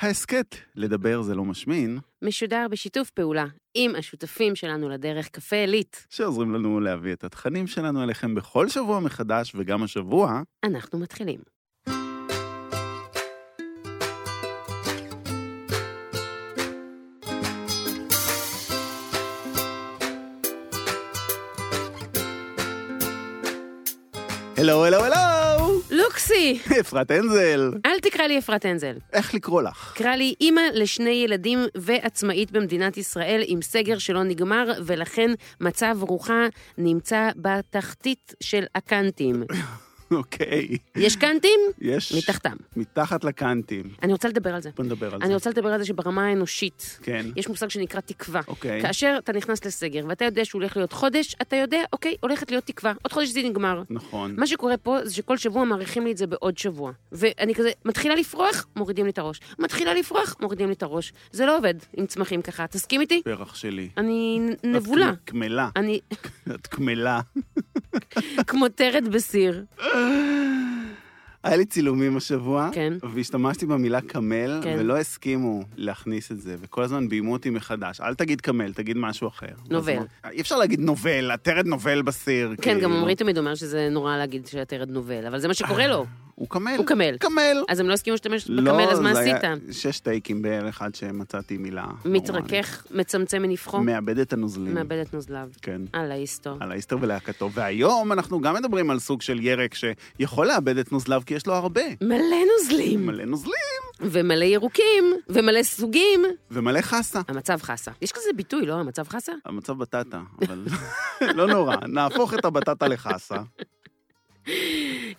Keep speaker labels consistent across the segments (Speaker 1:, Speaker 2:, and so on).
Speaker 1: ההסכת, לדבר זה לא משמין,
Speaker 2: משודר בשיתוף פעולה עם השותפים שלנו לדרך, קפה עילית.
Speaker 1: שעוזרים לנו להביא את התכנים שלנו אליכם בכל שבוע מחדש, וגם השבוע,
Speaker 2: אנחנו מתחילים.
Speaker 1: הלו, הלו, הלו!
Speaker 2: לוקסי,
Speaker 1: אפרת אנזל,
Speaker 2: אל תקרא לי אפרת אנזל.
Speaker 1: איך לקרוא לך?
Speaker 2: קרא לי אימא לשני ילדים ועצמאית במדינת ישראל עם סגר שלא נגמר, ולכן מצב רוחה נמצא בתחתית של הקאנטים.
Speaker 1: אוקיי,
Speaker 2: יש קאנטים?
Speaker 1: יש...
Speaker 2: מתחתם.
Speaker 1: מתחת לקאנטים.
Speaker 2: אני רוצה לדבר על זה.
Speaker 1: בוא נדבר על זה.
Speaker 2: אני רוצה לדבר על זה שברמה האנושית,
Speaker 1: כן,
Speaker 2: יש מושג שנקרא תקווה.
Speaker 1: אוקיי.
Speaker 2: כאשר אתה נכנס לסגר ואתה יודע שהוא הולך להיות חודש, אתה יודע, אוקיי, הולכת להיות תקווה. עוד חודש זה נגמר.
Speaker 1: נכון.
Speaker 2: מה שקורה פה זה שכל שבוע מאריכים לי את זה בעוד שבוע. ואני כזה, מתחילה לפרוח, מורידים לי את הראש. מתחילה לפרוח, מורידים לי את הראש. זה לא עובד עם צמחים ככה. תסכים איתי?
Speaker 1: פרח שלי.
Speaker 2: אני נ-
Speaker 1: את
Speaker 2: נבולה.
Speaker 1: קמ- קמלה.
Speaker 2: אני
Speaker 1: את קמלה.
Speaker 2: כמו טרד בסיר.
Speaker 1: היה לי צילומים השבוע,
Speaker 2: כן.
Speaker 1: והשתמשתי במילה קמל,
Speaker 2: כן.
Speaker 1: ולא הסכימו להכניס את זה, וכל הזמן ביימו אותי מחדש. אל תגיד קמל, תגיד משהו אחר.
Speaker 2: נובל.
Speaker 1: אז מה- אי אפשר להגיד נובל, הטרד נובל בסיר.
Speaker 2: כן, גם
Speaker 1: כאילו.
Speaker 2: עמרי תמיד אומר שזה נורא להגיד שהטרד נובל, אבל זה מה שקורה לו.
Speaker 1: הוא קמל.
Speaker 2: הוא קמל.
Speaker 1: קמל.
Speaker 2: אז הם לא הסכימו להשתמש
Speaker 1: אה. לא,
Speaker 2: בקמל, אז מה
Speaker 1: זה היה
Speaker 2: עשית?
Speaker 1: שש טייקים באל אחד שמצאתי מילה. נורמלית.
Speaker 2: מתרכך, מצמצם מנפחו,
Speaker 1: מאבד את הנוזלים.
Speaker 2: מאבד את נוזליו.
Speaker 1: כן.
Speaker 2: על ההיסטור.
Speaker 1: על האיסטר ולהקתו. והיום אנחנו גם מדברים על סוג של ירק שיכול לאבד את נוזליו כי יש לו הרבה.
Speaker 2: מלא נוזלים,
Speaker 1: מלא נוזלים
Speaker 2: ומלא ירוקים, ומלא סוגים.
Speaker 1: ומלא חסה.
Speaker 2: המצב חסה. יש כזה ביטוי, לא? המצב חסה?
Speaker 1: המצב בטטה, אבל לא נורא, נהפוך את הבטטה לחסה.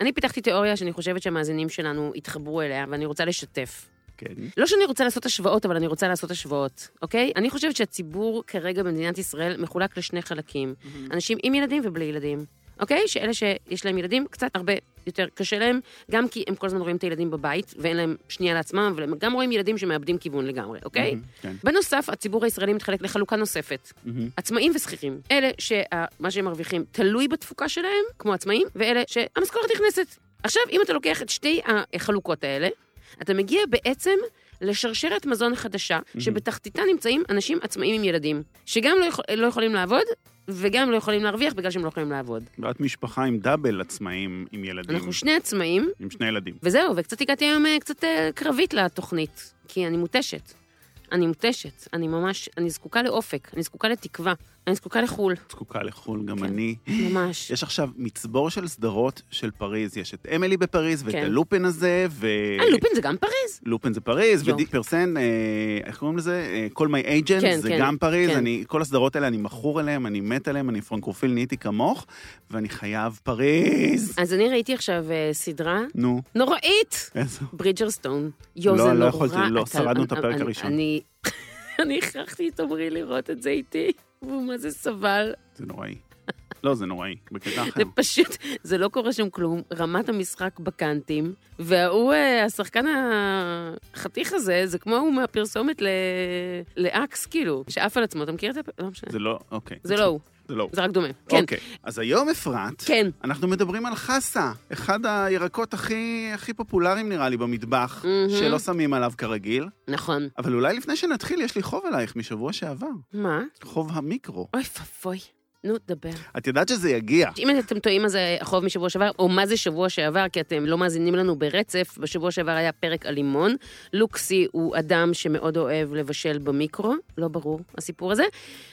Speaker 2: אני פיתחתי תיאוריה שאני חושבת שהמאזינים שלנו יתחברו אליה, ואני רוצה לשתף.
Speaker 1: כן.
Speaker 2: לא שאני רוצה לעשות השוואות, אבל אני רוצה לעשות השוואות, אוקיי? אני חושבת שהציבור כרגע במדינת ישראל מחולק לשני חלקים. אנשים עם ילדים ובלי ילדים, אוקיי? שאלה שיש להם ילדים, קצת הרבה יותר קשה להם, גם כי הם כל הזמן רואים את הילדים בבית, ואין להם שנייה לעצמם, אבל הם גם רואים ילדים שמאבדים כיוון לגמרי, אוקיי?
Speaker 1: מהמם, כן.
Speaker 2: בנוסף, הציבור הישראלי מתחלק לחלוקה נוספת.
Speaker 1: מהמם.
Speaker 2: עצמאים ושכירים. אלה שמה שהם מרוויחים תלוי בתפוקה שלהם, כמו עצמאים, ואלה שהמשכורת נכנסת. עכשיו, אם אתה לוקח את שתי החלוקות האלה, אתה מגיע בעצם לשרשרת מזון חדשה, שבתחתיתה נמצאים אנשים עצמאים עם ילדים, שגם לא, יכול, לא יכולים לעבוד, וגם לא יכולים להרוויח בגלל שהם לא יכולים לעבוד.
Speaker 1: ואת משפחה עם דאבל עצמאים, עם ילדים,
Speaker 2: אנחנו שני עצמאים,
Speaker 1: עם שני ילדים.
Speaker 2: וזהו, וקצת הגעתי היום אה, קצת אה, קרבית לתוכנית, כי אני מותשת. אני מותשת, אני ממש, אני זקוקה לאופק, אני זקוקה לתקווה, אני זקוקה לחו"ל,
Speaker 1: זקוקה לחו"ל, גם
Speaker 2: כן.
Speaker 1: אני.
Speaker 2: ממש.
Speaker 1: יש עכשיו מצבור של סדרות של פריז, יש את אמילי בפריז, ואת
Speaker 2: כן.
Speaker 1: הלופן הזה, ו...
Speaker 2: אה, לופין זה גם פריז?
Speaker 1: לופן זה פריז,
Speaker 2: יו.
Speaker 1: ודיק פרסן, אה, איך קוראים לזה? כל מי אייג'נט,
Speaker 2: כן,
Speaker 1: זה
Speaker 2: כן,
Speaker 1: גם פריז.
Speaker 2: כן.
Speaker 1: אני, כל הסדרות האלה, אני מכור אליהן, אני מת עליהן, אני פרנקופיל, נהייתי כמוך, ואני חייב פריז.
Speaker 2: אז אני ראיתי עכשיו אה, סדרה
Speaker 1: נו,
Speaker 2: נוראית!
Speaker 1: איזו...
Speaker 2: ברידג'רסטון. יו,
Speaker 1: לא,
Speaker 2: זה נורא.
Speaker 1: לא יכולתי, לא,
Speaker 2: אתה-
Speaker 1: שרדנו את
Speaker 2: אני-
Speaker 1: הפרק
Speaker 2: אני-
Speaker 1: הראשון.
Speaker 2: אני אני הכרחתי את עמרי לראות את זה איתי, והוא מה זה סבל.
Speaker 1: זה נוראי. לא, זה נוראי, בקטע אחר.
Speaker 2: זה פשוט, זה לא קורה שם כלום. רמת המשחק בקאנטים, וההוא, אה, השחקן החתיך הזה, זה כמו ההוא מהפרסומת ל- לאקס, כאילו, שעף על עצמו. אתה מכיר את הפ... לא משנה.
Speaker 1: זה לא, אוקיי.
Speaker 2: זה לא הוא,
Speaker 1: זה לא.
Speaker 2: זה רק דומה. כן,
Speaker 1: אוקיי. אז היום, אפרת,
Speaker 2: כן.
Speaker 1: אנחנו מדברים על חסה, אחד הירקות הכי הכי פופולריים, נראה לי, במטבח,
Speaker 2: מהמם.
Speaker 1: שלא שמים עליו כרגיל.
Speaker 2: נכון.
Speaker 1: אבל אולי לפני שנתחיל, יש לי חוב אלייך משבוע שעבר.
Speaker 2: מה?
Speaker 1: חוב המיקרו.
Speaker 2: אוי ואבוי. נו, דבר.
Speaker 1: את יודעת שזה יגיע.
Speaker 2: אם אתם טועים אז זה החוב משבוע שעבר, או מה זה שבוע שעבר, כי אתם לא מאזינים לנו ברצף, בשבוע שעבר היה פרק על לימון. לוקסי הוא אדם שמאוד אוהב לבשל במיקרו, לא ברור הסיפור הזה.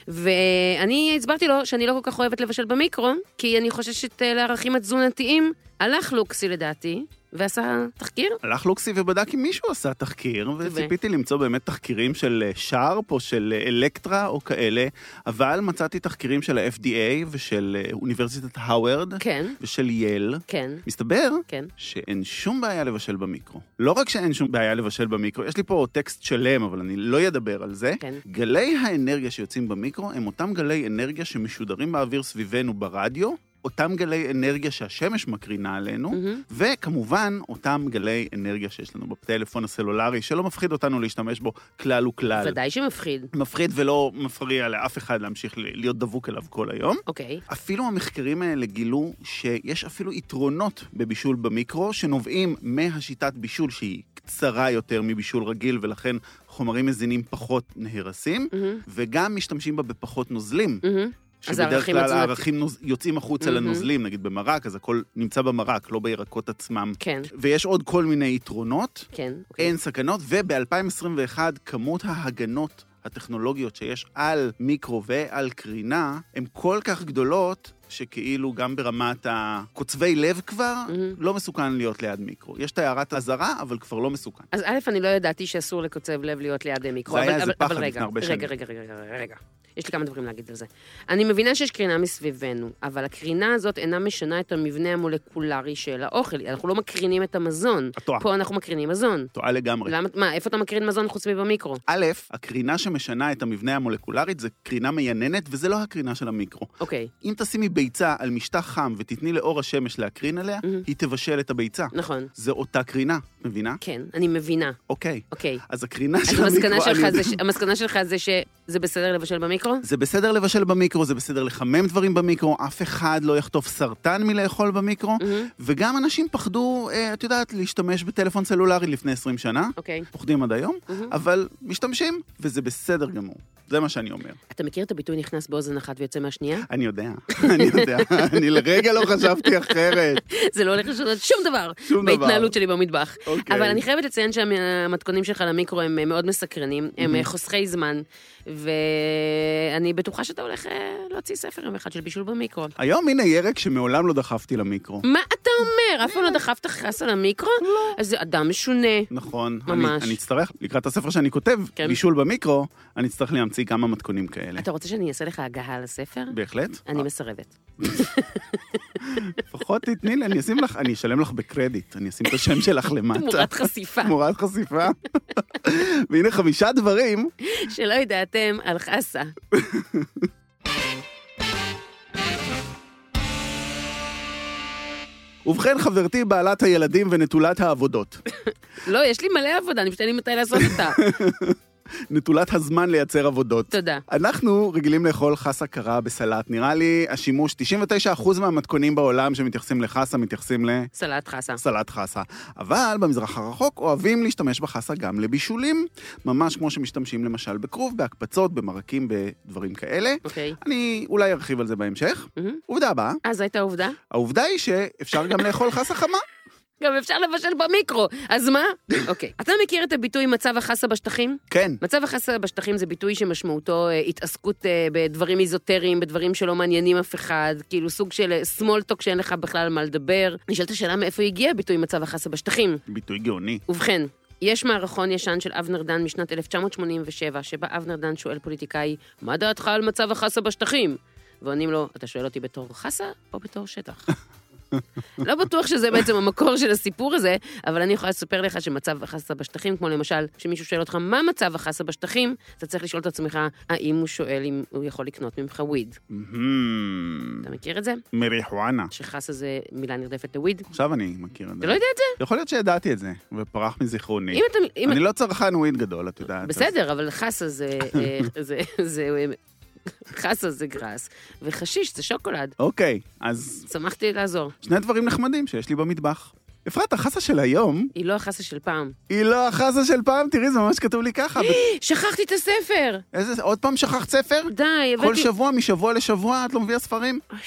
Speaker 2: ואני הסברתי לו שאני לא כל כך אוהבת לבשל במיקרו, כי אני חוששת אה, לערכים התזונתיים. הלך לוקסי לדעתי, ועשה תחקיר.
Speaker 1: הלך לוקסי ובדק אם מישהו עשה תחקיר, וציפיתי למצוא באמת תחקירים של אה, שרפ או של אה, אלקטרה או כאלה, אבל מצאתי תחקירים של ה-FDA ושל אה, אוניברסיטת האוורד
Speaker 2: כן,
Speaker 1: ושל יל.
Speaker 2: כן,
Speaker 1: מסתבר
Speaker 2: כן.
Speaker 1: שאין שום בעיה לבשל במיקרו. לא רק שאין שום בעיה לבשל במיקרו, יש לי פה טקסט שלם, אבל אני לא אדבר על זה.
Speaker 2: כן.
Speaker 1: גלי האנרגיה שיוצאים במיקרו הם אותם גלי אנרגיה שמשודרים באוויר סביבנו ברדיו, אותם גלי אנרגיה שהשמש מקרינה עלינו,
Speaker 2: מהמם.
Speaker 1: וכמובן, אותם גלי אנרגיה שיש לנו בטלפון הסלולרי, שלא מפחיד אותנו להשתמש בו כלל וכלל.
Speaker 2: ודאי שמפחיד.
Speaker 1: מפחיד ולא מפריע לאף אחד להמשיך ל- להיות דבוק אליו כל היום.
Speaker 2: אוקיי.
Speaker 1: אפילו המחקרים האלה גילו שיש אפילו יתרונות בבישול במיקרו, שנובעים מהשיטת בישול שהיא קצרה יותר מבישול רגיל, ולכן חומרים מזינים פחות נהרסים,
Speaker 2: מהמם,
Speaker 1: וגם משתמשים בה בפחות נוזלים.
Speaker 2: מהמם. Mm-hmm. אז
Speaker 1: שבדרך
Speaker 2: הערכים Mm-hmm.
Speaker 1: כלל
Speaker 2: התזונתי-
Speaker 1: הערכים נוז... יוצאים החוצה
Speaker 2: מהמם.
Speaker 1: לנוזלים, נגיד במרק, אז הכל נמצא במרק, לא בירקות עצמם.
Speaker 2: כן,
Speaker 1: ויש עוד כל מיני יתרונות,
Speaker 2: כן. אוקיי.
Speaker 1: אין סכנות, וב-2021 כמות ההגנות הטכנולוגיות שיש על מיקרו ועל קרינה, הן כל כך גדולות, שכאילו גם ברמת הקוצבי לב כבר,
Speaker 2: מהמם.
Speaker 1: לא מסוכן להיות ליד מיקרו. יש את הערת אזהרה, אבל כבר לא מסוכן.
Speaker 2: אז א', אני לא ידעתי שאסור לקוצב לב להיות ליד אה, מיקרו,
Speaker 1: זה
Speaker 2: אבל,
Speaker 1: היה איזה
Speaker 2: אבל,
Speaker 1: פחד
Speaker 2: אבל רגע,
Speaker 1: לפני הרבה
Speaker 2: רגע,
Speaker 1: שנים.
Speaker 2: רגע, רגע, רגע, רגע, רגע. יש לי כמה דברים להגיד על זה. אני מבינה שיש קרינה מסביבנו, אבל הקרינה הזאת אינה משנה את המבנה המולקולרי של האוכל. אנחנו לא מקרינים את המזון.
Speaker 1: את טועה,
Speaker 2: פה לא. אנחנו מקרינים מזון.
Speaker 1: טועה לגמרי.
Speaker 2: למה, מה, איפה אתה מקרין מזון חוץ מבמיקרו?
Speaker 1: א', הקרינה שמשנה את המבנה המולקולרית זה קרינה מייננת, וזה לא הקרינה של המיקרו.
Speaker 2: אוקיי,
Speaker 1: אם תשימי ביצה על משטח חם ותתני לאור השמש להקרין עליה,
Speaker 2: מהמם.
Speaker 1: היא תבשל את הביצה.
Speaker 2: נכון.
Speaker 1: זה אותה קרינה, מבינה?
Speaker 2: כן, אני מבינה.
Speaker 1: אוקיי.
Speaker 2: אוקיי.
Speaker 1: אז הקרינה
Speaker 2: אז
Speaker 1: של
Speaker 2: המסקנה
Speaker 1: המיקרו...
Speaker 2: שלך
Speaker 1: אני-
Speaker 2: זה ש- המסקנה שלך זה שזה בסדר לבשל במיקרו?
Speaker 1: זה בסדר לבשל במיקרו, זה בסדר לחמם דברים במיקרו, אף אחד לא יחטוף סרטן מלאכול במיקרו,
Speaker 2: מהמם.
Speaker 1: וגם אנשים פחדו, אה, את יודעת, להשתמש בטלפון סלולרי לפני 20 שנה,
Speaker 2: אוקיי.
Speaker 1: פוחדים עד היום,
Speaker 2: מהמם.
Speaker 1: אבל משתמשים, וזה בסדר גמור. זה מה שאני אומר.
Speaker 2: אתה מכיר את הביטוי נכנס באוזן אחת ויוצא מהשנייה?
Speaker 1: אני יודע, אני יודע, אני לרגע לא חשבתי אחרת.
Speaker 2: זה לא הולך לשנות שום דבר.
Speaker 1: שום דבר.
Speaker 2: בהתנהלות שלי במטבח.
Speaker 1: אוקיי.
Speaker 2: אבל אני חייבת לציין שהמתכונים שלך למיקרו הם אה, מאוד מסקרנים, הם אה, חוסכי זמן, ואני בטוחה שאתה הולך אה, להוציא ספר יום אחד של בישול במיקרו.
Speaker 1: היום הנה ירק שמעולם לא דחפתי למיקרו.
Speaker 2: מה אתה אומר? אף פעם לא דחפת חס על המיקרו? לא. אז זה אדם משונה.
Speaker 1: נכון.
Speaker 2: ממש.
Speaker 1: אני, אני אצטרך, לקראת הספר שאני כותב,
Speaker 2: כן.
Speaker 1: בישול במיקרו, אני אצטרך להמציא כמה מתכונים כאלה.
Speaker 2: אתה רוצה שאני אעשה לך הגהה על הספר?
Speaker 1: בהחלט.
Speaker 2: אני מסרבת.
Speaker 1: לפחות תתני לי, אני אשים לך, אני אשלם לך בקרדיט, אני אשים את השם שלך למטה.
Speaker 2: תמורת חשיפה.
Speaker 1: תמורת חשיפה. והנה חמישה דברים.
Speaker 2: שלא ידעתם על חסה.
Speaker 1: ובכן, חברתי בעלת הילדים ונטולת העבודות.
Speaker 2: לא, יש לי מלא עבודה, אני פשוט אין לי מתי לעשות אותה.
Speaker 1: נטולת הזמן לייצר עבודות.
Speaker 2: תודה.
Speaker 1: אנחנו רגילים לאכול חסה קרה בסלט. נראה לי השימוש, 99% מהמתכונים בעולם שמתייחסים לחסה מתייחסים
Speaker 2: סלט חסה.
Speaker 1: לסלט חסה. אבל במזרח הרחוק אוהבים להשתמש בחסה גם לבישולים, ממש כמו שמשתמשים למשל בכרוב, בהקפצות, במרקים, בדברים כאלה.
Speaker 2: אוקיי.
Speaker 1: אני אולי ארחיב על זה בהמשך.
Speaker 2: מהמם.
Speaker 1: עובדה הבאה,
Speaker 2: אז הייתה עובדה?
Speaker 1: העובדה היא שאפשר גם לאכול חסה חמה.
Speaker 2: גם אפשר לבשל במיקרו, אז מה? אוקיי. אתה מכיר את הביטוי מצב החסה בשטחים?
Speaker 1: כן.
Speaker 2: מצב החסה בשטחים זה ביטוי שמשמעותו אה, התעסקות אה, בדברים איזוטריים, בדברים שלא מעניינים אף אחד, כאילו סוג של אה, small talk שאין לך בכלל על מה לדבר. נשאלת השאלה מאיפה הגיע ביטוי מצב החסה בשטחים.
Speaker 1: ביטוי גאוני.
Speaker 2: ובכן, יש מערכון ישן של אבנר דן משנת 1987, שבה אבנר דן שואל פוליטיקאי, מה דעתך על מצב החסה בשטחים? ועונים לו, אתה שואל אותי בתור חסה או בתור שטח? לא בטוח שזה בעצם המקור של הסיפור הזה, אבל אני יכולה לספר לך שמצב החסה בשטחים, כמו למשל, כשמישהו שואל אותך מה מצב החסה בשטחים, אתה צריך לשאול את עצמך, האם הוא שואל אם הוא יכול לקנות ממך וויד.
Speaker 1: מהמם.
Speaker 2: אתה מכיר את זה?
Speaker 1: מריחואנה.
Speaker 2: שחסה זה מילה נרדפת לוויד?
Speaker 1: עכשיו אני מכיר את זה.
Speaker 2: אתה לא יודע את זה?
Speaker 1: יכול להיות שידעתי את זה, ופרח מזיכרוני.
Speaker 2: אם אתה... אם
Speaker 1: אני לא צרכן וויד גדול, את יודעת.
Speaker 2: בסדר, אבל חסה זה... אה, זה- זה... חסה זה גראס, וחשיש זה שוקולד.
Speaker 1: אוקיי, אז
Speaker 2: שמחתי לעזור.
Speaker 1: שני דברים נחמדים שיש לי במטבח. אפרת, החסה של היום
Speaker 2: היא לא החסה של פעם.
Speaker 1: היא לא החסה של פעם, תראי, זה ממש כתוב לי ככה. ב-
Speaker 2: שכחתי את הספר!
Speaker 1: איזה, עוד פעם שכחת ספר?
Speaker 2: די,
Speaker 1: כל שבוע, משבוע לשבוע, את לא מביאה ספרים?
Speaker 2: אוי,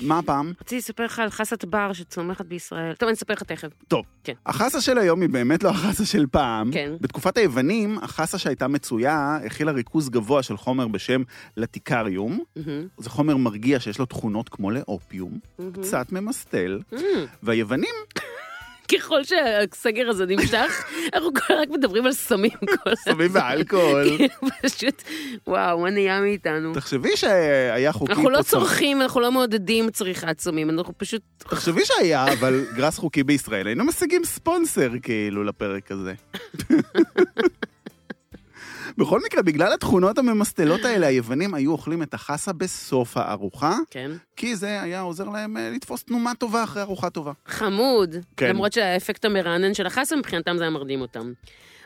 Speaker 1: מה הפעם?
Speaker 2: רציתי לספר לך על חסת בר שצומחת בישראל. טוב, אני אספר לך תכף.
Speaker 1: החסה של היום היא באמת לא החסה של פעם.
Speaker 2: כן.
Speaker 1: בתקופת היוונים, החסה שהייתה מצויה הכילה ריכוז גבוה של חומר בשם לטיקריום.
Speaker 2: מהמם,
Speaker 1: זה חומר מרגיע שיש לו תכונות כמו לאופיום,
Speaker 2: מהמם. Mm.
Speaker 1: קצת ממסטל,
Speaker 2: מהמם.
Speaker 1: והיוונים,
Speaker 2: ככל שהסגר הזה נמשך, אנחנו כל רק מדברים על סמים כל הזמן.
Speaker 1: סמים ואלכוהול.
Speaker 2: כאילו, פשוט, וואו, מה נהיה מאיתנו?
Speaker 1: תחשבי שהיה חוקי
Speaker 2: אנחנו לא
Speaker 1: פה צו-
Speaker 2: צורכים, אנחנו לא מעודדים צריכת סמים, אנחנו פשוט...
Speaker 1: תחשבי שהיה, אבל גראס חוקי בישראל, היינו משיגים ספונסר כאילו לפרק הזה. בכל מקרה, בגלל התכונות הממסטלות האלה, היוונים היו אוכלים את החסה בסוף הארוחה,
Speaker 2: כן.
Speaker 1: כי זה היה עוזר להם אה, לתפוס תנומה טובה אחרי ארוחה טובה.
Speaker 2: חמוד.
Speaker 1: כן.
Speaker 2: למרות שהאפקט המרענן של החסה מבחינתם זה היה מרדים אותם.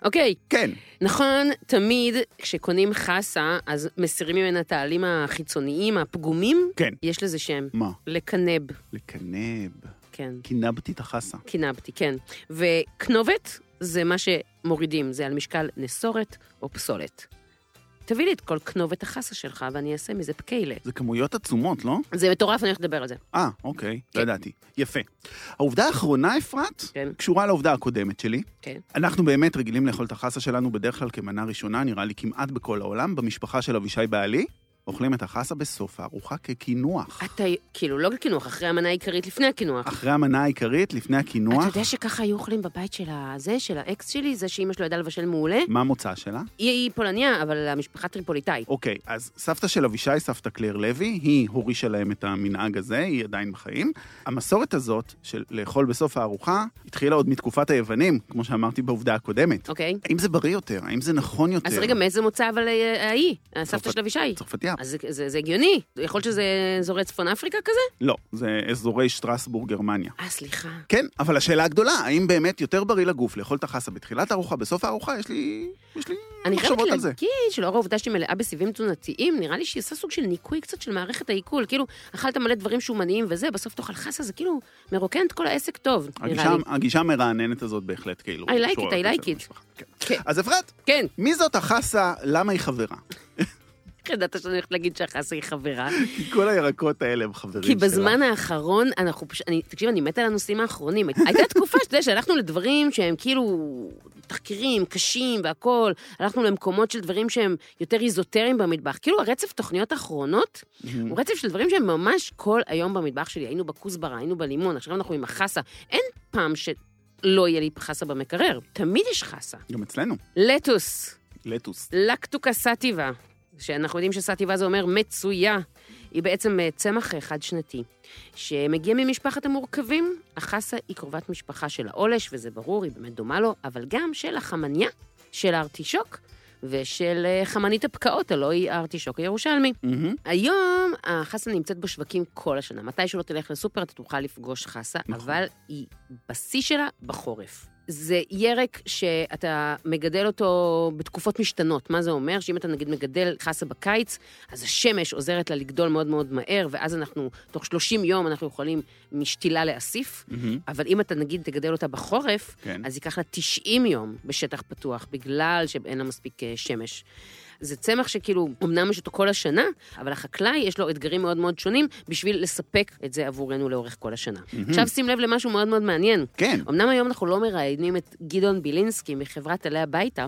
Speaker 2: אוקיי,
Speaker 1: כן,
Speaker 2: נכון, תמיד כשקונים חסה, אז מסירים ממנה את העלים החיצוניים, הפגומים.
Speaker 1: כן.
Speaker 2: יש לזה שם,
Speaker 1: מה?
Speaker 2: לקנב,
Speaker 1: לקנב.
Speaker 2: כן.
Speaker 1: קינבתי את החסה.
Speaker 2: קינבתי, כן. וכנובת זה מה שמורידים, זה על משקל נסורת או פסולת. תביא לי את כל כנובת החסה שלך ואני אעשה מזה פקיילה.
Speaker 1: זה כמויות עצומות, לא?
Speaker 2: זה מטורף, אני הולכת לדבר על זה.
Speaker 1: אה, אוקיי,
Speaker 2: כן.
Speaker 1: לא ידעתי. יפה. העובדה האחרונה, אפרת,
Speaker 2: כן.
Speaker 1: קשורה לעובדה הקודמת שלי.
Speaker 2: כן.
Speaker 1: אנחנו באמת רגילים לאכול את החסה שלנו בדרך כלל כמנה ראשונה, נראה לי כמעט בכל העולם. במשפחה של אבישי בעלי, אוכלים את החסה בסוף הארוחה כקינוח.
Speaker 2: אתה, כאילו, לא קינוח, אחרי המנה העיקרית לפני הקינוח.
Speaker 1: אחרי המנה העיקרית, לפני
Speaker 2: אתה
Speaker 1: הקינוח,
Speaker 2: יודע שככה היו אוכלים בבית של הזה, של האקס שלי, זה שאימא שלו ידעה לבשל מעולה?
Speaker 1: מה המוצא שלה?
Speaker 2: היא- היא פולניה, אבל המשפחה טריפוליטאית.
Speaker 1: אוקיי, אז סבתא של אבישי, סבתא קלר לוי, היא הורישה להם את המנהג הזה, היא עדיין בחיים. המסורת הזאת של לאכול בסוף הארוחה, התחילה עוד מתקופת היוונים, כמו שאמרתי בעובדה הקודמת.
Speaker 2: אוקיי?
Speaker 1: האם זה בריא יותר? האם זה נכון יותר?
Speaker 2: אז רגע, מאיזה מוצא אבל אה, ההיא? הסבתא
Speaker 1: צרפת-
Speaker 2: של אבישי?
Speaker 1: צרפתייה.
Speaker 2: אז זה- זה זה הגיוני. יכול להיות שזה אזורי צפון אפריקה כזה?
Speaker 1: לא, זה אזורי שטרסבורג, גרמניה.
Speaker 2: אה, סליחה.
Speaker 1: כן, אבל השאלה הגדולה, האם באמת יותר בריא לגוף לאכול את החסה בתחילת הארוחה, בסוף הארוחה, יש לי... יש לי
Speaker 2: אני חייבת
Speaker 1: מחשבות על זה.
Speaker 2: להגיד כן, שלאור העובדה שהיא מלאה בסיבים תזונתיים, נראה לי שהיא עושה סוג של ניקוי קצת של מערכת העיכול. כאילו, אכלת מלא דברים שומניים וזה, בסוף תאכל חסה, זה כאילו מרוקן את כל העסק טוב, נראה
Speaker 1: הגישה,
Speaker 2: לי.
Speaker 1: הגישה המרעננת הזאת בהחלט, כאילו.
Speaker 2: I like
Speaker 1: שורה
Speaker 2: it, I like
Speaker 1: אצל
Speaker 2: it.
Speaker 1: המשפחה. כן.
Speaker 2: כן.
Speaker 1: אז אפרת,
Speaker 2: כן,
Speaker 1: מי זאת החסה, למה היא חברה?
Speaker 2: איך ידעת שאני הולכת להגיד שהחסה היא חברה?
Speaker 1: כי כל הירקות האלה הם חברים
Speaker 2: כי
Speaker 1: שלה.
Speaker 2: בזמן האחרון, אנחנו פשוט, אני- תקשיב, אני מתה על הנושאים האחרונים. הייתה תקופה, שאתה יודע, שהלכנו לדברים שהם כאילו תחקירים קשים והכול, הלכנו למקומות של דברים שהם יותר איזוטריים במטבח. כאילו הרצף תוכניות האחרונות, הוא רצף של דברים שהם ממש כל היום במטבח שלי. היינו בכוסברה, היינו בלימון, עכשיו אנחנו עם החסה. אין פעם שלא יהיה לי חסה במקרר, תמיד יש חסה.
Speaker 1: גם אצלנו,
Speaker 2: לטוס. כן.
Speaker 1: לטוס.
Speaker 2: לקטוקה סטיבה, שאנחנו יודעים שסטיבה זה אומר מצויה, היא בעצם אה, צמח אה, חד-שנתי, שמגיע ממשפחת המורכבים. החסה היא קרובת משפחה של העולש, וזה ברור, היא באמת דומה לו, אבל גם של החמניה, של הארטישוק. ושל אה, חמנית הפקעות, הלוא היא הארטישוק הירושלמי.
Speaker 1: מהמם.
Speaker 2: היום החסה נמצאת בשווקים כל השנה. מתי שלא תלך לסופר, אתה תוכל לפגוש חסה,
Speaker 1: נכון.
Speaker 2: נכון. אבל היא בשיא שלה בחורף. זה ירק שאתה מגדל אותו בתקופות משתנות. מה זה אומר? שאם אתה נגיד מגדל חסה בקיץ, אז השמש עוזרת לה לגדול מאוד מאוד מהר, ואז אנחנו, תוך 30 יום אנחנו יכולים משתילה להסיף.
Speaker 1: מהמם.
Speaker 2: אבל אם אתה נגיד תגדל אותה בחורף,
Speaker 1: כן.
Speaker 2: אז ייקח לה 90 יום בשטח פתוח, בגלל שאין לה מספיק אה, שמש. זה צמח שכאילו, אמנם יש אותו כל השנה, אבל החקלאי יש לו אתגרים מאוד מאוד שונים בשביל לספק את זה עבורנו לאורך כל השנה. עכשיו שים לב למשהו מאוד מאוד מעניין.
Speaker 1: כן.
Speaker 2: אמנם היום אנחנו לא מראיינים את גדעון בילינסקי מחברת עלי הביתה,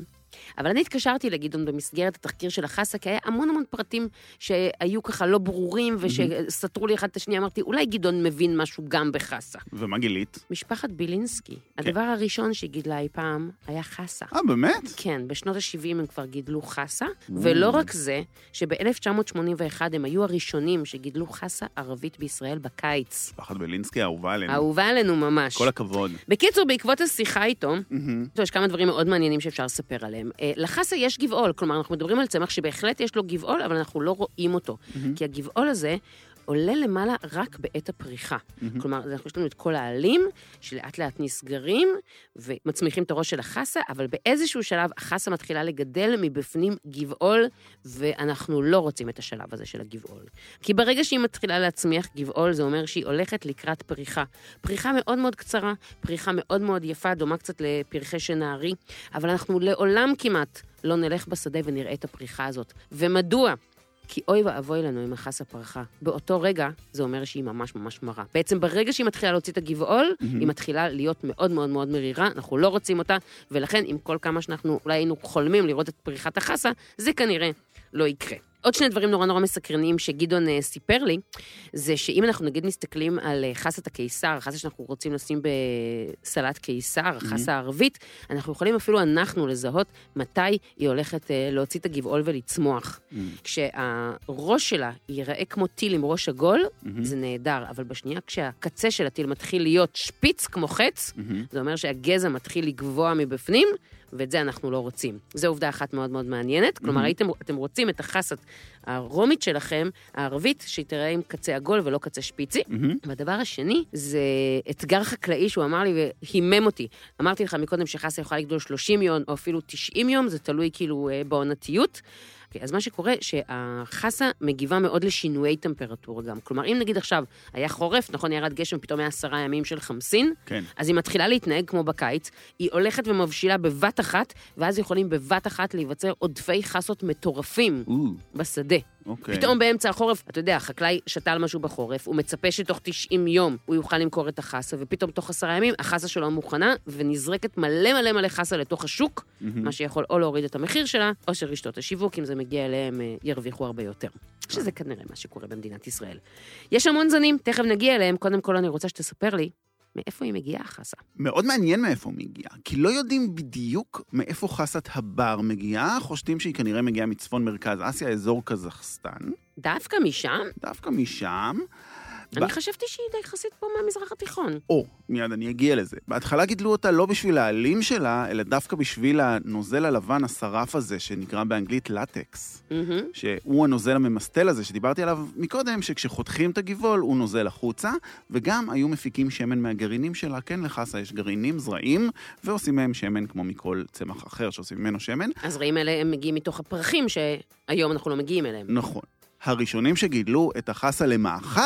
Speaker 2: אבל אני התקשרתי לגדעון במסגרת התחקיר של החסה, כי היה המון המון פרטים שהיו ככה לא ברורים ושסתרו לי אחד את השנייה. אמרתי, אולי גדעון מבין משהו גם בחסה.
Speaker 1: ומה גילית?
Speaker 2: משפחת בילינסקי, הדבר הראשון שהיא גידלה אי פעם היה חסה.
Speaker 1: אה, באמת?
Speaker 2: כן, בשנות ה-70 הם כבר גידלו חסה, ולא רק זה, שב-1981 הם היו הראשונים שגידלו חסה ערבית בישראל בקיץ.
Speaker 1: משפחת בלינסקי האהובה עלינו.
Speaker 2: האהובה עלינו ממש.
Speaker 1: כן. כל הכבוד.
Speaker 2: בקיצור, בעקבות השיחה איתו,
Speaker 1: מהמם.
Speaker 2: טוב, יש כמה דברים מאוד מעניינים שאפשר לספר עליהם. אה, לחסה יש גבעול, כלומר, אנחנו מדברים על צמח שבהחלט יש לו גבעול, אבל אנחנו לא רואים אותו. כי הגבעול הזה עולה למעלה רק בעת הפריחה.
Speaker 1: מהמם.
Speaker 2: כלומר, אנחנו- יש לנו את כל העלים, שלאט לאט נסגרים, ומצמיחים את הראש של החסה, אבל באיזשהו שלב החסה מתחילה לגדל מבפנים גבעול, ואנחנו לא רוצים את השלב הזה של הגבעול. כי ברגע שהיא מתחילה להצמיח גבעול, זה אומר שהיא הולכת לקראת פריחה. פריחה מאוד מאוד קצרה, פריחה מאוד מאוד יפה, דומה קצת לפרחי שנהרי, אבל אנחנו לעולם כמעט לא נלך בשדה ונראה את הפריחה הזאת. ומדוע? כי אוי ואבוי לנו אם החסה פרחה. באותו רגע, זה אומר שהיא ממש ממש מרה. בעצם ברגע שהיא מתחילה להוציא את הגבעול,
Speaker 1: מהמם.
Speaker 2: היא מתחילה להיות מאוד מאוד מאוד מרירה, אנחנו לא רוצים אותה, ולכן עם כל כמה שאנחנו אולי היינו חולמים לראות את פריחת החסה, זה כנראה לא יקרה. עוד שני דברים נורא נורא מסקרנים שגדעון אה, סיפר לי, זה שאם אנחנו נגיד מסתכלים על אה, חסת הקיסר, חסה שאנחנו רוצים לשים בסלט קיסר, חסה הערבית, אנחנו יכולים אפילו אנחנו לזהות מתי היא הולכת אה, להוציא את הגבעול ולצמוח. כשהראש שלה ייראה כמו טיל עם ראש עגול,
Speaker 1: מהמם.
Speaker 2: זה נהדר, אבל בשנייה כשהקצה של הטיל מתחיל להיות שפיץ כמו חץ,
Speaker 1: מהמם.
Speaker 2: זה אומר שהגזע מתחיל לגבוה מבפנים, ואת זה אנחנו לא רוצים. זו עובדה אחת מאוד מאוד מעניינת. כלומר,
Speaker 1: Mhm.
Speaker 2: הייתם, אתם רוצים את החסת הרומית שלכם, הערבית, שהיא תראה עם קצה עגול ולא קצה שפיצי.
Speaker 1: מהמם.
Speaker 2: והדבר השני זה אתגר חקלאי שהוא אמר לי והימם אותי. אמרתי לך מקודם שחסה יכולה לגדול 30 יום או אפילו 90 יום, זה תלוי כאילו אה, בעונתיות. אוקיי, אז מה שקורה, שהחסה מגיבה מאוד לשינויי טמפרטורה גם. כלומר, אם נגיד עכשיו היה חורף, נכון, ירד גשם, פתאום היה עשרה ימים של חמסין,
Speaker 1: כן.
Speaker 2: אז היא מתחילה להתנהג כמו בקיץ, היא הולכת ומבשילה בבת אחת, ואז יכולים בבת אחת להיווצר עודפי חסות מטורפים
Speaker 1: או,
Speaker 2: בשדה.
Speaker 1: אוקיי.
Speaker 2: פתאום באמצע החורף, אתה יודע, החקלאי שתל משהו בחורף, הוא מצפה שתוך 90 יום הוא יוכל למכור את החסה, ופתאום תוך עשרה ימים החסה שלו מוכנה, ונזרקת מלא מלא מלא חסה לתוך השוק,
Speaker 1: מהמם.
Speaker 2: מה שיכול או להוריד את המחיר שלה, או שרשתות השיווק, אם זה מגיע אליהם, אה, ירוויחו הרבה יותר. שזה כנראה מה שקורה במדינת ישראל. יש המון זנים, תכף נגיע אליהם. קודם כל אני רוצה שתספר לי, מאיפה היא מגיעה החסה?
Speaker 1: מאוד מעניין מאיפה הוא מגיע, כי לא יודעים בדיוק מאיפה חסת הבר מגיעה, חושדים שהיא כנראה מגיעה מצפון מרכז אסיה, אזור קזחסטן,
Speaker 2: דווקא משם?
Speaker 1: דווקא משם.
Speaker 2: אני חשבתי שהיא די יחסית פה מהמזרח התיכון.
Speaker 1: או, מיד אני אגיע לזה. בהתחלה גידלו אותה לא בשביל העלים שלה, אלא דווקא בשביל הנוזל הלבן השרף הזה, שנקרא באנגלית לטקס,
Speaker 2: מהמם.
Speaker 1: שהוא הנוזל הממסטל הזה שדיברתי עליו מקודם, שכשחותכים את הגבעול הוא נוזל החוצה, וגם היו מפיקים שמן מהגרעינים שלה, כן לחסה יש גרעינים, זרעים, ועושים מהם שמן כמו מכל צמח אחר שעושים ממנו שמן.
Speaker 2: הזרעים האלה הם מגיעים מתוך הפרחים שהיום אנחנו לא מגיעים אליהם,
Speaker 1: נכון. הראשונים שגידלו את החסה למאכל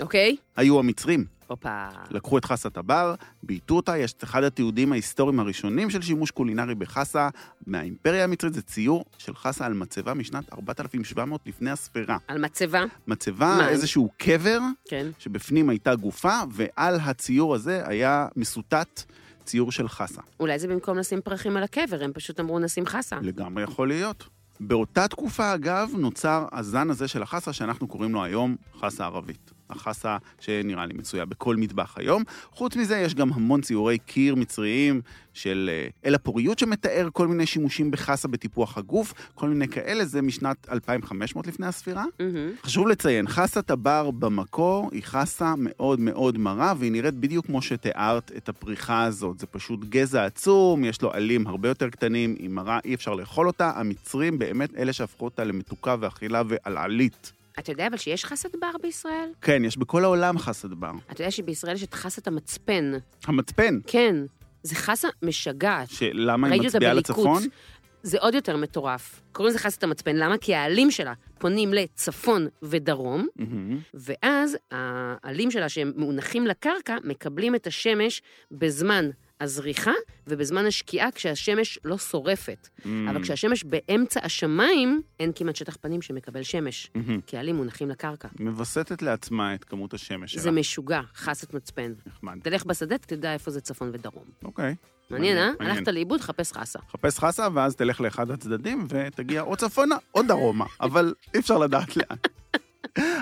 Speaker 2: אוקיי?
Speaker 1: היו המצרים.
Speaker 2: הופה.
Speaker 1: לקחו את חסת הבר, בייתו אותה, יש את אחד התיעודים ההיסטוריים הראשונים של שימוש קולינרי בחסה מהאימפריה המצרית, זה ציור של חסה על מצבה משנת 4700 לפני הספירה.
Speaker 2: על מצבה,
Speaker 1: מצבה,
Speaker 2: מה?
Speaker 1: איזשהו קבר,
Speaker 2: כן.
Speaker 1: שבפנים הייתה גופה, ועל הציור הזה היה מסוטט ציור של חסה.
Speaker 2: אולי זה במקום לשים פרחים על הקבר, הם פשוט אמרו נשים חסה.
Speaker 1: לגמרי יכול להיות. באותה תקופה, אגב, נוצר הזן הזה של החסה שאנחנו קוראים לו היום חסה ערבית. החסה שנראה לי מצויה בכל מטבח היום. חוץ מזה, יש גם המון ציורי קיר מצריים של אה, אל הפוריות שמתאר כל מיני שימושים בחסה בטיפוח הגוף, כל מיני כאלה, זה משנת 2500 לפני הספירה.
Speaker 2: מהמם.
Speaker 1: חשוב לציין, חסת הבר במקור היא חסה מאוד מאוד מרה, והיא נראית בדיוק כמו שתיארת את הפריחה הזאת. זה פשוט גזע עצום, יש לו עלים הרבה יותר קטנים, היא מרה, אי אפשר לאכול אותה. המצרים באמת אלה שהפכו אותה למתוקה ואכילה ועלעלית.
Speaker 2: אתה יודע אבל שיש חסת בר בישראל?
Speaker 1: כן, יש בכל העולם חסת בר.
Speaker 2: אתה יודע שבישראל יש את חסת המצפן.
Speaker 1: המצפן,
Speaker 2: כן, זה חסה משגעת.
Speaker 1: שלמה היא
Speaker 2: ראיתי אותה
Speaker 1: מצביעה לצפון?
Speaker 2: בליקוץ. זה עוד יותר מטורף. קוראים לזה חסת המצפן, למה? כי העלים שלה פונים לצפון ודרום,
Speaker 1: מהמם.
Speaker 2: ואז העלים שלה שהם מונחים לקרקע מקבלים את השמש בזמן הזריחה ובזמן השקיעה כשהשמש לא שורפת.
Speaker 1: Mm.
Speaker 2: אבל כשהשמש באמצע השמיים, אין כמעט שטח פנים שמקבל שמש,
Speaker 1: מהמם.
Speaker 2: כי העלים מונחים לקרקע.
Speaker 1: מווסתת לעצמה את כמות השמש שלה.
Speaker 2: זה משוגע, חסת מצפן.
Speaker 1: נחמד.
Speaker 2: תלך בשדה, תדע איפה זה צפון ודרום.
Speaker 1: אוקיי.
Speaker 2: מעניין, אה?
Speaker 1: מעניין.
Speaker 2: הלכת לאיבוד, חפש חסה.
Speaker 1: חפש חסה, ואז תלך לאחד הצדדים, ותגיע או צפונה או דרומה, אבל אי אפשר לדעת לאן.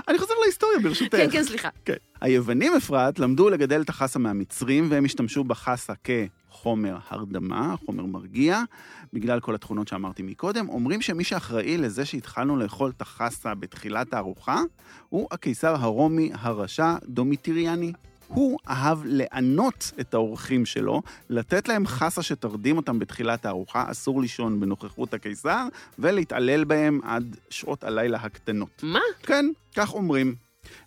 Speaker 1: אני חוזר להיסטוריה, ברשותך.
Speaker 2: כן, כן, סליחה.
Speaker 1: כן. היוונים, אפרת, למדו לגדל את החסה מהמצרים, והם השתמשו בחסה כחומר הרדמה, חומר מרגיע, בגלל כל התכונות שאמרתי מקודם. אומרים שמי שאחראי לזה שהתחלנו לאכול את החסה בתחילת הארוחה, הוא הקיסר הרומי הרשע דומיטיריאני. הוא אהב לענות את האורחים שלו, לתת להם חסה שתרדים אותם בתחילת הארוחה, אסור לישון בנוכחות הקיסר, ולהתעלל בהם עד שעות הלילה הקטנות.
Speaker 2: מה?
Speaker 1: כן, כך אומרים.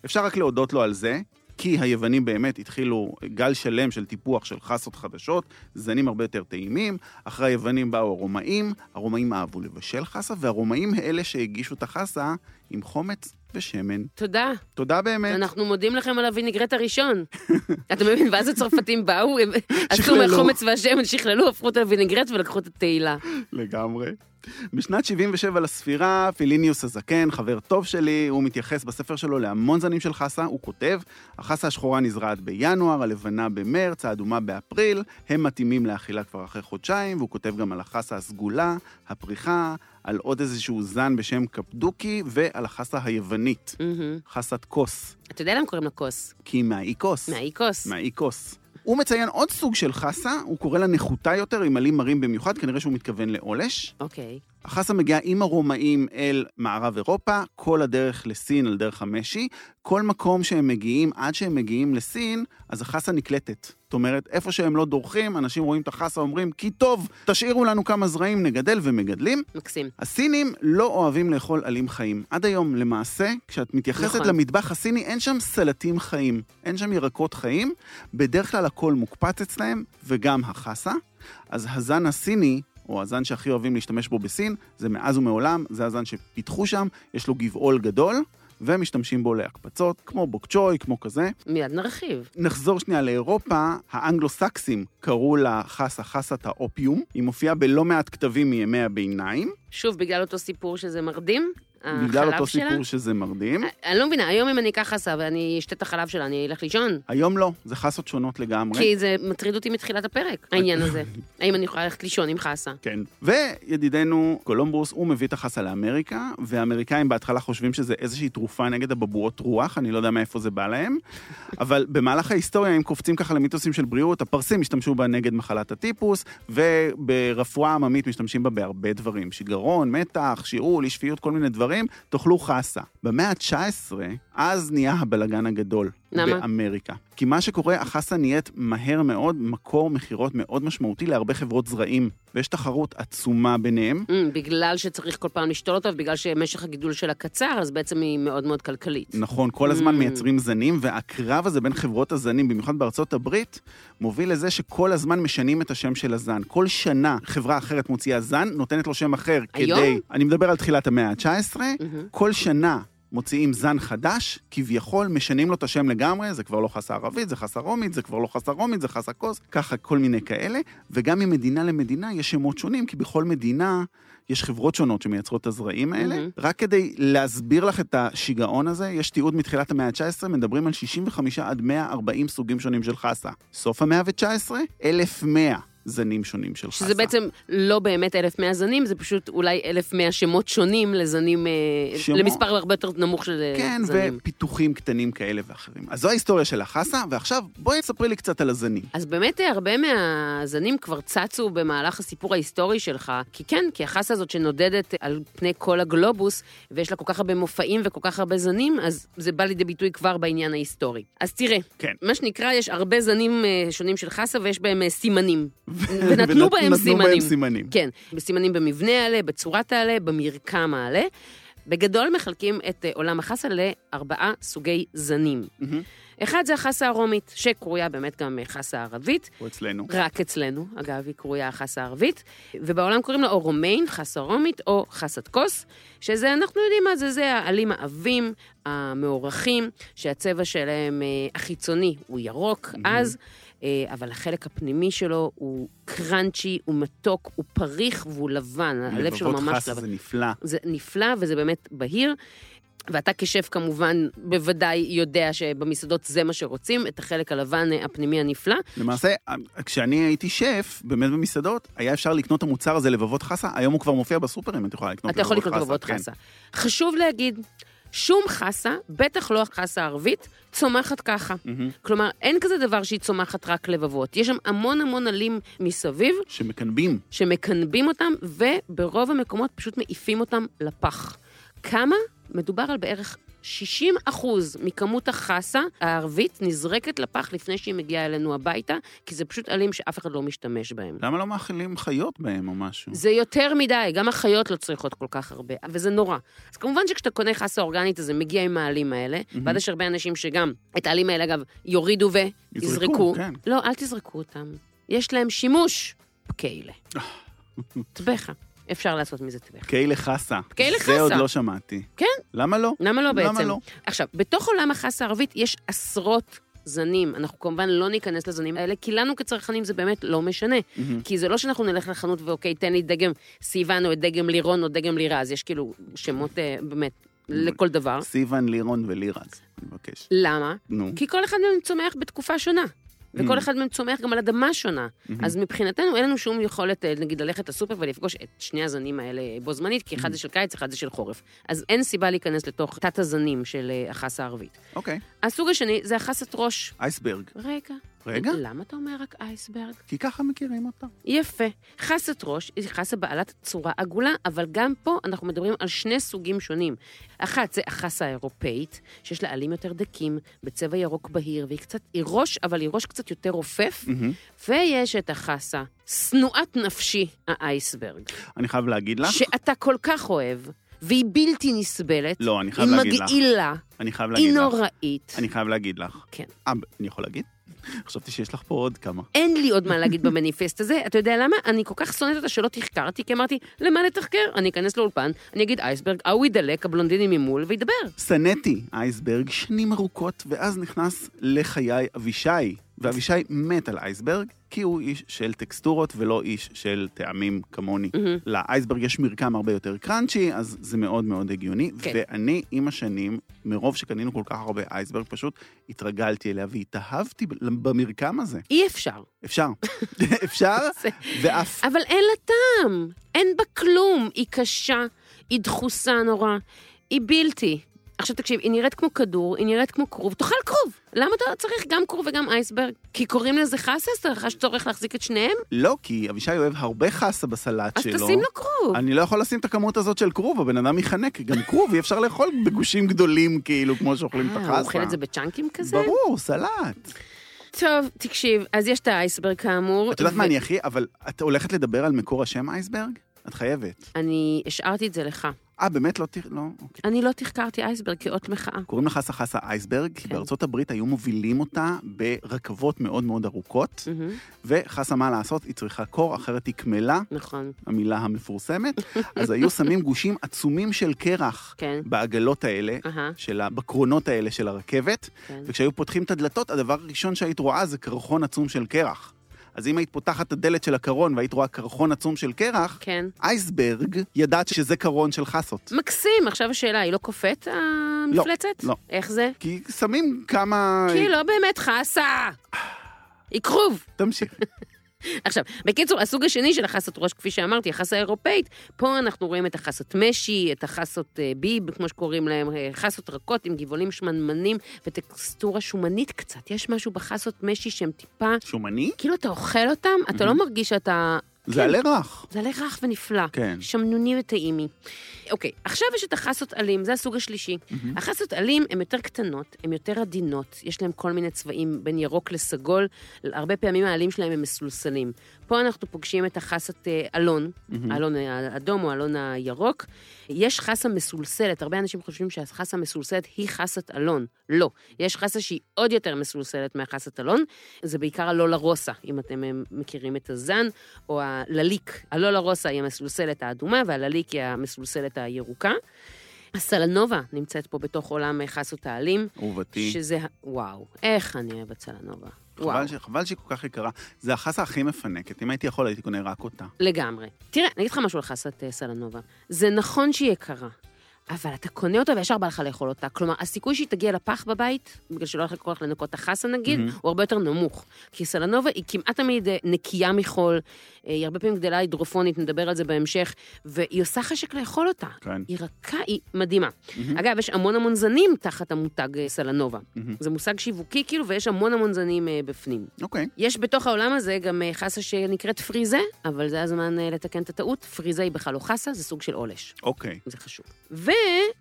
Speaker 1: אפשר רק להודות לו על זה, כי היוונים באמת התחילו גל שלם של טיפוח של חסות חדשות, זנים הרבה יותר טעימים, אחרי היוונים באו הרומאים, הרומאים אהבו לבשל חסה, והרומאים האלה שהגישו את החסה עם חומץ ושמן.
Speaker 2: תודה.
Speaker 1: תודה באמת.
Speaker 2: אנחנו מודים לכם על הווינגרט הראשון. אתה מבין? ואז הצרפתים באו, הם עשו
Speaker 1: שכללו.
Speaker 2: מהחומץ והשמן, שכללו, הפכו את הווינגרט ולקחו את התהילה.
Speaker 1: לגמרי. בשנת 77 לספירה, פיליניוס הזקן, חבר טוב שלי, הוא מתייחס בספר שלו להמון זנים של חסה, הוא כותב, החסה השחורה נזרעת בינואר, הלבנה במרץ, האדומה באפריל, הם מתאימים לאכילה כבר אחרי חודשיים, והוא כותב גם על החסה הסגולה, הפריחה, על עוד איזשהו זן בשם קפדוקי, ועל החסה היוונית,
Speaker 2: מהמם.
Speaker 1: חסת כוס,
Speaker 2: אתה יודע למה קוראים לה כוס?
Speaker 1: כי היא מהאי כוס.
Speaker 2: מהאי כוס.
Speaker 1: מהאי כוס. הוא מציין עוד סוג של חסה, הוא קורא לה נחותה יותר, עם עלים מרים במיוחד, כנראה שהוא מתכוון לעולש.
Speaker 2: אוקיי.
Speaker 1: החסה מגיעה עם הרומאים אל מערב אירופה, כל הדרך לסין על דרך המשי. כל מקום שהם מגיעים, עד שהם מגיעים לסין, אז החסה נקלטת. זאת אומרת, איפה שהם לא דורכים, אנשים רואים את החסה, אומרים, כי טוב, תשאירו לנו כמה זרעים, נגדל ומגדלים.
Speaker 2: מקסים.
Speaker 1: הסינים לא אוהבים לאכול עלים חיים. עד היום, למעשה, כשאת מתייחסת
Speaker 2: נכון.
Speaker 1: נכון. למטבח הסיני, אין שם סלטים חיים, אין שם ירקות חיים, בדרך כלל הכל מוקפץ אצלהם, וגם החסה. אז הזן הסיני, או הזן שהכי אוהבים להשתמש בו בסין, זה מאז ומעולם, זה הזן שפיתחו שם, יש לו גבעול גדול, ומשתמשים בו להקפצות, כמו בוקצ'וי, כמו כזה.
Speaker 2: מיד נרחיב.
Speaker 1: נחזור שנייה לאירופה, האנגלו-סקסים קראו לה חסה חסת האופיום, היא מופיעה בלא מעט כתבים מימי הביניים.
Speaker 2: שוב, בגלל אותו סיפור שזה מרדים,
Speaker 1: בגלל
Speaker 2: החלב
Speaker 1: אותו
Speaker 2: שלה.
Speaker 1: סיפור שזה מרדים.
Speaker 2: אני לא מבינה, היום אם אני אקח חסה ואני אשתה את החלב שלה, אני אלך לישון.
Speaker 1: היום לא, זה חסות שונות לגמרי.
Speaker 2: כי זה מטריד אותי מתחילת הפרק, העניין הזה. האם אני יכולה ללכת לישון עם חסה?
Speaker 1: כן. וידידנו קולומבוס, הוא מביא את החסה לאמריקה, והאמריקאים בהתחלה חושבים שזה איזושהי תרופה נגד אבבואות רוח, אני לא יודע מאיפה זה בא להם, אבל במהלך ההיסטוריה, אם קופצים ככה למיתוסים של בריאות, הפרסים השתמשו בה נגד מחלת הטיפוס, וברפואה עממית משתמשים בה בהרבה דברים, שיגעון, מתח, שיעול, אי שפיות, כל מיני דברים, תאכלו חסה. במאה ה-19, אז נהיה הבלגן הגדול.
Speaker 2: למה?
Speaker 1: באמריקה. כי מה שקורה, החסה נהיית מהר מאוד מקור מכירות מאוד משמעותי להרבה חברות זרעים, ויש תחרות עצומה ביניהם.
Speaker 2: אמ, בגלל שצריך כל פעם לשתול אותו, ובגלל שמשך הגידול שלה קצר, אז בעצם היא מאוד מאוד כלכלית.
Speaker 1: נכון, כל הזמן
Speaker 2: Mm.
Speaker 1: מייצרים זנים, והקרב הזה בין חברות הזנים, במיוחד בארצות הברית, מוביל לזה שכל הזמן משנים את השם של הזן. כל שנה חברה אחרת מוציאה זן, נותנת לו שם אחר
Speaker 2: היום? Mm-hmm.
Speaker 1: כדי... אני מדבר על תחילת המאה ה-19,
Speaker 2: מהמם.
Speaker 1: כל שנה מוציאים זן חדש, כביכול משנים לו את השם לגמרי, זה כבר לא חסה ערבית, זה חסה רומית, זה כבר לא חסה רומית, זה חסה כוס, ככה כל מיני כאלה, וגם ממדינה למדינה יש שמות שונים, כי בכל מדינה יש חברות שונות שמייצרות את הזרעים האלה.
Speaker 2: מהמם.
Speaker 1: רק כדי להסביר לך את השיגעון הזה, יש תיעוד מתחילת המאה ה-19, מדברים על 65 עד 140 סוגים שונים של חסה. סוף המאה ה-19, 1100 זנים שונים של חסה.
Speaker 2: שזה בעצם לא באמת 1,100 זנים, זה פשוט אולי 1,100 שמות שונים לזנים, אה,
Speaker 1: שמות.
Speaker 2: למספר הרבה יותר נמוך של אה,
Speaker 1: כן,
Speaker 2: זנים.
Speaker 1: ופיתוחים קטנים כאלה ואחרים. אז זו ההיסטוריה של החסה, ועכשיו בואי תספרי לי קצת על הזנים.
Speaker 2: אז באמת אה, הרבה מהזנים כבר צצו במהלך הסיפור ההיסטורי שלך, כי כן, כי החסה הזאת שנודדת על פני כל הגלובוס, ויש לה כל כך הרבה מופעים וכל כך הרבה זנים, אז זה בא לידי ביטוי כבר בעניין ההיסטורי. אז תראה,
Speaker 1: כן.
Speaker 2: מה שנקרא, יש הרבה זנים אה, שונים של חסה ויש בהם אה, סימנים.
Speaker 1: ונת-
Speaker 2: ונתנו בהם
Speaker 1: נתנו בהם
Speaker 2: סימנים.
Speaker 1: סימנים.
Speaker 2: כן, בסימנים במבנה העלה, בצורת העלה, במרקם העלה. בגדול מחלקים את אה, עולם החסה לארבעה סוגי זנים.
Speaker 1: מהמם.
Speaker 2: אחד זה החסה הרומית, שקרויה באמת גם אה, חסה ערבית,
Speaker 1: הוא אצלנו.
Speaker 2: רק אצלנו, אגב, היא קרויה חסה ערבית, ובעולם קוראים לה או רומיין, חסה רומית, או חסת כוס, שזה, אנחנו יודעים מה זה, זה העלים העבים, המאורכים, שהצבע שלהם אה, החיצוני הוא ירוק אז, אה, אבל החלק הפנימי שלו הוא קראנצ'י, הוא מתוק, הוא פריך והוא לבן, הלב שלו
Speaker 1: לבבות
Speaker 2: ממש
Speaker 1: חסה
Speaker 2: לבן.
Speaker 1: זה נפלא.
Speaker 2: זה נפלא וזה באמת בהיר. ואתה כשף כמובן בוודאי יודע שבמסעדות זה מה שרוצים, את החלק הלבן אה, הפנימי הנפלא.
Speaker 1: למעשה, אה, כשאני הייתי שף, באמת במסעדות, היה אפשר לקנות את המוצר הזה לבבות חסה, היום הוא כבר מופיע בסופרים, את יכולה לקנות
Speaker 2: אתה יכול לקנות לבבות
Speaker 1: כן.
Speaker 2: חסה. חשוב להגיד, שום חסה, בטח לא החסה הערבית, צומחת ככה.
Speaker 1: מהמם.
Speaker 2: כלומר, אין כזה דבר שהיא צומחת רק לבבות. יש שם המון המון עלים מסביב
Speaker 1: שמקנבים.
Speaker 2: שמקנבים אותם, וברוב המקומות פשוט מעיפים אותם לפח. כמה? מדובר על בערך 60 אחוז מכמות החסה הערבית נזרקת לפח לפני שהיא מגיעה אלינו הביתה, כי זה פשוט עלים שאף אחד לא משתמש בהם.
Speaker 1: למה לא מאכילים חיות בהם או משהו?
Speaker 2: זה יותר מדי, גם החיות לא צריכות כל כך הרבה, וזה נורא. אז כמובן שכשאתה קונה חסה אורגנית, אז זה מגיע עם העלים האלה, mm-hmm. ואז יש הרבה אנשים שגם את העלים האלה, אגב, יורידו ויזרקו.
Speaker 1: כן.
Speaker 2: לא, אל תזרקו אותם. יש להם שימוש, פקיילה. טבחה. אפשר לעשות מזה טבחה.
Speaker 1: כאלה חסה.
Speaker 2: כאלה חסה.
Speaker 1: זה עוד לא שמעתי.
Speaker 2: כן.
Speaker 1: למה לא?
Speaker 2: למה לא
Speaker 1: למה
Speaker 2: בעצם?
Speaker 1: לא?
Speaker 2: עכשיו, בתוך עולם החסה הערבית יש עשרות זנים. אנחנו כמובן לא ניכנס לזנים האלה, כי לנו כצרכנים זה באמת לא משנה.
Speaker 1: מהמם.
Speaker 2: כי זה לא שאנחנו נלך לחנות ואוקיי, תן לי דגם סיוון או את דגם לירון או דגם לירז, יש כאילו שמות אה, באמת לכל דבר.
Speaker 1: סיוון, לירון ולירז, אני מבקש.
Speaker 2: למה?
Speaker 1: נו.
Speaker 2: כי כל אחד מהם צומח בתקופה שונה. וכל אחד מהם צומח גם על אדמה שונה. אז מבחינתנו אין לנו שום יכולת, אה, נגיד, ללכת לסופר ולפגוש את שני הזנים האלה בו זמנית, כי אחד זה של קיץ, אחד זה של חורף. אז אין סיבה להיכנס לתוך תת הזנים של אה, החסה הערבית.
Speaker 1: אוקיי,
Speaker 2: הסוג השני זה החסת ראש.
Speaker 1: אייסברג.
Speaker 2: רגע.
Speaker 1: רגע,
Speaker 2: למה אתה אומר רק אייסברג?
Speaker 1: כי ככה מכירים אותה.
Speaker 2: יפה. חסת ראש היא חסה בעלת צורה עגולה, אבל גם פה אנחנו מדברים על שני סוגים שונים. אחת זה החסה האירופאית, שיש לה עלים יותר דקים, בצבע ירוק בהיר, והיא קצת, היא ראש, אבל היא ראש קצת יותר רופף,
Speaker 1: מהמם.
Speaker 2: ויש את החסה, שנואת נפשי, האייסברג,
Speaker 1: אני חייב להגיד לך,
Speaker 2: שאתה כל כך אוהב, והיא בלתי נסבלת,
Speaker 1: לא, אני
Speaker 2: היא
Speaker 1: חייב להגיד לך.
Speaker 2: מגעילה,
Speaker 1: אני חייב
Speaker 2: היא
Speaker 1: להגיד לך.
Speaker 2: נוראית.
Speaker 1: אני חייב להגיד לך.
Speaker 2: כן.
Speaker 1: אה, אני יכול להגיד? חשבתי שיש לך פה עוד כמה.
Speaker 2: אין לי עוד מה להגיד במניפסט הזה, אתה יודע למה? אני כל כך שונאת אותה שלא תחקרתי, כי אמרתי, למה לתחקר? אני אכנס לאולפן, אני אגיד אייסברג, ההוא ידלק, הבלונדיני ממול, וידבר.
Speaker 1: שנאתי אייסברג שנים ארוכות, ואז נכנס לחיי אבישי. ואבישי מת על אייסברג, כי הוא איש של טקסטורות ולא איש של טעמים כמוני.
Speaker 2: מהמם.
Speaker 1: לאייסברג יש מרקם הרבה יותר קראנצ'י, אז זה מאוד מאוד הגיוני.
Speaker 2: כן.
Speaker 1: ואני עם השנים, מרוב שקנינו כל כך הרבה אייסברג, פשוט התרגלתי אליה והתאהבתי ב- במרקם הזה.
Speaker 2: אי אפשר.
Speaker 1: אפשר. אפשר,
Speaker 2: זה-
Speaker 1: ואף...
Speaker 2: אבל אין לה טעם, אין בה כלום. היא קשה, היא דחוסה נורא, היא בלתי. עכשיו תקשיב, היא נראית כמו כדור, היא נראית כמו כרוב, תאכל כרוב. למה אתה צריך גם כרוב וגם אייסברג? כי קוראים לזה חסה, אז אתה יש צורך להחזיק את שניהם?
Speaker 1: לא, כי אבישי אוהב הרבה חסה בסלט
Speaker 2: אז
Speaker 1: שלו.
Speaker 2: תשים לו כרוב.
Speaker 1: אני לא יכול לשים את הכמות הזאת של כרוב, הבן אדם ייחנק, גם כרוב אי אפשר לאכול בגושים גדולים, כאילו, כמו שאוכלים
Speaker 2: אה,
Speaker 1: את החסה.
Speaker 2: הוא אוכל את זה אוקיי, בצ'אנקים כזה?
Speaker 1: ברור, סלט.
Speaker 2: טוב, תקשיב, אז יש את האייסברג כאמור.
Speaker 1: את יודעת
Speaker 2: ו-
Speaker 1: מה אני הכי, אבל את הולכת לדבר על מקור השם אייסברג? את חייבת.
Speaker 2: אני השארתי את זה לך.
Speaker 1: אה, באמת? לא תראה, לא, אוקיי.
Speaker 2: אני לא תחקרתי אייסברג כאות מחאה.
Speaker 1: קוראים לך חסה אייסברג,
Speaker 2: כן.
Speaker 1: כי בארצות הברית היו מובילים אותה ברכבות מאוד מאוד ארוכות,
Speaker 2: מהמם,
Speaker 1: וחסה מה לעשות, היא צריכה קור, אחרת היא קמלה,
Speaker 2: נכון,
Speaker 1: המילה המפורסמת, אז היו שמים גושים עצומים של קרח
Speaker 2: כן.
Speaker 1: בעגלות האלה,
Speaker 2: אהה,
Speaker 1: של ה- בקרונות האלה של הרכבת,
Speaker 2: כן.
Speaker 1: וכשהיו פותחים את הדלתות, הדבר הראשון שהיית רואה זה קרחון עצום של קרח. אז אם היית פותחת את הדלת של הקרון והיית רואה קרחון עצום של קרח,
Speaker 2: כן.
Speaker 1: אייסברג ידעת שזה קרון של חסות.
Speaker 2: מקסים, עכשיו השאלה, היא לא קופאת המפלצת?
Speaker 1: לא.
Speaker 2: איך זה?
Speaker 1: כי שמים כמה...
Speaker 2: כי היא לא באמת חסה! היא כרוב.
Speaker 1: תמשיך.
Speaker 2: עכשיו, בקיצור, הסוג השני של החסת ראש, כפי שאמרתי, החסה האירופאית, פה אנחנו רואים את החסת משי, את החסות אה, ביב, כמו שקוראים להם, אה, חסות רכות עם גבעולים שמנמנים וטקסטורה שומנית קצת. יש משהו בחסות משי שהם טיפה,
Speaker 1: שומני?
Speaker 2: כאילו אתה אוכל אותם, אתה לא מרגיש שאתה...
Speaker 1: זה עלה רך.
Speaker 2: זה עלה רך ונפלא.
Speaker 1: כן.
Speaker 2: שמנוני וטעימי. אוקיי, עכשיו יש את החסות עלים, זה הסוג השלישי.
Speaker 1: מהמם.
Speaker 2: החסות עלים הן יותר קטנות, הן יותר עדינות, יש להן כל מיני צבעים בין ירוק לסגול, הרבה פעמים העלים שלהם הם מסולסלים. פה אנחנו פוגשים את החסת אה, אלון,
Speaker 1: Mm-hmm.
Speaker 2: האלון האדום או האלון הירוק. יש חסה מסולסלת, הרבה אנשים חושבים שהחסה המסולסלת היא חסת אלון. לא, יש חסה שהיא עוד יותר מסולסלת מהחסת אלון, זה בעיקר הלולה רוסה, אם אתם אה, מכירים את הזן, או הלליק. הלולה רוסה היא המסולסלת האדומה והלליק היא המסולסלת הירוקה. הסלנובה נמצאת פה בתוך עולם אה, חסות העלים,
Speaker 1: אהובתי.
Speaker 2: שזה, ה- וואו, איך אני אוהבת סלנובה. וואו,
Speaker 1: חבל ש- חבל שהיא כל כך יקרה. זה החסה הכי מפנקת. אם הייתי יכול, הייתי קונה רק אותה.
Speaker 2: לגמרי. תראה, אני אגיד לך משהו על חסת אה, סלנובה. זה נכון שהיא יקרה, אבל אתה קונה אותה וישר בא לך לאכול אותה. כלומר, הסיכוי שהיא תגיע לפח בבית, בגלל שלא היה לך כוח לנקות את החסה נגיד,
Speaker 1: מהמם.
Speaker 2: הוא הרבה יותר נמוך. כי סלנובה היא כמעט תמיד אה, נקייה מחול, אה, היא הרבה פעמים גדלה הידרופונית, נדבר על זה בהמשך, והיא עושה חשק לאכול אותה.
Speaker 1: כן.
Speaker 2: היא רכה, היא מדהימה.
Speaker 1: מהמם.
Speaker 2: אגב, יש המון המון זנים תחת המותג אה, סלנובה.
Speaker 1: מהמם.
Speaker 2: זה מושג שיווקי כאילו, ויש המון המון זנים אה, בפנים.
Speaker 1: אוקיי.
Speaker 2: יש בתוך העולם הזה גם אה, חסה שנקראת פריזה, אבל זה הזמן אה, לתקן את הטעות. פריזה היא בכלל לא חסה, זה סוג של עולש.
Speaker 1: אוקיי.
Speaker 2: זה חשוב. ו...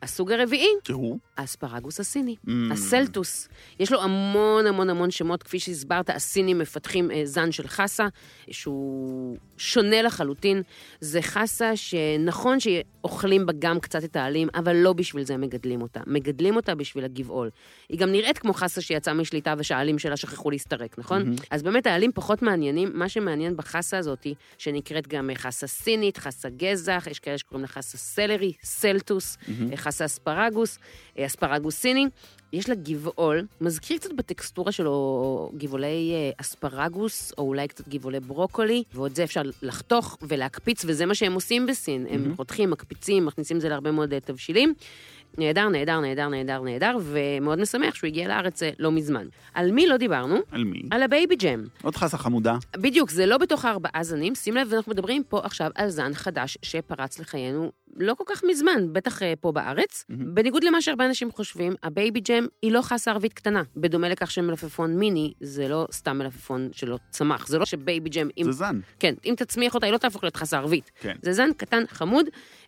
Speaker 2: והסוג הרביעי,
Speaker 1: שהוא?
Speaker 2: האספרגוס הסיני.
Speaker 1: אמ,
Speaker 2: הסלטוס. יש לו המון המון המון שמות, כפי שהסברת, הסינים מפתחים אה, זן של חסה, שהוא שונה לחלוטין. זה חסה שנכון שאוכלים בה גם קצת את העלים, אבל לא בשביל זה מגדלים אותה. מגדלים אותה בשביל הגבעול. היא גם נראית כמו חסה שיצאה משליטה ושהעלים שלה שכחו להסתרק, נכון? Mm-hmm. אז באמת העלים פחות מעניינים. מה שמעניין בחסה הזאתי, שנקראת גם אה, חסה סינית, חסה גזע, יש כאלה שקוראים לה חסה סלרי, סלטוס, mm-hmm. חסה אספרגוס, אה, אספרגוס סיני. יש לה גבעול, מזכיר קצת בטקסטורה שלו גבעולי אה, אספרגוס, או אולי קצת גבעולי ברוקולי, ועוד זה אפשר לחתוך ולהקפיץ, וזה מה שהם עושים בסין. הם חותכים, מקפיצים, מכניסים את זה להרבה מאוד אה, תבשילים. נהדר, נהדר, נהדר, נהדר, נהדר, ומאוד משמח שהוא הגיע לארץ אה, לא מזמן. על מי לא דיברנו?
Speaker 1: על מי?
Speaker 2: על הבייבי ג'ם.
Speaker 1: עוד חסה חמודה.
Speaker 2: בדיוק, זה לא בתוך הארבעה זנים. שים לב, אנחנו מדברים פה עכשיו על זן חדש שפרץ לחיינו לא כל כך מזמן, בטח אה, פה בארץ.
Speaker 1: מהמם.
Speaker 2: בניגוד למה שהרבה אנשים חושבים, הבייבי ג'ם היא לא חסה ערבית קטנה. בדומה לכך שמלפפון מיני זה לא סתם מלפפון שלא צמח. זה לא שבייבי ג'ם, אם...
Speaker 1: זה זן.
Speaker 2: כן, אם תצמיח אותה, היא לא תהפוך להיות חסה ערבית.
Speaker 1: כן.
Speaker 2: זה זן קטן, חמוד,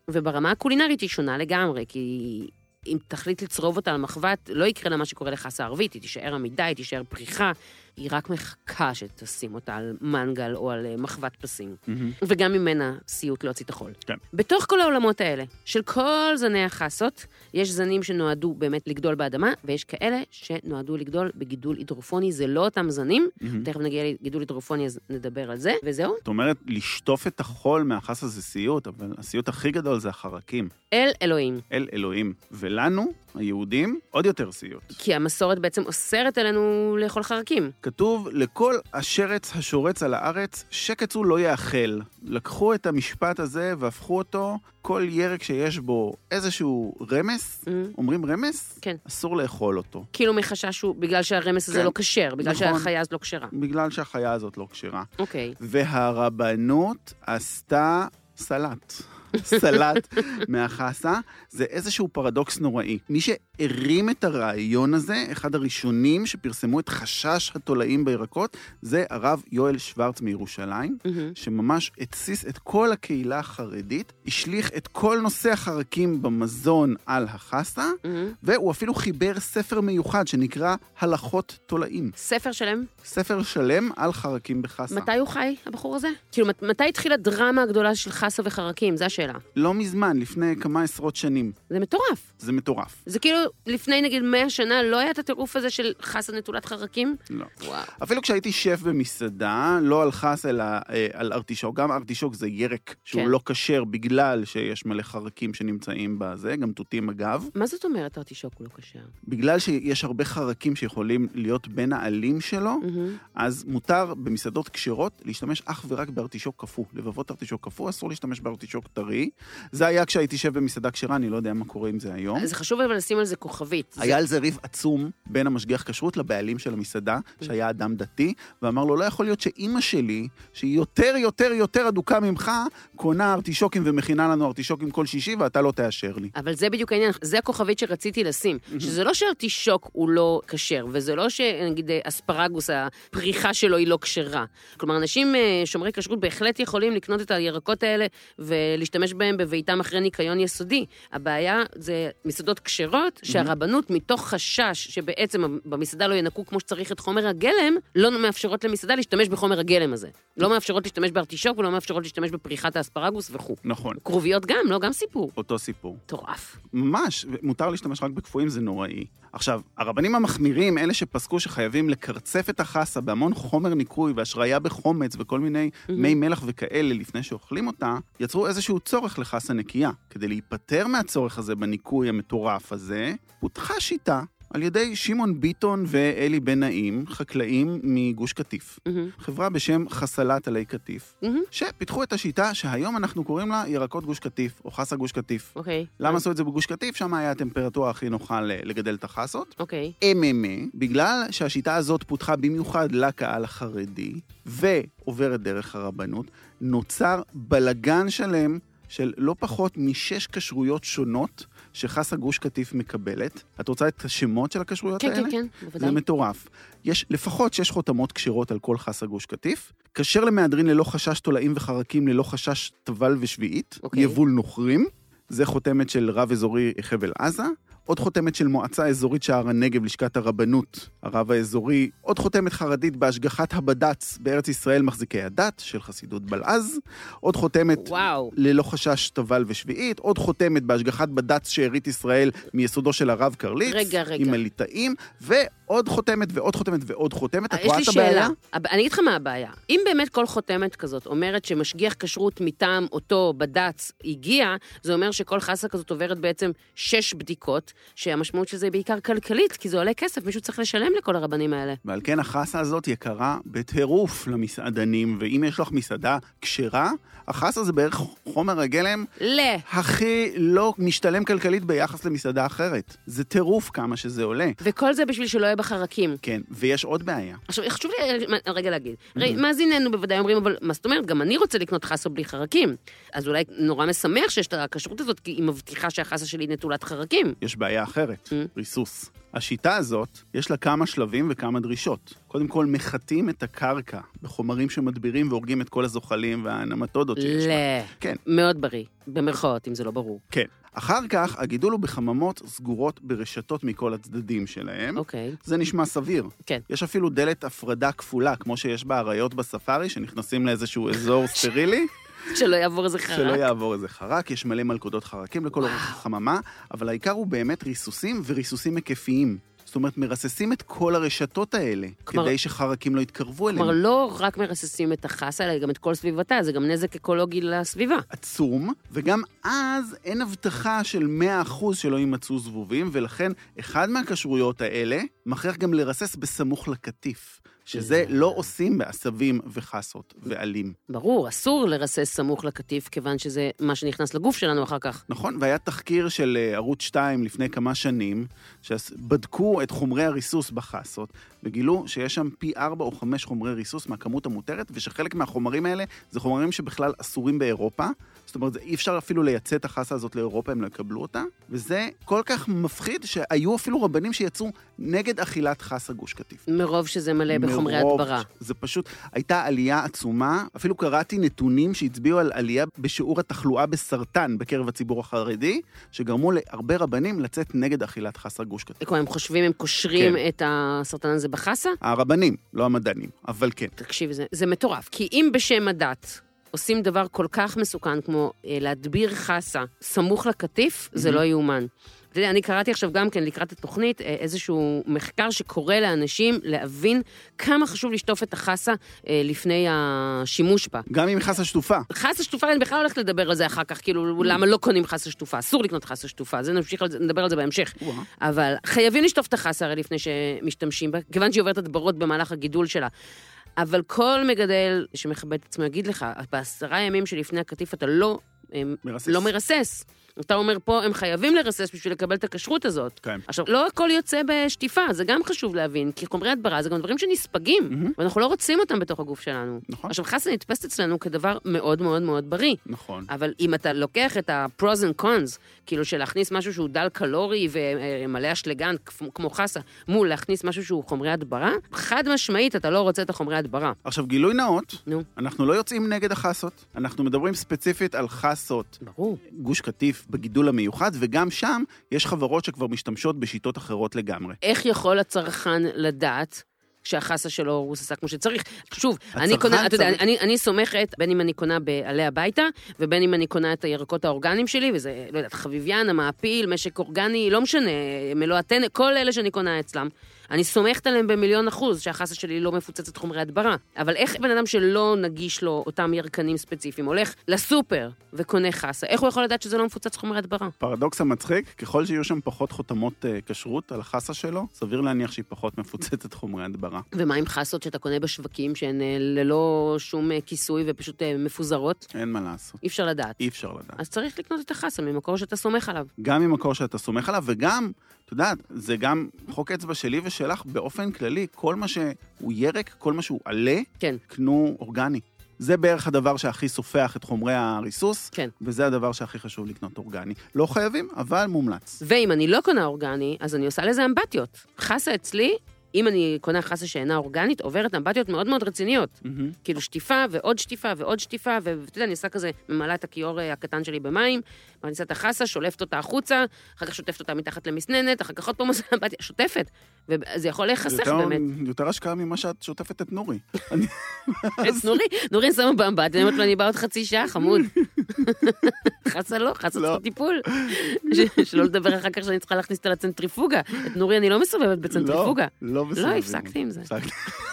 Speaker 2: וברמה הקולינרית היא שונה לגמרי, כי אם תחליט לצרוב אותה על מחבת, לא יקרה לה מה שקורה לחסה ערבית, היא תישאר עמידה, היא תישאר פריחה, היא רק מחכה שתשים אותה על מנגל או על אה, מחבת פסים.
Speaker 1: מהמם.
Speaker 2: וגם ממנה סיוט להוציא את החול.
Speaker 1: כן.
Speaker 2: בתוך כל העולמות האלה, של כל זני החסות, יש זנים שנועדו באמת לגדול באדמה, ויש כאלה שנועדו לגדול בגידול הידרופוני, זה לא אותם זנים.
Speaker 1: מהמם.
Speaker 2: תכף נגיע לגידול הידרופוני, אז נדבר על זה, וזהו.
Speaker 1: זאת אומרת, לשטוף את החול מהחסה זה סיוט, אבל הסיוט הכי גדול זה החרקים.
Speaker 2: אל אלוהים.
Speaker 1: אל אלוהים. ולנו, היהודים, עוד יותר סיוט.
Speaker 2: כי המסורת בעצם אוסרת עלינו לאכול חרקים.
Speaker 1: כתוב, לכל השרץ השורץ על הארץ, שקץ הוא לא יאכל. לקחו את המשפט הזה והפכו אותו, כל ירק שיש בו איזשהו רמס, אומרים רמס?
Speaker 2: כן.
Speaker 1: אסור לאכול אותו.
Speaker 2: כאילו מחשש הוא, בגלל שהרמס הזה
Speaker 1: כן.
Speaker 2: לא כשר, בגלל
Speaker 1: נכון.
Speaker 2: שהחיה הזאת לא כשרה.
Speaker 1: בגלל שהחיה הזאת לא כשרה.
Speaker 2: אוקיי.
Speaker 1: והרבנות עשתה סלט. סלט מהחסה, זה איזשהו פרדוקס נוראי. מי שהרים את הרעיון הזה, אחד הראשונים שפרסמו את חשש התולעים בירקות, זה הרב יואל שוורץ מירושלים,
Speaker 2: מהמם.
Speaker 1: שממש התסיס את כל הקהילה החרדית, השליך את כל נושא החרקים במזון על החסה,
Speaker 2: מהמם.
Speaker 1: והוא אפילו חיבר ספר מיוחד שנקרא הלכות תולעים.
Speaker 2: ספר שלם,
Speaker 1: ספר שלם על חרקים בחסה.
Speaker 2: מתי הוא חי, הבחור הזה? כאילו, מת- מתי התחילה הדרמה הגדולה של חסה וחרקים? זו השאלה.
Speaker 1: לא מזמן, לפני כמה עשרות שנים.
Speaker 2: זה מטורף.
Speaker 1: זה מטורף.
Speaker 2: זה כאילו, לפני נגיד 100 שנה לא היה את הטירוף הזה של חסה נטולת חרקים?
Speaker 1: לא.
Speaker 2: וואו.
Speaker 1: אפילו כשהייתי שף במסעדה, לא על חס אלא אה, על ארטישוק, גם ארטישוק זה ירק שהוא
Speaker 2: כן.
Speaker 1: לא כשר בגלל שיש מלא חרקים שנמצאים בזה, גם תותים אגב,
Speaker 2: מה זאת אומרת ארטישוק הוא לא כשר?
Speaker 1: בגלל שיש הרבה חרקים שיכולים להיות בין העלים שלו,
Speaker 2: מהמם.
Speaker 1: אז מותר במסעדות כשרות להשתמש אך ורק בארטישוק קפוא. לבבות ארטישוק קפוא, אסור להשתמש בארטישוק טרי. זה היה כשהייתי שף במסעדה כשרה, אני לא יודע מה קורה עם זה היום.
Speaker 2: זה חשוב אבל לשים על זה כוכבית. זה-
Speaker 1: היה על זה ריב עצום בין המשגיח כשרות לבעלים של המסעדה, שהיה אדם דתי, ואמר לו, לא יכול להיות שאימא שלי, שהיא יותר יותר יותר אדוקה ממך, קונה ארטישוקים ומכינה לנו ארטישוקים כל שישי, ואתה לא תאשר לי.
Speaker 2: אבל זה בדיוק העניין, זה הכוכבית שרציתי לשים. שזה לא שארטישוק הוא לא כשר, וזה לא שנגיד אה, אספרגוס, הפריחה שלו היא לא כשרה. כלומר, אנשים אה, שומרי כשרות בהחלט יכולים לקנות את הירקות האלה ולהשתמש בהם בביתם אחרי ניקיון יסודי. הבעיה זה מסעדות כשרות, שהרבנות, מתוך חשש שבעצם במסעדה לא ינקו כמו שצריך את חומר הגלם, לא מאפשרות למסעדה להשתמש בחומר הגלם הזה. לא מאפשרות להשתמש בארטישוק ולא מאפשרות להשתמש בפריחת האספרגוס וכו'.
Speaker 1: נכון.
Speaker 2: כרוביות גם, לא? גם סיפור.
Speaker 1: אותו סיפור.
Speaker 2: מטורף.
Speaker 1: ממש, מותר להשתמש רק בקפואים, זה נוראי. עכשיו, הרבנים המחמירים, אלה שפסקו שחייבים לקרצף את החסה בהמון חומר ניקוי והשריה בחומץ וכל מיני מי מלח וכאלה לפני שאוכלים אותה, יצרו איזשהו צורך לחסה נקייה. כדי להיפטר מהצורך הזה בניקוי המטורף הזה, פותחה שיטה. על ידי שמעון ביטון ואלי בן נעים, חקלאים מגוש קטיף.
Speaker 2: מהמם.
Speaker 1: חברה בשם חסלת עלי קטיף,
Speaker 2: מהמם.
Speaker 1: שפיתחו את השיטה שהיום אנחנו קוראים לה ירקות גוש קטיף, או חסה גוש קטיף.
Speaker 2: אוקיי.
Speaker 1: למה עשו את זה בגוש קטיף? שם היה הטמפרטורה הכי נוחה ל- לגדל אמ את החסות.
Speaker 2: אוקיי.
Speaker 1: MMA, בגלל שהשיטה הזאת פותחה במיוחד לקהל החרדי, ועוברת דרך הרבנות, נוצר בלגן שלם של לא פחות משש כשרויות שונות שחסה גוש קטיף מקבלת. את רוצה את השמות של הכשרויות
Speaker 2: כן,
Speaker 1: האלה?
Speaker 2: כן, כן,
Speaker 1: זה
Speaker 2: בוודאי.
Speaker 1: מטורף. יש לפחות שש חותמות כשרות על כל חסה גוש קטיף, כשר למהדרין ללא חשש תולעים וחרקים ללא חשש תבל ושביעית,
Speaker 2: אוקיי.
Speaker 1: יבול נוכרים, זה חותמת של רב אזורי חבל עזה, עוד חותמת של מועצה אזורית שער הנגב, לשכת הרבנות, הרב האזורי, עוד חותמת חרדית בהשגחת הבד"ץ בארץ ישראל מחזיקי הדת של חסידות בלעז, עוד חותמת
Speaker 3: וואו.
Speaker 1: ללא חשש תבל ושביעית, עוד חותמת בהשגחת בד"ץ שארית ישראל מיסודו של הרב קרליץ,
Speaker 3: רגע, רגע.
Speaker 1: עם הליטאים, ועוד חותמת ועוד חותמת ועוד חותמת,
Speaker 2: אה,
Speaker 1: את
Speaker 2: יש
Speaker 1: רואה
Speaker 2: לי
Speaker 1: את הבעיה?
Speaker 2: שאלה. הב- אני אגיד לך מה הבעיה. אם באמת כל חותמת כזאת אומרת שמשגיח כשרות מטעם אותו בד"ץ הגיע, זה אומר שכל חסה כזאת עוברת בעצם שש בדיקות, שהמשמעות של זה היא בעיקר כלכלית, כי זה עולה כסף, מישהו צריך לשלם לכל הרבנים האלה.
Speaker 1: ועל כן החסה הזאת יקרה בטירוף למסעדנים, ואם יש לך מסעדה כשרה, החסה זה בערך חומר הגלם
Speaker 2: ל...
Speaker 1: הכי לא משתלם כלכלית ביחס למסעדה אחרת. זה טירוף כמה שזה עולה.
Speaker 2: וכל זה בשביל שלא יהיה בחרקים.
Speaker 1: כן, ויש עוד בעיה.
Speaker 2: עכשיו, חשוב לי אה, רגע להגיד,
Speaker 1: Mm-hmm.
Speaker 2: הרי מאזיננו בוודאי אומרים, אבל מה זאת אומרת, גם אני רוצה לקנות חסה בלי חרקים. אז אולי נורא משמח שיש את הכשרות הזאת, כי היא מבטיחה שהחסה שלי נטולת חרקים.
Speaker 1: יש בעיה אחרת,
Speaker 2: Mm.
Speaker 1: ריסוס. השיטה הזאת, יש לה כמה שלבים וכמה דרישות. קודם כל, מחטאים את הקרקע בחומרים שמדבירים והורגים את כל הזוחלים והנמטודות שיש
Speaker 2: ל...
Speaker 1: לה. כן.
Speaker 2: מאוד בריא, במרכאות, אם זה לא ברור.
Speaker 1: כן. אחר כך, הגידול הוא בחממות סגורות ברשתות מכל הצדדים שלהם.
Speaker 2: אוקיי.
Speaker 1: זה נשמע סביר.
Speaker 2: כן.
Speaker 1: יש אפילו דלת הפרדה כפולה, כמו שיש באריות בספארי, שנכנסים לאיזשהו אזור סטרילי,
Speaker 2: שלא יעבור איזה חרק.
Speaker 1: שלא יעבור איזה חרק, יש מלא מלכודות חרקים לכל אורך החממה, אבל העיקר הוא באמת ריסוסים וריסוסים היקפיים. זאת אומרת, מרססים את כל הרשתות האלה,
Speaker 2: כלומר-
Speaker 1: כדי שחרקים לא יתקרבו אליהם.
Speaker 2: כלומר, לא רק מרססים את החסה, אלא גם את כל סביבתה, זה גם נזק אקולוגי לסביבה.
Speaker 1: עצום, וגם אז אין הבטחה של 100% שלא יימצאו זבובים, ולכן אחד מהכשרויות האלה מכריח גם לרסס בסמוך לקטיף, שזה לא עושים בעשבים וחסות ועלים.
Speaker 2: ברור, אסור לרסס סמוך לקטיף, כיוון שזה מה שנכנס לגוף שלנו אחר כך.
Speaker 1: נכון, והיה תחקיר של אה, ערוץ 2 לפני כמה שנים, שבדקו את חומרי הריסוס בחסות, וגילו שיש שם פי 4 או 5 חומרי ריסוס מהכמות המותרת, ושחלק מהחומרים האלה זה חומרים שבכלל אסורים באירופה. זאת אומרת, זה- אי אפשר אפילו לייצא את החסה הזאת לאירופה, הם לא יקבלו אותה. וזה כל כך מפחיד, שהיו אפילו רבנים שיצאו נגד אכילת חסה גוש קטיף.
Speaker 2: מרוב שזה מלא בחומרי
Speaker 1: מרוב-
Speaker 2: הדברה.
Speaker 1: זה פשוט, הייתה עלייה עצומה, אפילו קראתי נתונים שהצביעו על עלייה בשיעור התחלואה בסרטן בקרב הציבור החרדי, שגרמו להרבה רבנים לצאת נגד אכילת חסה גוש קטן.
Speaker 2: כלומר, הם חושבים, הם קושרים
Speaker 1: כן.
Speaker 2: את הסרטן הזה בחסה?
Speaker 1: הרבנים, לא המדענים, אבל כן.
Speaker 2: תקשיב, זה, זה מטורף. כי אם בשם הדת עושים דבר כל כך מסוכן כמו אה, להדביר חסה סמוך לקטיף, זה
Speaker 1: מהמם.
Speaker 2: לא יאומן. אתה יודע, אני קראתי עכשיו גם כן לקראת התוכנית אה, איזשהו מחקר שקורא לאנשים להבין כמה חשוב לשטוף את החסה אה, לפני השימוש בה.
Speaker 1: גם אם היא חסה שטופה.
Speaker 2: חסה שטופה, אני בכלל הולכת לדבר על זה אחר כך, כאילו, למה לא קונים חסה שטופה? אסור לקנות חסה שטופה, זה נמשיך, על זה- נדבר על זה בהמשך. אבל חייבים לשטוף את החסה הרי לפני שמשתמשים בה, כיוון שהיא עוברת הדברות במהלך הגידול שלה. אבל כל מגדל שמכבד את עצמו יגיד לך, בעשרה ימים שלפני הקטיף אתה לא, הם,
Speaker 1: מרסס.
Speaker 2: לא מרסס. אתה אומר פה, הם חייבים לרסס בשביל לקבל את הכשרות הזאת.
Speaker 1: כן.
Speaker 2: עכשיו, לא הכל יוצא בשטיפה, זה גם חשוב להבין, כי חומרי הדברה זה גם דברים שנספגים,
Speaker 1: מהמם.
Speaker 2: ואנחנו לא רוצים אותם בתוך הגוף שלנו.
Speaker 1: נכון.
Speaker 2: עכשיו, חסה נתפסת אצלנו כדבר מאוד מאוד מאוד בריא.
Speaker 1: נכון.
Speaker 2: אבל אם אתה לוקח את ה-pros and cons, כאילו של להכניס משהו שהוא דל קלורי ומלא אשלגן כפ- כמו חסה, מול להכניס משהו שהוא חומרי הדברה, חד משמעית אתה לא רוצה את החומרי הדברה.
Speaker 1: עכשיו, גילוי נאות,
Speaker 2: נו.
Speaker 1: אנחנו לא יוצאים נגד החסות, אנחנו מדברים ספציפית על חסות
Speaker 2: ברור.
Speaker 1: גוש קטיף בגידול המיוחד, וגם שם יש חברות שכבר משתמשות בשיטות אחרות לגמרי.
Speaker 2: איך יכול הצרכן לדעת? שהחסה שלו רוססה כמו שצריך. שוב, אני
Speaker 1: הצרכן
Speaker 2: קונה, אתה יודע,
Speaker 1: צריך-
Speaker 2: אני, אני סומכת, בין אם אני קונה בעלי הביתה, ובין אם אני קונה את הירקות האורגניים שלי, וזה, לא יודעת, חביביין, המעפיל, משק אורגני, לא משנה, מלוא הטנא, כל אלה שאני קונה אצלם. אני סומכת עליהם במיליון אחוז שהחסה שלי לא מפוצצת חומרי הדברה. אבל איך בן אדם שלא נגיש לו אותם ירקנים ספציפיים הולך לסופר וקונה חסה, איך הוא יכול לדעת שזה לא מפוצץ חומרי הדברה?
Speaker 1: פרדוקס המצחיק, ככל שיהיו שם פחות חותמות אה, כשרות על החסה שלו, סביר להניח שהיא פחות מפוצצת חומרי הדברה.
Speaker 2: ומה עם חסות שאתה קונה בשווקים שהן אה, ללא שום אה, כיסוי ופשוט אה, מפוזרות?
Speaker 1: אין מה לעשות,
Speaker 2: אי אפשר לדעת.
Speaker 1: אי אפשר לדעת.
Speaker 2: אז צריך לקנות את החסה ממקור שאתה סומך עליו.
Speaker 1: גם ממקור שאתה סומך עליו, וגם, את יודעת, זה גם חוק אצבע שלי ושלך באופן כללי, כל מה שהוא ירק, כל מה שהוא עלה,
Speaker 2: כן.
Speaker 1: קנו אורגני. זה בערך הדבר שהכי סופח את חומרי הריסוס,
Speaker 2: כן.
Speaker 1: וזה הדבר שהכי חשוב לקנות אורגני. לא חייבים, אבל מומלץ.
Speaker 2: ואם אני לא קונה אורגני, אז אני עושה לזה אמבטיות. חסה אצלי אם אני קונה חסה שאינה אורגנית, עוברת אמבטיות מאוד מאוד רציניות.
Speaker 1: מהמם.
Speaker 2: כאילו שטיפה ועוד שטיפה ועוד שטיפה, ו- ואתה יודע, אני עושה כזה, ממלאה את הכיור אה, הקטן שלי במים, מכניסה את החסה, שולפת אותה החוצה, אחר כך שוטפת אותה מתחת למסננת, אחר כך עוד פעם עושה אמבטיה, שוטפת. וזה יכול
Speaker 1: זה
Speaker 2: להיחסך
Speaker 1: יותר-
Speaker 2: באמת.
Speaker 1: יותר השקעה ממה שאת שוטפת את נורי.
Speaker 2: אז נורי, נורי שמה באמבטיה, אני אומרת לו, אני באה עוד חצי שעה, חמוד. חסה לא, חסה
Speaker 1: לא.
Speaker 2: צריכה טיפול. ש- שלא לדבר אחר כך שאני צריכה להכניס אותה לצנטריפוגה. את נורי אני לא מסובבת בצנטריפוגה.
Speaker 1: לא, לא בסדר.
Speaker 2: לא, הפסקתי עם זה.
Speaker 1: הפסקתי.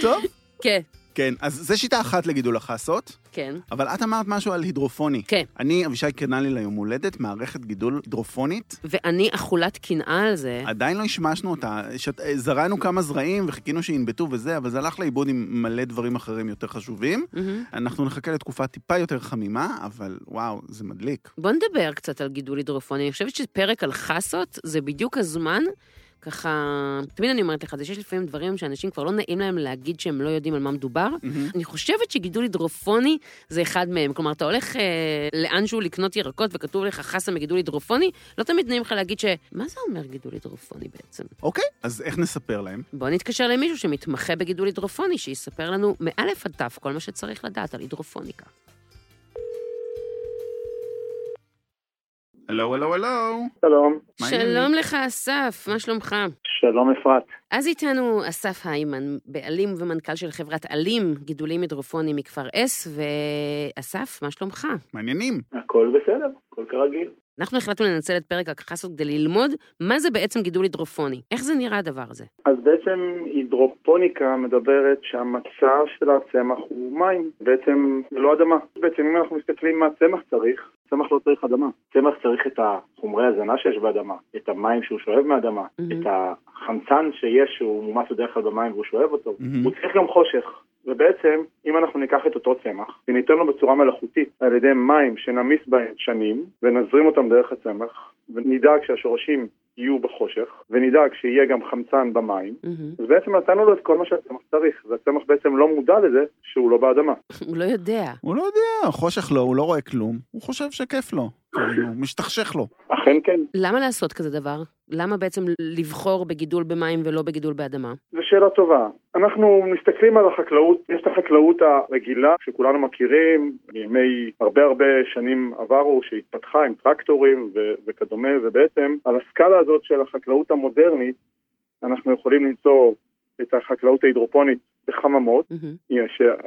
Speaker 1: טוב,
Speaker 2: כן,
Speaker 1: כן, אז זו שיטה אחת לגידול החסות,
Speaker 2: כן.
Speaker 1: אבל את אמרת משהו על הידרופוני.
Speaker 2: כן.
Speaker 1: אני, אבישי קנה לי ליום הולדת מערכת גידול הידרופונית,
Speaker 2: ואני אכולת קנאה על זה.
Speaker 1: עדיין לא השמשנו אותה, שת- זרענו כמה זרעים וחיכינו שינבטו וזה, אבל זה הלך לאיבוד עם מלא דברים אחרים יותר חשובים.
Speaker 2: מהמם.
Speaker 1: אנחנו נחכה לתקופה טיפה יותר חמימה, אבל וואו, זה מדליק.
Speaker 2: בוא נדבר קצת על גידול הידרופוני. אני חושבת שפרק על חסות זה בדיוק הזמן, ככה... תמיד אני אומרת לך, זה שיש לפעמים דברים שאנשים כבר לא נעים להם להגיד שהם לא יודעים על מה מדובר.
Speaker 1: מהמם.
Speaker 2: אני חושבת שגידול הידרופוני זה אחד מהם. כלומר, אתה הולך אה, לאנשהו לקנות ירקות וכתוב לך חסה מגידול הידרופוני, לא תמיד נעים לך להגיד ש... מה זה אומר גידול הידרופוני בעצם?
Speaker 1: אוקיי, אז איך נספר להם?
Speaker 2: בוא נתקשר למישהו שמתמחה בגידול הידרופוני, שיספר לנו מאלף עד תף כל מה שצריך לדעת על הידרופוניקה.
Speaker 1: הלו, הלו, הלו.
Speaker 4: שלום.
Speaker 1: מה
Speaker 2: שלום לך, אסף, מה שלומך?
Speaker 4: שלום אפרת.
Speaker 2: אז איתנו אסף היימן, בעלים ומנכ"ל של חברת עלים, גידולים הידרופונים מכפר אס, ואסף, מה שלומך?
Speaker 1: מעניינים.
Speaker 4: הכל בסדר, הכל כרגיל.
Speaker 2: אנחנו החלטנו לנצל את פרק הקחסות כדי ללמוד מה זה בעצם גידול הידרופוני. איך זה נראה הדבר הזה?
Speaker 4: אז בעצם הידרופוניקה מדברת שהמצע של הצמח הוא מים, בעצם לא אדמה. בעצם אם אנחנו מסתכלים מה הצמח צריך, צמח לא צריך אדמה. צמח צריך את החומרי הזנה שיש באדמה, את המים שהוא שואב מהאדמה,
Speaker 2: מהמם.
Speaker 4: את החמצן שיש שהוא מומס בדרך כלל במים והוא שואב אותו.
Speaker 1: מהמם.
Speaker 4: הוא צריך גם חושך. ובעצם, אם אנחנו ניקח את אותו צמח וניתן לו בצורה מלאכותית על ידי מים שנמיס בהם שנים ונזרים אותם דרך הצמח ונדאג שהשורשים יהיו בחושך ונדאג שיהיה גם חמצן במים
Speaker 2: מהמם.
Speaker 4: אז בעצם נתנו לו את כל מה שהצמח צריך והצמח בעצם לא מודע לזה שהוא לא באדמה.
Speaker 2: הוא לא יודע.
Speaker 1: הוא לא יודע, חושך לו, הוא לא רואה כלום, הוא חושב שכיף לו. כאילו, משתכשך לו.
Speaker 4: אכן כן,
Speaker 2: למה לעשות כזה דבר? למה בעצם לבחור בגידול במים ולא בגידול באדמה?
Speaker 4: זו שאלה טובה. אנחנו מסתכלים על החקלאות, יש את החקלאות הרגילה שכולנו מכירים מימי הרבה הרבה שנים עברו שהתפתחה עם טרקטורים ו- וכדומה, ובעצם על הסקאלה הזאת של החקלאות המודרנית אנחנו יכולים למצוא את החקלאות ההידרופונית בחממות,
Speaker 2: מהמם.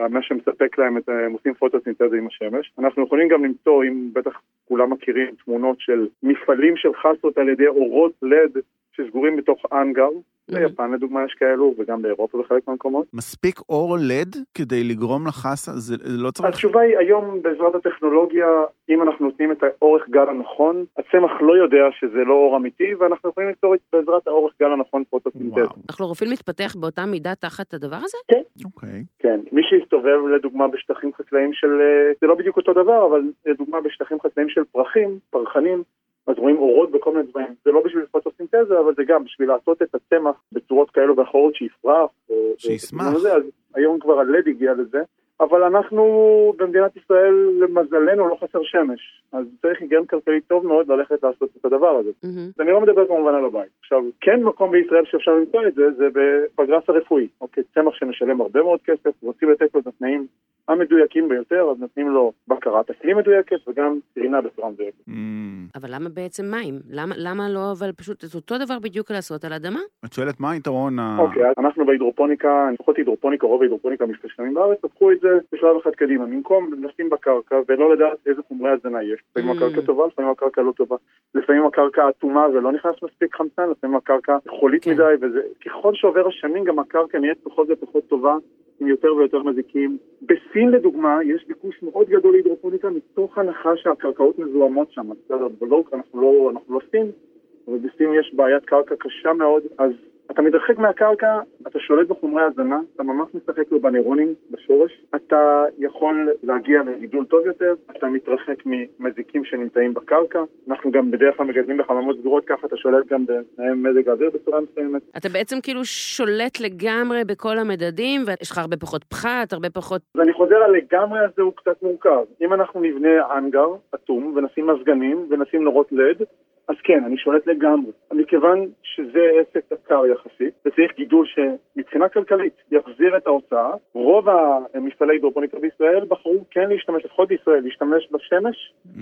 Speaker 4: מה שמספק להם, את, הם עושים פוטוסינתזה עם השמש. אנחנו יכולים גם למצוא, אם בטח כולם מכירים, תמונות של מפעלים של חסות על ידי אורות לד שסגורים בתוך אנגר.
Speaker 2: לא
Speaker 4: ביפן לדוגמה יש כאלו, וגם באירופה בחלק מהמקומות.
Speaker 1: מספיק אור לד כדי לגרום לחסה, זה זה לא צריך...
Speaker 4: התשובה היא, היום בעזרת הטכנולוגיה, אם אנחנו נותנים את האורך גל הנכון, הצמח לא יודע שזה לא אור אמיתי, ואנחנו יכולים ליצור בעזרת האורך גל הנכון פוטוסינתזה.
Speaker 1: וואו,
Speaker 2: הכלורופיל מתפתח באותה מידה תחת הדבר הזה?
Speaker 1: אוקיי.
Speaker 4: כן, מי שהסתובב לדוגמה בשטחים חקלאיים של, אה, זה לא בדיוק אותו דבר, אבל לדוגמה בשטחים חקלאיים של פרחים, פרחנים, אז רואים אורות בכל מיני דברים. זה לא בשביל פוטוסינתזה, אבל זה גם בשביל לעשות את הצמח בצורות כאלו ואחרות שיפרח. אה,
Speaker 1: שישמח.
Speaker 4: אה, זה, אז היום כבר הלד הגיע לזה, אבל אנחנו במדינת ישראל, למזלנו, לא חסר שמש. אז צריך היגיון כלכלי טוב מאוד ללכת לעשות את הדבר הזה.
Speaker 2: מהמם.
Speaker 4: אני לא מדבר כמובן על הבית. עכשיו, כן מקום בישראל שאפשר למצוא את זה, זה בפגרס הרפואי. אוקיי, צמח שמשלם הרבה מאוד כסף, רוצים לתת לו את התנאים המדויקים ביותר, אז נותנים לו בקרת אקלים מדויקת וגם קרינה בצורה מדויקת.
Speaker 1: אמ,
Speaker 2: אבל למה בעצם מים? למה, למה לא, אבל פשוט את אותו דבר בדיוק לעשות על אדמה?
Speaker 1: את שואלת מה היתרון ה...
Speaker 4: אוקיי, אז אנחנו בהידרופוניקה, לפחות הידרופוניקה, רוב ההידרופוניקה המסתשלמים בארץ, הפכו את זה בשלב אחד קדימה. במקום לשים בקרקע ולא לדעת איזה חומרי הזנה יש. לפעמים
Speaker 2: Mm.
Speaker 4: הקרקע טובה, לפעמים הקרקע לא טובה. לפעמים הקרקע אטומה ולא נכנס מספיק חמצן, לפעמים הקרקע חולית
Speaker 2: כן.
Speaker 4: מדי, וככל שעובר השנים גם הקרקע נהיית פחות ופחות טובה, עם יותר ויותר מזיקים. בסין לדוגמה, יש ביקוש מאוד גדול להידרופוניקה מתוך הנחה שהקרקעות מזוהמות שם. אז בסדר, בלוק אנחנו לא, אנחנו לא סין, אבל בסין יש בעיית קרקע קשה מאוד, אז אתה מתרחק מהקרקע, אתה שולט בחומרי הזנה, אתה ממש משחק לו בנוירונים, בשורש, אתה יכול להגיע לגידול טוב יותר, אתה מתרחק ממזיקים שנמצאים בקרקע, אנחנו גם בדרך כלל מגדלים בחממות סגורות, ככה אתה שולט גם בתנאי מזג האוויר בצורה מסוימת.
Speaker 2: אתה בעצם כאילו שולט לגמרי בכל המדדים, ויש לך הרבה פחות פחת, הרבה פחות...
Speaker 4: אז אני חוזר על לגמרי הזה הוא קצת מורכב. אם אנחנו נבנה אנגר אטום ונשים מזגנים ונשים נורות לד, אז כן, אני שולט לגמרי. מכיוון שזה עסק יקר יחסית, וצריך גידול שמבחינה כלכלית יחזיר את ההוצאה, רוב המפעלי הידרופוניקה בישראל בחרו כן להשתמש, לפחות בישראל, להשתמש בשמש
Speaker 1: Mm.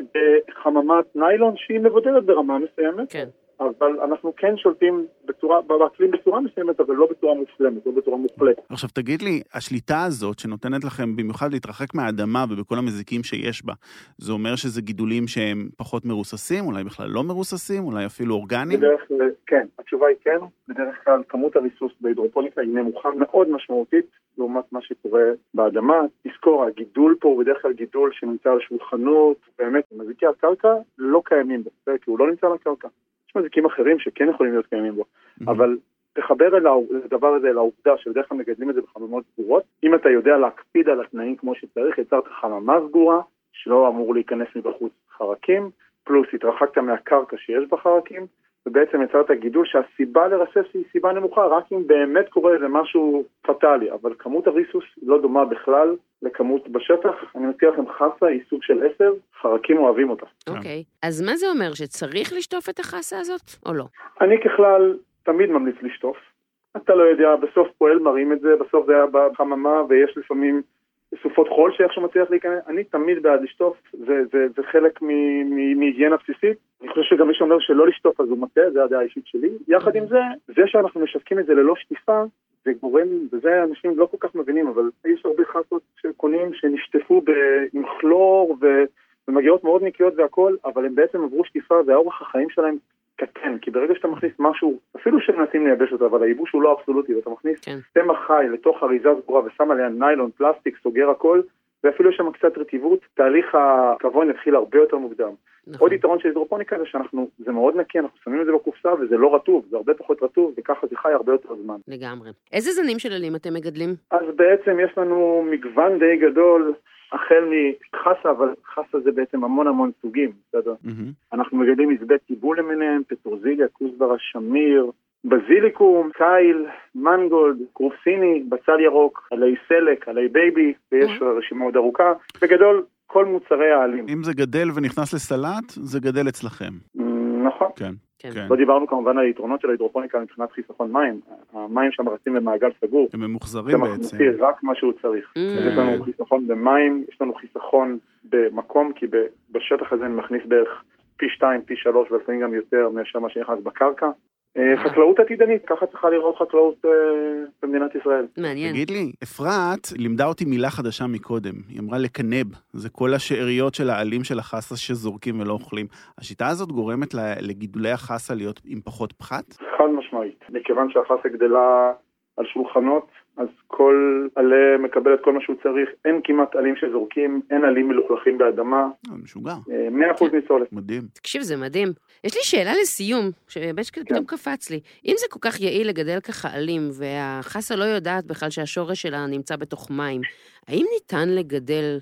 Speaker 4: ובחממת ניילון שהיא מבודדת ברמה מסוימת.
Speaker 2: כן.
Speaker 4: אבל אנחנו כן שולטים בצורה, באקלים בצורה מסוימת, אבל לא בצורה מושלמת, לא בצורה מוחלטת.
Speaker 1: עכשיו תגיד לי, השליטה הזאת שנותנת לכם במיוחד להתרחק מהאדמה ובכל המזיקים שיש בה, זה אומר שזה גידולים שהם פחות מרוססים, אולי בכלל לא מרוססים, אולי אפילו אורגניים?
Speaker 4: בדרך כלל, כן, התשובה היא כן. בדרך כלל כמות הריסוס בהידרופוניקה היא נמוכה מאוד משמעותית לעומת מה שקורה באדמה. תזכור, הגידול פה הוא בדרך כלל גידול שנמצא על שולחנות, באמת, מזיקי הקרקע לא קיימים בו, כי הוא לא נמצא על הקרקע. יש מזיקים אחרים שכן יכולים להיות קיימים בו,
Speaker 1: Mm-hmm.
Speaker 4: אבל תחבר אל הע- לדבר הזה, אל העובדה שבדרך כלל מגדלים את זה בחממות סגורות. אם אתה יודע להקפיד על התנאים כמו שצריך, יצרת חממה סגורה, שלא אמור להיכנס מבחוץ חרקים, פלוס התרחקת מהקרקע שיש בה חרקים, ובעצם יצרת גידול שהסיבה לרסס היא סיבה נמוכה, רק אם באמת קורה איזה משהו פטאלי, אבל כמות הריסוס לא דומה בכלל לכמות בשטח. אני מזכיר לכם, חסה היא סוג של עשב, חרקים אוהבים אותה.
Speaker 2: אוקיי. אז מה זה אומר, שצריך לשטוף את החסה הזאת, או לא?
Speaker 4: אני ככלל תמיד ממליץ לשטוף. אתה לא יודע, בסוף פועל מרים את זה, בסוף זה היה בחממה ויש לפעמים סופות חול שאיכשהו מצליח להיכנס. אני תמיד בעד לשטוף, זה, זה, זה חלק מ- מ- מהיגיינה בסיסית. אני חושב שגם מי שאומר שלא לשטוף אז הוא מטעה, זה הדעה האישית שלי. יחד עם זה, זה שאנחנו משווקים את זה ללא שטיפה, זה גורם, וזה אנשים לא כל כך מבינים, אבל יש הרבה חסות שקונים שנשטפו ב- עם כלור ו... ומגיעות מאוד נקיות והכול, אבל הם בעצם עברו שטיפה והאורח החיים שלהם קטן, כן, כי ברגע שאתה מכניס משהו, אפילו שמנסים לייבש אותו, אבל הייבוש הוא לא אבסולוטי, ואתה מכניס
Speaker 2: כן.
Speaker 4: צמח חי לתוך אריזה סגורה ושם עליה ניילון, פלסטיק, סוגר הכל, ואפילו יש שם קצת רטיבות, תהליך הכוון יתחיל הרבה יותר מוקדם.
Speaker 2: נכון.
Speaker 4: עוד יתרון של הידרופוניקה זה שאנחנו, זה מאוד נקי, אנחנו שמים את זה בקופסה וזה לא רטוב, זה הרבה פחות רטוב, וככה זה חי הרבה יותר זמן.
Speaker 2: לגמרי. איזה זנים של עלים אתם מגדלים?
Speaker 4: אז בעצם יש לנו מגוון די גדול, החל מחסה, אבל חסה זה בעצם המון המון סוגים, בסדר?
Speaker 1: מהמם.
Speaker 4: אנחנו מגדלים עזבי טיבול למיניהם, פטרוזיליה, כוסברה, שמיר, בזיליקום, קייל, מנגולד, כרוב סיני, בצל ירוק, עלי סלק, עלי בייבי, ויש
Speaker 1: אוקיי.
Speaker 4: רשימה עוד ארוכה. בגדול, כל מוצרי העלים.
Speaker 1: אם זה גדל ונכנס לסלט, זה גדל אצלכם.
Speaker 4: מ, נכון.
Speaker 1: כן.
Speaker 2: כן.
Speaker 1: כן.
Speaker 4: לא דיברנו כמובן על היתרונות של ההידרופוניקה מבחינת חיסכון מים. המים שם רצים במעגל סגור.
Speaker 1: הם ממוחזרים
Speaker 4: זה
Speaker 1: בעצם.
Speaker 4: מחמציא רק מה שהוא צריך.
Speaker 2: Mm,
Speaker 1: כן,
Speaker 4: אז יש לנו חיסכון במים, יש לנו חיסכון במקום, כי ב- בשטח הזה אני מכניס בערך פי שתיים, פי שלוש, ולפעמים גם יותר מאשר מה שנכנס בקרקע. אה, חקלאות עתידנית, ככה צריכה לראות חקלאות אה, במדינת ישראל.
Speaker 2: מעניין.
Speaker 1: תגיד לי, אפרת לימדה אותי מילה חדשה מקודם, היא אמרה לקנב, זה כל השאריות של העלים של החסה שזורקים ולא אוכלים. השיטה הזאת גורמת ל- לגידולי החסה להיות עם פחות פחת?
Speaker 4: חד משמעית. מכיוון שהחסה גדלה על שולחנות, אז כל עלה מקבל את כל מה שהוא צריך. אין כמעט עלים שזורקים, אין עלים מלוכלכים באדמה,
Speaker 1: אה, משוגע,
Speaker 4: אה, 100% ניצולת.
Speaker 1: מדהים.
Speaker 2: תקשיב, זה מדהים. יש לי שאלה לסיום, שבאמת שפתאום קפץ לי. אם זה כל כך יעיל לגדל ככה עלים, והחסה לא יודעת בכלל שהשורש שלה נמצא בתוך מים, האם ניתן לגדל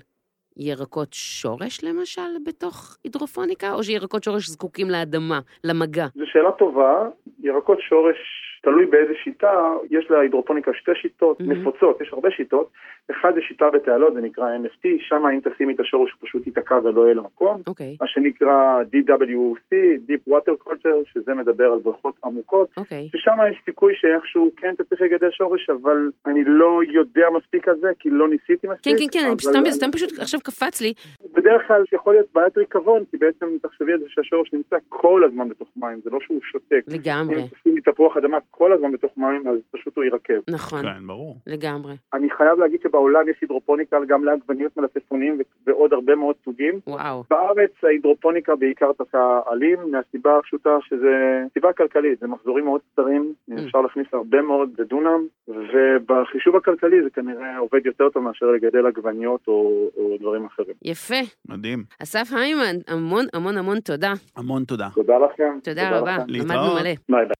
Speaker 2: ירקות שורש, למשל, בתוך הידרופוניקה, או שירקות שורש זקוקים לאדמה, למגע?
Speaker 4: זו שאלה טובה, ירקות שורש, תלוי באיזה שיטה, יש להידרופוניקה שתי שיטות
Speaker 2: מהמם.
Speaker 4: נפוצות, יש הרבה שיטות, אחד זה שיטה בתעלות, זה נקרא NFT, שם אם תשימי את השורש הוא פשוט ייתקע ולא יהיה לו מקום,
Speaker 2: אוקיי,
Speaker 4: מה שנקרא DWC, Deep Water Culture, שזה מדבר על בריכות עמוקות,
Speaker 2: אוקיי.
Speaker 4: ששם יש סיכוי שאיכשהו כן אתה צריך לגדל שורש, אבל אני לא יודע מספיק על זה, כי לא ניסיתי
Speaker 2: כן,
Speaker 4: מספיק.
Speaker 2: כן, כן, אני
Speaker 4: אבל לא-
Speaker 2: סתם, סתם פשוט עכשיו קפץ לי.
Speaker 4: בדרך כלל יכול להיות בעיית ריקבון, כי בעצם תחשבי על זה שהשורש נמצא כל הזמן בתוך מים, זה לא שהוא שותק.
Speaker 2: לגמרי.
Speaker 4: אם תשים תפוח אדמה כל הזמן בתוך מים, אז פשוט הוא יירקב.
Speaker 2: נכון,
Speaker 1: כן, ברור.
Speaker 2: לגמרי.
Speaker 4: אני חייב להגיד שבעולם יש הידרופוניקה גם לעגבניות מלפפונים ו- ועוד הרבה מאוד סוגים.
Speaker 2: וואו.
Speaker 4: בארץ ההידרופוניקה בעיקר תקע עלים, מהסיבה הפשוטה שזה סיבה כלכלית, זה מחזורים מאוד קצרים,
Speaker 2: Mm.
Speaker 4: אפשר להכניס הרבה מאוד בדונם, ובחישוב הכלכלי זה כנראה עובד יותר טוב מאשר לגדל עגבניות או, או דברים אחרים.
Speaker 2: יפה.
Speaker 1: מדהים.
Speaker 2: אסף היימן, המון המון המון תודה.
Speaker 1: המון תודה.
Speaker 4: תודה לכם.
Speaker 2: תודה רבה.
Speaker 4: לכם.
Speaker 2: למדנו
Speaker 1: להתראות.
Speaker 2: מלא.
Speaker 4: ביי ביי.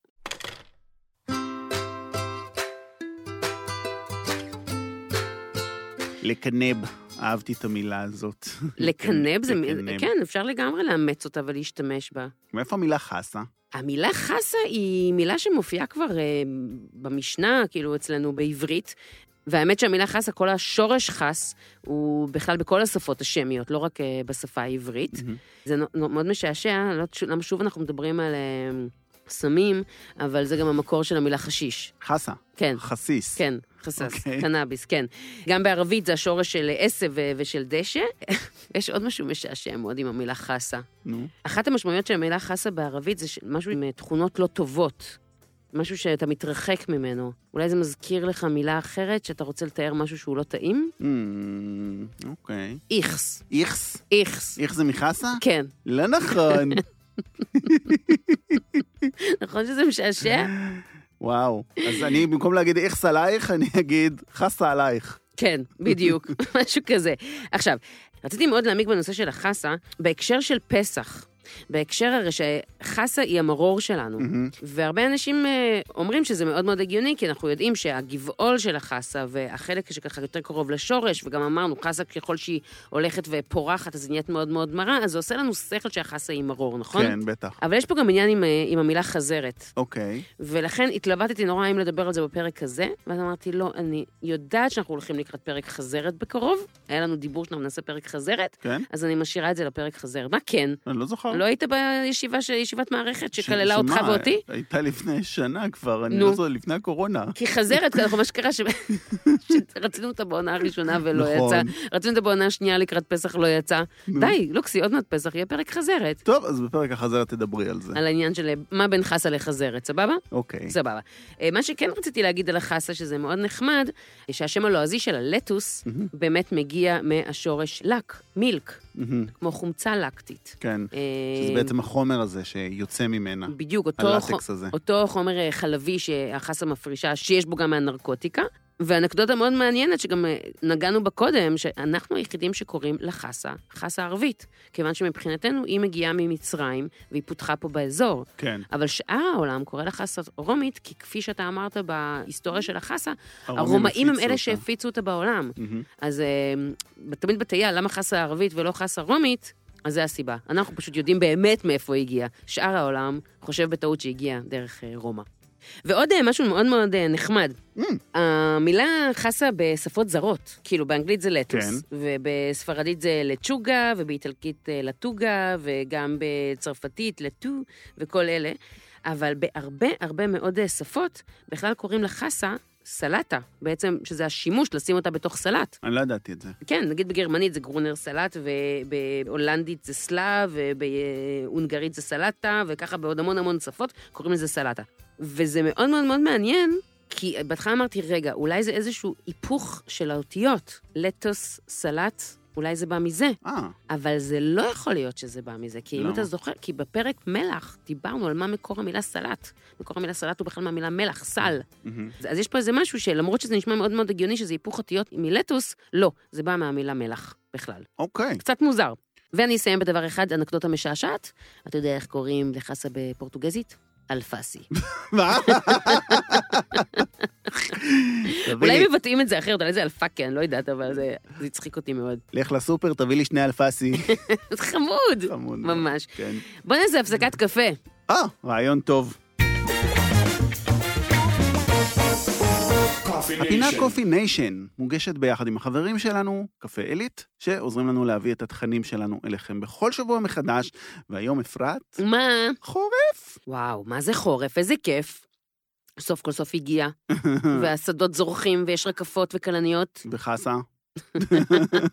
Speaker 1: לקנב, אהבתי את המילה הזאת.
Speaker 2: לקנב זה...
Speaker 1: לקנב.
Speaker 2: כן, אפשר לגמרי לאמץ אותה ולהשתמש בה.
Speaker 1: מאיפה המילה חסה?
Speaker 2: המילה חסה היא מילה שמופיעה כבר אה, במשנה, כאילו אצלנו בעברית. והאמת שהמילה חסה, כל השורש חס, הוא בכלל בכל השפות השמיות, לא רק אה, בשפה העברית. זה נו- נו- מאוד משעשע, לא, תש- למה שוב אנחנו מדברים על אה, סמים, אבל זה גם המקור של המילה חשיש.
Speaker 1: חסה,
Speaker 2: כן,
Speaker 1: חסיס.
Speaker 2: כן, חסס,
Speaker 1: אוקיי.
Speaker 2: קנאביס, כן. גם בערבית זה השורש של עשב ו- ושל דשא. יש עוד משהו משעשע מאוד עם המילה חסה.
Speaker 1: נו.
Speaker 2: אחת המשמעויות של המילה חסה בערבית זה ש- משהו עם אה, תכונות לא טובות. משהו שאתה מתרחק ממנו. אולי זה מזכיר לך מילה אחרת שאתה רוצה לתאר משהו שהוא לא טעים?
Speaker 1: אמ, אוקיי.
Speaker 2: איכס,
Speaker 1: איכס?
Speaker 2: איכס.
Speaker 1: איך זה מחסה?
Speaker 2: כן,
Speaker 1: לא נכון.
Speaker 2: נכון שזה משעשע?
Speaker 1: וואו. אז אני, במקום להגיד איכס עלייך, אני אגיד חסה עלייך.
Speaker 2: כן, בדיוק, משהו כזה. עכשיו, רציתי מאוד להעמיק בנושא של החסה, בהקשר של פסח. בהקשר הרי שחסה היא המרור שלנו,
Speaker 1: מהמם.
Speaker 2: והרבה אנשים אה, אומרים שזה מאוד מאוד הגיוני, כי אנחנו יודעים שהגבעול של החסה והחלק שככה יותר קרוב לשורש, וגם אמרנו, חסה ככל שהיא הולכת ופורחת, אז היא נהיית מאוד מאוד מרה, אז זה עושה לנו שכל שהחסה היא מרור, נכון?
Speaker 1: כן, בטח.
Speaker 2: אבל יש פה גם עניין עם, אה, עם המילה חזרת.
Speaker 1: אוקיי.
Speaker 2: ולכן התלבטתי נורא אם לדבר על זה בפרק הזה, ואז אמרתי, לא, אני יודעת שאנחנו הולכים לקראת פרק חזרת בקרוב, היה לנו דיבור שאנחנו נעשה פרק חזרת,
Speaker 1: כן?
Speaker 2: אז אני משאירה את זה לפרק חזרת. מה כן?
Speaker 1: אני לא זוכר.
Speaker 2: לא היית בישיבה, ש- ישיבת מערכת
Speaker 1: ש-
Speaker 2: שכללה אותך
Speaker 1: שמה,
Speaker 2: ואותי?
Speaker 1: הייתה לפני שנה כבר, אני
Speaker 2: נו.
Speaker 1: לא זוכר, לפני הקורונה.
Speaker 2: כי חזרת, אנחנו מה שקרה, ש- שרצינו אותה בעונה הראשונה ולא
Speaker 1: נכון.
Speaker 2: יצא, רצינו אותה בעונה השנייה לקראת פסח, לא יצא.
Speaker 1: נו.
Speaker 2: די, לוקסי, עוד מעט פסח יהיה פרק חזרת.
Speaker 1: נכון. טוב, אז בפרק החזרה תדברי על זה.
Speaker 2: על העניין של מה בין חסה לחזרת, סבבה?
Speaker 1: אוקיי.
Speaker 2: סבבה. אה, מה שכן רציתי להגיד על החסה, שזה מאוד נחמד, אה, שהשם הלועזי של הלטוס
Speaker 1: מהמם.
Speaker 2: באמת מגיע מהשורש לק, מילק,
Speaker 1: מהמם,
Speaker 2: כמו חומצה לקטית.
Speaker 1: כן.
Speaker 2: אה,
Speaker 1: שזה בעצם החומר הזה שיוצא ממנה,
Speaker 2: בדיוק אותו, חו...
Speaker 1: הלטקס הזה.
Speaker 2: אותו חומר אה, חלבי שהחסה מפרישה, שיש בו גם מהנרקוטיקה. ואנקדוטה מאוד מעניינת, שגם אה, נגענו בה קודם, שאנחנו היחידים שקוראים לחסה חסה ערבית, כיוון שמבחינתנו היא מגיעה ממצרים והיא פותחה פה באזור.
Speaker 1: כן,
Speaker 2: אבל שאר העולם קורא לה חסה רומית, כי כפי שאתה אמרת בהיסטוריה של החסה,
Speaker 1: הרומאים
Speaker 2: הרומאים הם
Speaker 1: הפיצו
Speaker 2: אלה
Speaker 1: אותה.
Speaker 2: שהפיצו אותה בעולם.
Speaker 1: מהמם.
Speaker 2: אז אה, תמיד בתהייה, למה חסה ערבית ולא חסה רומית? אז זה הסיבה. אנחנו פשוט יודעים באמת מאיפה היא הגיעה. שאר העולם חושב בטעות שהיא הגיעה דרך אה, רומא. ועוד אה, משהו מאוד מאוד אה, נחמד.
Speaker 1: Mm.
Speaker 2: המילה חסה בשפות זרות, כאילו באנגלית זה לטוס,
Speaker 1: כן.
Speaker 2: ובספרדית זה לצ'וגה, ובאיטלקית אה, לטוגה, וגם בצרפתית לטו, וכל אלה, אבל בהרבה הרבה מאוד אה, שפות בכלל קוראים לחסה סלטה, בעצם שזה השימוש לשים אותה בתוך סלט.
Speaker 1: אני לא ידעתי את זה.
Speaker 2: כן, נגיד בגרמנית זה גרונר סלט, ובהולנדית זה סלאב, ובהונגרית זה סלטה, וככה בעוד המון המון שפות קוראים לזה סלטה. וזה מאוד מאוד מאוד מעניין, כי בהתחלה אמרתי, רגע, אולי זה איזשהו היפוך של האותיות, לטוס, סלט, אולי זה בא מזה.
Speaker 1: אה,
Speaker 2: אבל זה לא יכול להיות שזה בא מזה, כי אם
Speaker 1: למה?
Speaker 2: אתה זוכר, כי בפרק מלח דיברנו על מה מקור המילה סלט. מקור המילה סלט הוא בכלל מהמילה מלח, סל.
Speaker 1: מהמם.
Speaker 2: אז- אז יש פה איזה משהו שלמרות שזה נשמע מאוד מאוד הגיוני שזה היפוך אותיות מלטוס, לא, זה בא מהמילה מלח בכלל.
Speaker 1: אוקיי.
Speaker 2: קצת מוזר. ואני אסיים בדבר אחד, אנקדוטה משעשעת. אתה יודע איך קוראים לחסה בפורטוגזית? אלפסי.
Speaker 1: מה? תביא לי-
Speaker 2: אולי מבטאים את זה אחרת, אולי זה אלפקי, אני לא יודעת, אבל זה זה הצחיק אותי מאוד.
Speaker 1: לך לסופר, תביא לי שני אלפסי.
Speaker 2: זה חמוד.
Speaker 1: חמוד.
Speaker 2: ממש.
Speaker 1: כן.
Speaker 2: בוא נעשה הפסקת קפה.
Speaker 1: אה, רעיון טוב. הפינה קופי ניישן מוגשת ביחד עם החברים שלנו, קפה עילית, שעוזרים לנו להביא את התכנים שלנו אליכם בכל שבוע מחדש, והיום אפרת,
Speaker 2: מה?
Speaker 1: חורף.
Speaker 2: וואו, מה זה חורף, איזה כיף. סוף כל סוף הגיע, והשדות זורחים, ויש רקפות וכלניות.
Speaker 1: וחסה.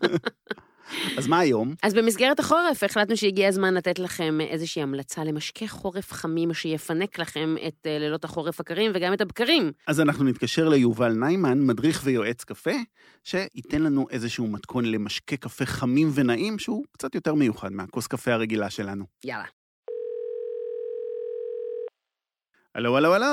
Speaker 1: אז מה היום?
Speaker 2: אז במסגרת החורף החלטנו שהגיע הזמן לתת לכם איזושהי המלצה למשקה חורף חמים שיפנק לכם את אה, לילות החורף הקרים וגם את הבקרים.
Speaker 1: אז אנחנו נתקשר ליובל ניימן, מדריך ויועץ קפה, שייתן לנו איזשהו מתכון למשקה קפה חמים ונעים, שהוא קצת יותר מיוחד מהכוס קפה הרגילה שלנו.
Speaker 2: יאללה.
Speaker 1: הלו, הלו, הלו,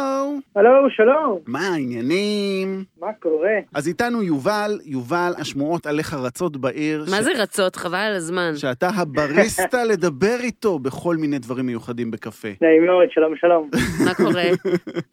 Speaker 4: הלו, שלום,
Speaker 1: מה העניינים?
Speaker 4: מה קורה?
Speaker 1: אז איתנו יובל, יובל, השמועות עליך רצות בעיר.
Speaker 2: מה זה רצות? חבל על הזמן.
Speaker 1: שאתה הבריסטה לדבר איתו בכל מיני דברים מיוחדים בקפה.
Speaker 4: נעים מאוד, שלום, שלום.
Speaker 2: מה קורה?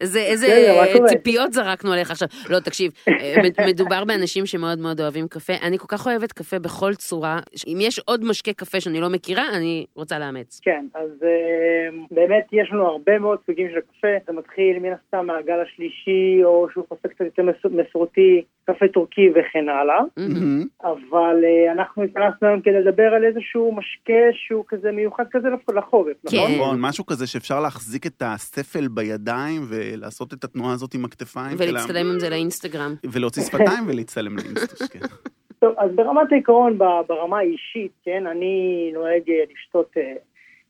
Speaker 2: איזה- איזה
Speaker 4: בסדר, מה קורה?
Speaker 2: ציפיות זרקנו עליך עכשיו. לא, תקשיב, אה, מד- מדובר באנשים שמאוד מאוד אוהבים קפה. אני כל כך אוהבת קפה בכל צורה. אם יש עוד משקה קפה שאני לא מכירה, אני רוצה לאמץ.
Speaker 4: כן, אז אה, באמת יש לנו הרבה מאוד סוגים של קפה. זה מתחיל מן הסתם מהגל השלישי, או שהוא חופף קצת יותר מס- מסורתי, קפה טורקי וכן הלאה.
Speaker 1: מהמם.
Speaker 4: אבל אה, אנחנו התכנסנו היום כדי לדבר על איזשהו משקה שהוא כזה מיוחד כזה לפ- לחורף, נכון?
Speaker 5: כן.
Speaker 1: נכון, משהו כזה שאפשר להחזיק את הספל בידיים ולעשות את התנועה הזאת עם הכתפיים. של ה-
Speaker 2: ולהצטלם עם זה לאינסטגרם.
Speaker 1: ולהוציא שפתיים ולהצטלם לאינסטוש, כן.
Speaker 4: טוב, אז ברמת העיקרון, ב- ברמה האישית, כן, אני נוהג אה, לשתות אה,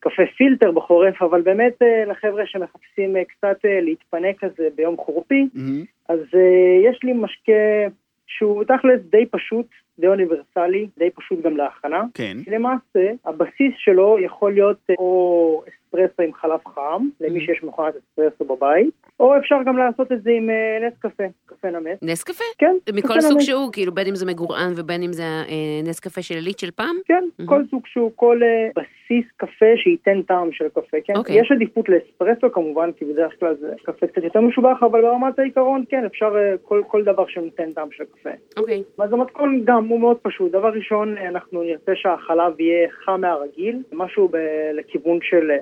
Speaker 4: קפה פילטר בחורף, אבל באמת אה, לחבר'ה שמחפשים אה, קצת אה, להתפנק כזה ביום חורפי,
Speaker 1: מהמם.
Speaker 4: אז אה, יש לי משקה שהוא תכל'ס די פשוט, די אוניברסלי, די פשוט גם להכנה.
Speaker 1: כן.
Speaker 4: למעשה, הבסיס שלו יכול להיות אה, או אספרסו עם חלב חם,
Speaker 2: Mm-hmm.
Speaker 4: למי שיש מכונת אספרסו בבית, או אפשר גם לעשות את זה עם אה, נס קפה, קפה נמס.
Speaker 2: נס קפה?
Speaker 4: כן,
Speaker 2: מכל
Speaker 4: קפה
Speaker 2: סוג
Speaker 4: נמס.
Speaker 2: שהוא, כאילו, בין אם זה מגורען ובין אם זה אה, נס קפה של עילית של פעם?
Speaker 4: כן,
Speaker 2: Mhm.
Speaker 4: כל סוג שהוא, כל אה, בסיס קפה שייתן טעם של קפה, כן?
Speaker 2: אוקיי.
Speaker 4: יש עדיפות לאספרסו כמובן, כי בדרך כלל זה קפה קצת יותר משובח, אבל ברמת העיקרון, כן, אפשר אה, כל, כל דבר שנותן טעם של קפה.
Speaker 2: אוקיי.
Speaker 4: אז המתכון גם הוא מאוד פשוט. דבר ראשון, אה, אנחנו נרצה שהחלב יהיה חם מהרגיל, משהו ב- לכיוון של אה,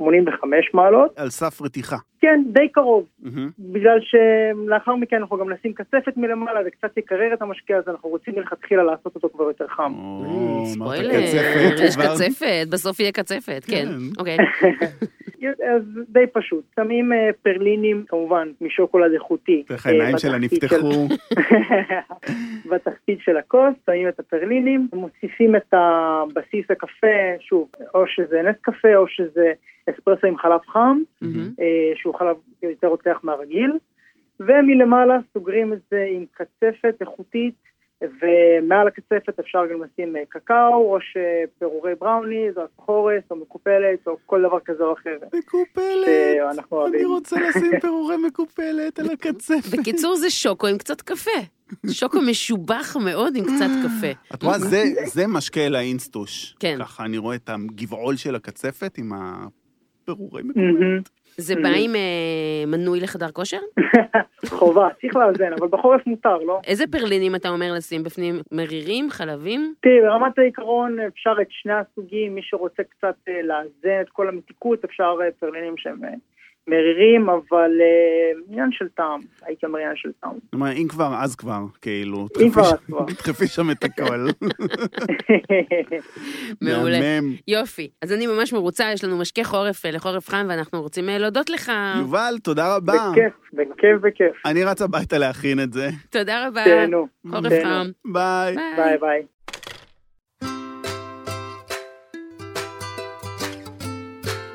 Speaker 4: 85 מעלות.
Speaker 1: על סף רתיחה.
Speaker 4: כן, די קרוב.
Speaker 1: מהמם.
Speaker 4: בגלל שלאחר מכן אנחנו גם נשים כספת מלמעלה וקצת יקרר את המשקה, אז אנחנו רוצים מלכתחילה לעשות אותו כבר יותר חם.
Speaker 1: או, אמרת
Speaker 2: ספוילר,
Speaker 1: קצפת,
Speaker 2: יש
Speaker 1: כבר.
Speaker 2: קצפת, בסוף יהיה קצפת, כן.
Speaker 1: כן.
Speaker 2: אוקיי.
Speaker 1: Mm.
Speaker 4: אז די פשוט, שמים אה, פרלינים כמובן משוקולד איכותי.
Speaker 1: איך
Speaker 4: אה,
Speaker 1: העיניים שלה
Speaker 4: בתחתית
Speaker 1: נפתחו.
Speaker 4: של- בתחתית של הכוס, שמים את הפרלינים, מוסיפים את הבסיס הקפה, שוב, או שזה נס קפה או שזה אספרסו עם חלב חם,
Speaker 1: מהמם.
Speaker 4: אה, שהוא חלב יותר רותח מהרגיל, ומלמעלה סוגרים את זה עם קצפת איכותית, ומעל הקצפת אפשר גם לשים אה, קקאו, או שפירורי בראוניז, או חורס, או מקופלת, או כל דבר כזה או אחר.
Speaker 1: מקופלת.
Speaker 4: שאנחנו אוהבים.
Speaker 1: אני רוצה לשים פירורי מקופלת על הקצפת.
Speaker 2: בקיצור, זה שוקו עם קצת קפה. שוקו משובח מאוד עם קצת קפה.
Speaker 1: את רואה, זה, זה משקה לאינסטוש.
Speaker 2: כן.
Speaker 1: ככה אני רואה את הגבעול של הקצפת עם הפירורי מקופלת.
Speaker 4: מהמם.
Speaker 2: זה בא עם אה, מנוי לחדר כושר?
Speaker 4: חובה, צריך לאזן, אבל בחורף מותר, לא?
Speaker 2: איזה פרלינים אתה אומר לשים בפנים? מרירים? חלבים?
Speaker 4: תראי, ברמת העיקרון אפשר את שני הסוגים, מי שרוצה קצת אה, לאזן את כל המתיקות, אפשר אה, פרלינים שהם אה, מרירים, אבל אה, עניין של טעם, הייתי אומר עניין של טעם.
Speaker 1: זאת אומרת, אם כבר, אז כבר, כאילו.
Speaker 4: אם כבר,
Speaker 1: תדחפי
Speaker 4: אז כבר.
Speaker 1: שם- תדחפי שם את הכל.
Speaker 2: מעולה.
Speaker 1: מהמם.
Speaker 2: יופי. אז אני ממש מרוצה, יש לנו משקה חורף אה, לחורף חם, ואנחנו רוצים אה, להודות לך.
Speaker 1: יובל, תודה רבה.
Speaker 4: בכיף, בכיף, בכיף.
Speaker 1: אני רץ הביתה להכין את זה.
Speaker 2: תודה רבה.
Speaker 4: תהנו.
Speaker 2: אה, חורף
Speaker 4: תהנו.
Speaker 2: חם.
Speaker 1: ביי.
Speaker 4: ביי ביי.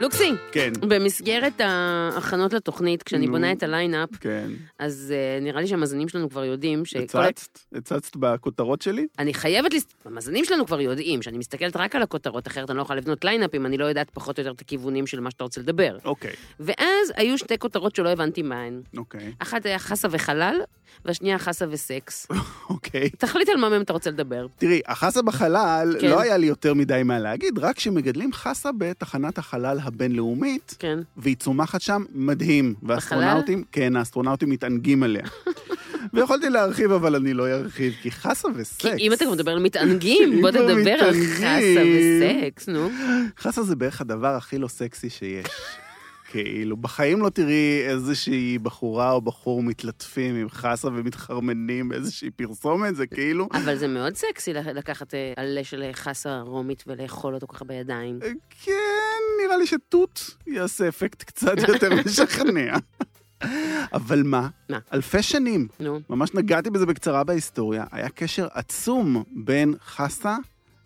Speaker 2: לוקסי,
Speaker 1: כן,
Speaker 2: במסגרת ההכנות לתוכנית, כשאני
Speaker 1: נו.
Speaker 2: בונה את הליינאפ,
Speaker 1: כן.
Speaker 2: אז אה, נראה לי שהמאזינים שלנו כבר יודעים שכל...
Speaker 1: הצצת? הצצת בכותרות שלי?
Speaker 2: אני חייבת לס... המאזינים שלנו כבר יודעים שאני מסתכלת רק על הכותרות, אחרת אני לא יכולה לבנות ליינאפ אם אני לא יודעת פחות או יותר את הכיוונים של מה שאתה רוצה לדבר.
Speaker 1: אוקיי,
Speaker 2: ואז היו שתי כותרות שלא הבנתי מהן.
Speaker 1: אוקיי,
Speaker 2: אחת היה חסה וחלל, והשנייה חסה וסקס.
Speaker 1: אוקיי.
Speaker 2: תחליט על מה מהם אתה רוצה לדבר.
Speaker 1: תראי, החסה בחלל,
Speaker 2: כן.
Speaker 1: לא היה לי יותר מדי מה להגיד, רק שמגדלים חסה בתחנת החלל הבינלאומית,
Speaker 2: כן.
Speaker 1: והיא צומחת שם מדהים. והאסטרונאוטים, כן, האסטרונאוטים מתענגים עליה. ויכולתי להרחיב, אבל אני לא ארחיב, כי חסה וסקס.
Speaker 2: כי אם אתה כבר מדבר על מתענגים, בוא
Speaker 1: אם כבר
Speaker 2: תדבר על
Speaker 1: מתענגים.
Speaker 2: חסה וסקס, נו.
Speaker 1: חסה זה בערך הדבר הכי לא סקסי שיש. כאילו, בחיים לא תראי איזושהי בחורה או בחור מתלטפים עם חסה ומתחרמנים באיזושהי פרסומת, זה כאילו...
Speaker 2: אבל זה מאוד סקסי לח- לקחת אה, עלה של אה, חסה רומית ולאכול אותו ככה בידיים.
Speaker 1: כן, נראה לי שתות יעשה אפקט קצת יותר משכנע. אבל מה?
Speaker 2: מה?
Speaker 1: אלפי שנים,
Speaker 2: נו.
Speaker 1: ממש נגעתי בזה בקצרה בהיסטוריה, היה קשר עצום בין חסה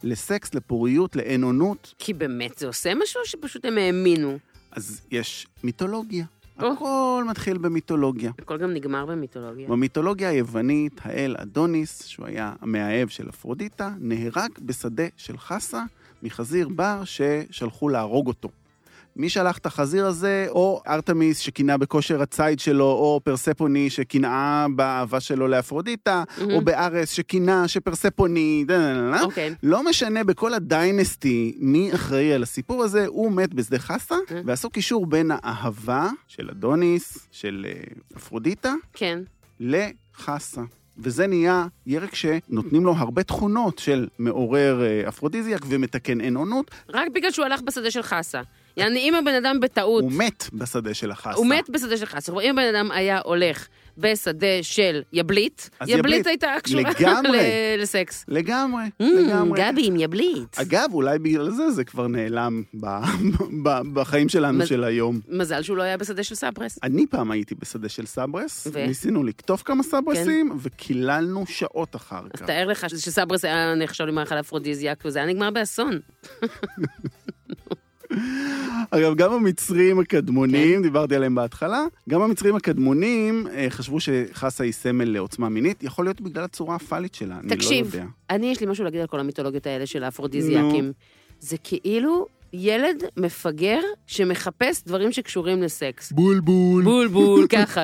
Speaker 1: לסקס, לפוריות, לאנונות,
Speaker 2: כי באמת זה עושה משהו שפשוט הם האמינו.
Speaker 1: אז יש מיתולוגיה.
Speaker 2: או.
Speaker 1: הכל מתחיל במיתולוגיה.
Speaker 2: הכל גם נגמר במיתולוגיה.
Speaker 1: במיתולוגיה היוונית, האל אדוניס, שהוא היה המאהב של אפרודיטה, נהרג בשדה של חסה מחזיר בר ששלחו להרוג אותו. מי שלח את החזיר הזה, או ארתמיס שקינאה בכושר הציד שלו, או פרספוני שקינאה באהבה שלו לאפרודיטה,
Speaker 2: מהמם.
Speaker 1: או בארס שקינאה שפרספוני, דה, דה, דה, דה.
Speaker 2: אוקיי.
Speaker 1: לא משנה בכל הדיינסטי מי אחראי על הסיפור הזה, הוא מת בשדה חסה,
Speaker 2: אה.
Speaker 1: ועשו קישור בין האהבה של אדוניס, של אה, אפרודיטה,
Speaker 2: כן.
Speaker 1: לחסה. וזה נהיה ירק שנותנים לו הרבה תכונות של מעורר אה, אפרודיזיאק ומתקן אין עונות.
Speaker 2: רק בגלל שהוא הלך בשדה של חסה. יעני, אם הבן אדם בטעות,
Speaker 1: הוא מת בשדה של החסה.
Speaker 2: הוא מת בשדה של חסר, אם הבן אדם היה הולך בשדה של יבלית,
Speaker 1: אז יבלית.
Speaker 2: יבלית הייתה קשורה
Speaker 1: לגמרי.
Speaker 2: ל- לסקס.
Speaker 1: לגמרי,
Speaker 2: Mm,
Speaker 1: לגמרי.
Speaker 2: גבי עם יבלית.
Speaker 1: אגב, אולי בגלל זה זה כבר נעלם ב... ב... בחיים שלנו
Speaker 2: מז-
Speaker 1: של היום.
Speaker 2: מזל שהוא לא היה בשדה של סברס.
Speaker 1: אני פעם הייתי בשדה של סברס,
Speaker 2: ו? כן.
Speaker 1: ניסינו לקטוף כמה סברסים, וקיללנו שעות אחר
Speaker 2: אז
Speaker 1: כך.
Speaker 2: תאר לך שסברס היה נחשב למאכל אפרודיזיאק, וזה היה נגמר באסון.
Speaker 1: אגב, גם המצרים
Speaker 2: כן.
Speaker 1: הקדמונים, דיברתי עליהם בהתחלה, גם המצרים הקדמונים אה, חשבו שחסה היא סמל לעוצמה מינית, יכול להיות בגלל הצורה הפאלית שלה, אני לא
Speaker 2: תקשיב,
Speaker 1: יודע.
Speaker 2: אני, יש לי משהו להגיד על כל המיתולוגיות האלה של האפרודיזיאקים. זה כאילו ילד מפגר שמחפש דברים שקשורים לסקס.
Speaker 1: בולבול.
Speaker 2: בול בול, ככה.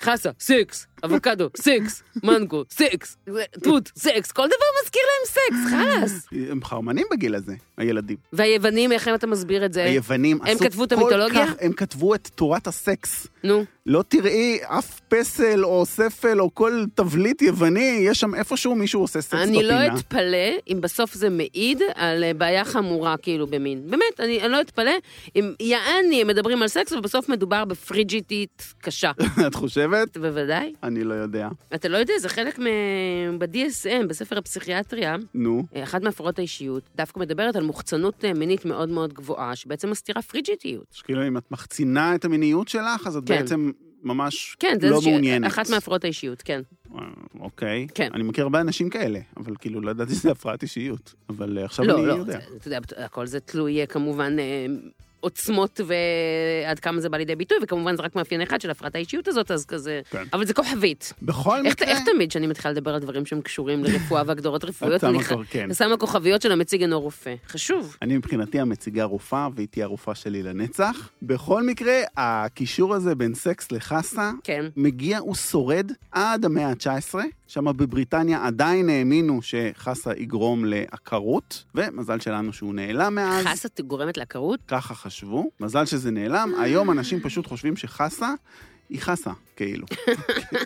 Speaker 2: חסה, סקס, אבוקדו, סקס, מנגו, סקס, תות, סקס, כל דבר מזכיר להם סקס, חלאס.
Speaker 1: הם חרמנים בגיל הזה, הילדים.
Speaker 2: והיבנים, איך אתה מסביר את זה?
Speaker 1: היוונים עשו
Speaker 2: אה, כתבו את
Speaker 1: כל
Speaker 2: המיתולוגיה?
Speaker 1: כך, הם כתבו את תורת הסקס.
Speaker 2: נו,
Speaker 1: לא תראי אף פסל או ספל או כל תבליט יווני, יש שם איפשהו מישהו עושה סקס
Speaker 2: אני
Speaker 1: בפינה.
Speaker 2: לא אתפלא אם בסוף זה מעיד על אה, בעיה חמורה כאילו במין. באמת, אני אני לא אתפלא אם יעני הם מדברים על סקס ובסוף מדובר בפריג'יטית קשה.
Speaker 1: את חושבת?
Speaker 2: בוודאי.
Speaker 1: אני לא יודע.
Speaker 2: אתה לא יודע, זה חלק מ... ב-DSM, בספר הפסיכיאטריה,
Speaker 1: נו.
Speaker 2: אה, אחת מהפרעות האישיות דווקא מדברת על מוחצנות אה, מינית מאוד מאוד גבוהה, שבעצם מסתירה פריג'יטיות.
Speaker 1: שכאילו כאילו, אם את מחצינה את המיניות שלך, אז את
Speaker 2: כן.
Speaker 1: בעצם ממש
Speaker 2: כן, זה
Speaker 1: לא
Speaker 2: איזושהי-
Speaker 1: מעוניינת.
Speaker 2: אחת מהפרעות האישיות, כן.
Speaker 1: אה, אוקיי.
Speaker 2: כן.
Speaker 1: אני מכיר הרבה אנשים כאלה, אבל כאילו לא ידעתי שזה הפרעת אישיות. אבל אה, עכשיו אני
Speaker 2: לא, לא,
Speaker 1: יודע.
Speaker 2: זה- אתה יודע, הכל זה תלוי אה, כמובן אה, עוצמות ועד כמה זה בא לידי ביטוי, וכמובן זה רק מאפיין אחד של הפרעת האישיות הזאת, אז כזה...
Speaker 1: כן.
Speaker 2: אבל זה כוכבית.
Speaker 1: בכל
Speaker 2: איך
Speaker 1: מקרה,
Speaker 2: איך תמיד כשאני מתחילה לדבר על דברים שהם קשורים לרפואה והגדרות
Speaker 1: את
Speaker 2: רפואיות,
Speaker 1: שמה
Speaker 2: אני ח-
Speaker 1: כבר כן.
Speaker 2: שמה כוכביות של המציג אינו רופא. חשוב.
Speaker 1: אני מבחינתי המציגה רופאה, והיא תהיה הרופאה שלי לנצח. בכל מקרה, הקישור הזה בין סקס לחסה
Speaker 2: כן.
Speaker 1: מגיע, הוא שורד עד המאה ה-19, שם בבריטניה עדיין האמינו שחסה יגרום לעקרות, ומזל שלנו שהוא נעלם מאז.
Speaker 2: חסה גורמת לעקרות?
Speaker 1: ככה חשבו, מזל שזה נעלם, היום אנשים פשוט חושבים שחסה היא חסה, כאילו.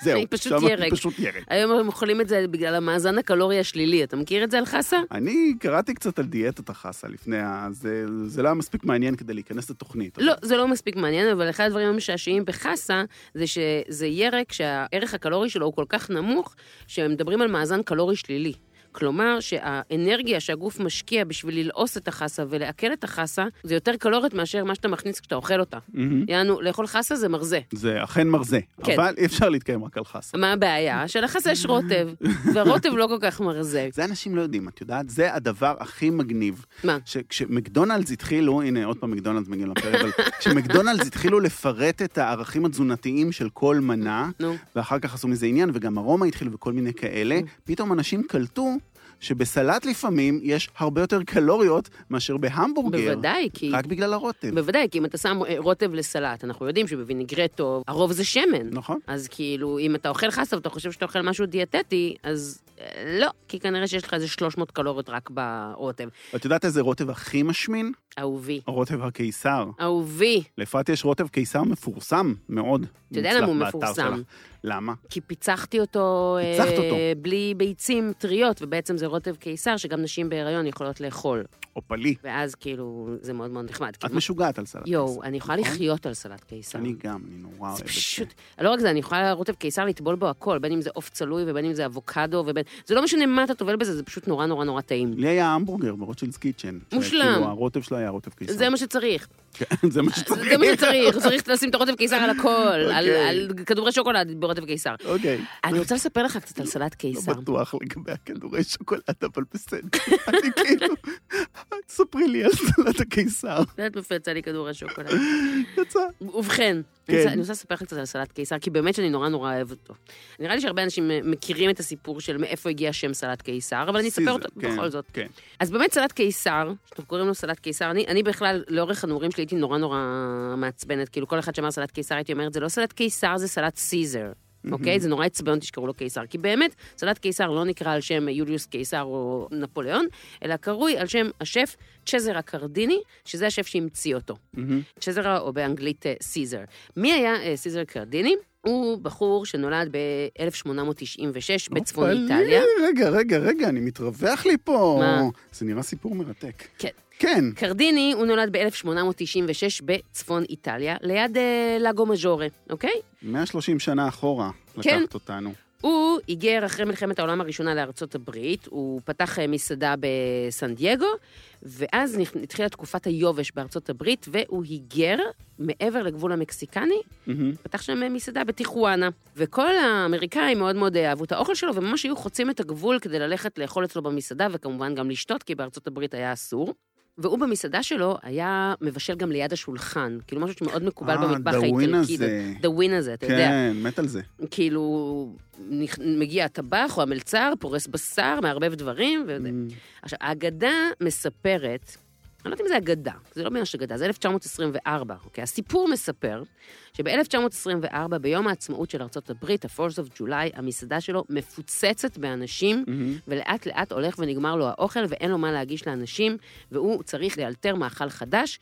Speaker 1: זהו,
Speaker 2: היא פשוט
Speaker 1: שם
Speaker 2: ירק.
Speaker 1: פשוט ירק.
Speaker 2: היום הם אוכלים את זה בגלל המאזן הקלורי השלילי. אתה מכיר את זה על חסה?
Speaker 1: אני קראתי קצת על דיאטת החסה לפני ה... זה, זה לא היה מספיק מעניין כדי להיכנס לתוכנית.
Speaker 2: לא, זה לא מספיק מעניין, אבל אחד הדברים המשעשעים בחסה, זה שזה ירק שהערך הקלורי שלו הוא כל כך נמוך, שהם מדברים על מאזן קלורי שלילי. כלומר, שהאנרגיה שהגוף משקיע בשביל ללעוס את החסה ולעכל את החסה, זה יותר קלורית מאשר מה שאתה מכניס כשאתה אוכל אותה.
Speaker 1: מהמם.
Speaker 2: יענו, לאכול חסה זה מרזה.
Speaker 1: זה אכן מרזה,
Speaker 2: כן.
Speaker 1: אבל אי אפשר להתקיים רק על חסה.
Speaker 2: מה הבעיה? שלחסה יש רוטב, והרוטב לא כל כך מרזה.
Speaker 1: זה אנשים לא יודעים, את יודעת? זה הדבר הכי מגניב.
Speaker 2: מה?
Speaker 1: שכשמקדונלדס התחילו, הנה, עוד פעם מקדונלדס מגיעים לפרק, אבל כשמקדונלדס התחילו לפרט את הערכים התזונתיים של כל מנה,
Speaker 2: נו.
Speaker 1: ואחר כך עשו מזה עניין, וגם ארומה התחיל וכל מיני כאלה,
Speaker 2: כן.
Speaker 1: פתאום אנשים קלטו שבסלט לפעמים יש הרבה יותר קלוריות מאשר בהמבורגר.
Speaker 2: בוודאי, כי...
Speaker 1: רק בגלל הרוטב.
Speaker 2: בוודאי, כי אם אתה שם אה, רוטב לסלט, אנחנו יודעים שבווינגרטו, הרוב זה שמן.
Speaker 1: נכון.
Speaker 2: אז כאילו, אם אתה אוכל חסה ואתה חושב שאתה אוכל משהו דיאטטי, אז אה, לא, כי כנראה שיש לך איזה 300 קלוריות רק ברוטב.
Speaker 1: את יודעת איזה רוטב הכי משמין?
Speaker 2: אהובי.
Speaker 1: רוטב הקיסר.
Speaker 2: אהובי,
Speaker 1: לאפרת יש רוטב קיסר מפורסם מאוד.
Speaker 2: אתה יודע
Speaker 1: מוצלח
Speaker 2: למה הוא
Speaker 1: באתר
Speaker 2: מפורסם?
Speaker 1: שלך. למה?
Speaker 2: כי פיצחתי אותו, אה,
Speaker 1: פיצחת אותו.
Speaker 2: בלי ביצים טריות, ובעצם זה רוטב קיסר שגם נשים בהיריון יכולות לאכול.
Speaker 1: אופלי.
Speaker 2: ואז כאילו, זה מאוד מאוד נחמד.
Speaker 1: את
Speaker 2: כי-
Speaker 1: משוגעת על סלט קיסר.
Speaker 2: יואו, אני יכולה
Speaker 1: נכון?
Speaker 2: לחיות על סלט קיסר.
Speaker 1: אני גם, אני נורא אוהב
Speaker 2: זה
Speaker 1: את
Speaker 2: פשוט, לא רק זה, אני יכולה רוטב קיסר לטבול בו הכל, בין אם זה עוף צלוי ובין אם זה אבוקדו ובין... זה לא משנה מה אתה טובל בזה, זה פשוט נורא נורא נורא טעים.
Speaker 1: לי היה המבורגר ברוטשילדס קיצ'ן.
Speaker 2: מושלם.
Speaker 1: כאילו הרוטב שלו היה רוטב קיסר.
Speaker 2: זה מה שצריך,
Speaker 1: כן, זה מה
Speaker 2: זה
Speaker 1: שצריך.
Speaker 2: זה מה שצריך, צריך לשים את הרוטב קיסר על הכל, על-
Speaker 1: אוקיי.
Speaker 2: על כדורי שוקולד ברוטב קיסר.
Speaker 1: אוקיי.
Speaker 2: אני רוצה לספר לך קצת על סלט
Speaker 1: לא
Speaker 2: קיסר.
Speaker 1: בטוח לגבי הכדורי שוקולד, אבל בסדר. אני כאילו, ספרי לי על סלט הקיסר.
Speaker 2: את יודעת מאיפה יצא לי כדורי שוקולד.
Speaker 1: יצא.
Speaker 2: ובכן,
Speaker 1: כן.
Speaker 2: אני רוצה- אני רוצה לספר לך קצת על סלט קיסר, כי באמת שאני נורא נורא אוהבת אותו. נראה לי שהרבה אנשים אה, מכירים את הסיפור של מאיפה הגיע השם סלט קיסר, אבל אני אספר
Speaker 1: סיזר,
Speaker 2: אותו
Speaker 1: כן,
Speaker 2: בכל זאת.
Speaker 1: כן.
Speaker 2: אז באמת סלט קיסר, שאנחנו קוראים לו סלט קיסר, אני, אני בכלל, לאורך הנעורים שלי הייתי נורא נורא מעצבנת, כאילו כל אחד שאמר סלט קיסר, הייתי אומרת, זה לא סלט קיסר, זה סלט סיזר. אוקיי? זה נורא עצבן אותי שקראו לו קיסר, כי באמת, סלט קיסר לא נקרא על שם יוליוס קיסר או נפוליאון, אלא קרוי על שם השף צ'זר הקרדיני, שזה השף שהמציא אותו.
Speaker 1: מהמם.
Speaker 2: צ'זרה, או באנגלית אה, סיזר. מי היה אה, סיזר קרדיני? הוא בחור שנולד ב-1896
Speaker 1: לא
Speaker 2: בצפון
Speaker 1: הופלה,
Speaker 2: איטליה.
Speaker 1: רגע, רגע, רגע, אני מתרווח לי פה.
Speaker 2: מה?
Speaker 1: זה נראה סיפור מרתק.
Speaker 2: כן.
Speaker 1: כן.
Speaker 2: קרדיני, הוא נולד ב-1896 בצפון איטליה, ליד אה, לגו מז'ורה, אוקיי?
Speaker 1: 130 שנה אחורה
Speaker 2: כן.
Speaker 1: לקחת אותנו.
Speaker 2: הוא היגר אחרי מלחמת העולם הראשונה לארצות הברית, הוא פתח אה, מסעדה בסן דייגו, ואז נכ- התחילה תקופת היובש בארצות הברית, והוא היגר מעבר לגבול המקסיקני,
Speaker 1: מהמם.
Speaker 2: פתח שם אה, מסעדה בטיחואנה. וכל האמריקאים מאוד מאוד אהבו את האוכל שלו, וממש היו חוצים את הגבול כדי ללכת לאכול אצלו במסעדה, וכמובן גם לשתות, כי בארצות הברית היה אסור. והוא במסעדה שלו היה מבשל גם ליד השולחן, כאילו משהו שמאוד מקובל
Speaker 1: אה,
Speaker 2: במטבח
Speaker 1: the win
Speaker 2: האיטלקי.
Speaker 1: הזה.
Speaker 2: The win הזה, אתה יודע.
Speaker 1: כן, מת על זה.
Speaker 2: כאילו, נכ- מגיע הטבח או המלצר, פורס בשר, מערבב דברים. וזה. עכשיו, האגדה מספרת, אני לא יודעת אם זה אגדה, זה לא ממש אגדה, זה 1924, אוקיי? הסיפור מספר שב-1924, ביום העצמאות של ארה"ב, ה-Force of July, המסעדה שלו מפוצצת באנשים,
Speaker 1: מהמם.
Speaker 2: ולאט לאט הולך ונגמר לו האוכל, ואין לו מה להגיש לאנשים, והוא צריך לאלתר מאכל חדש,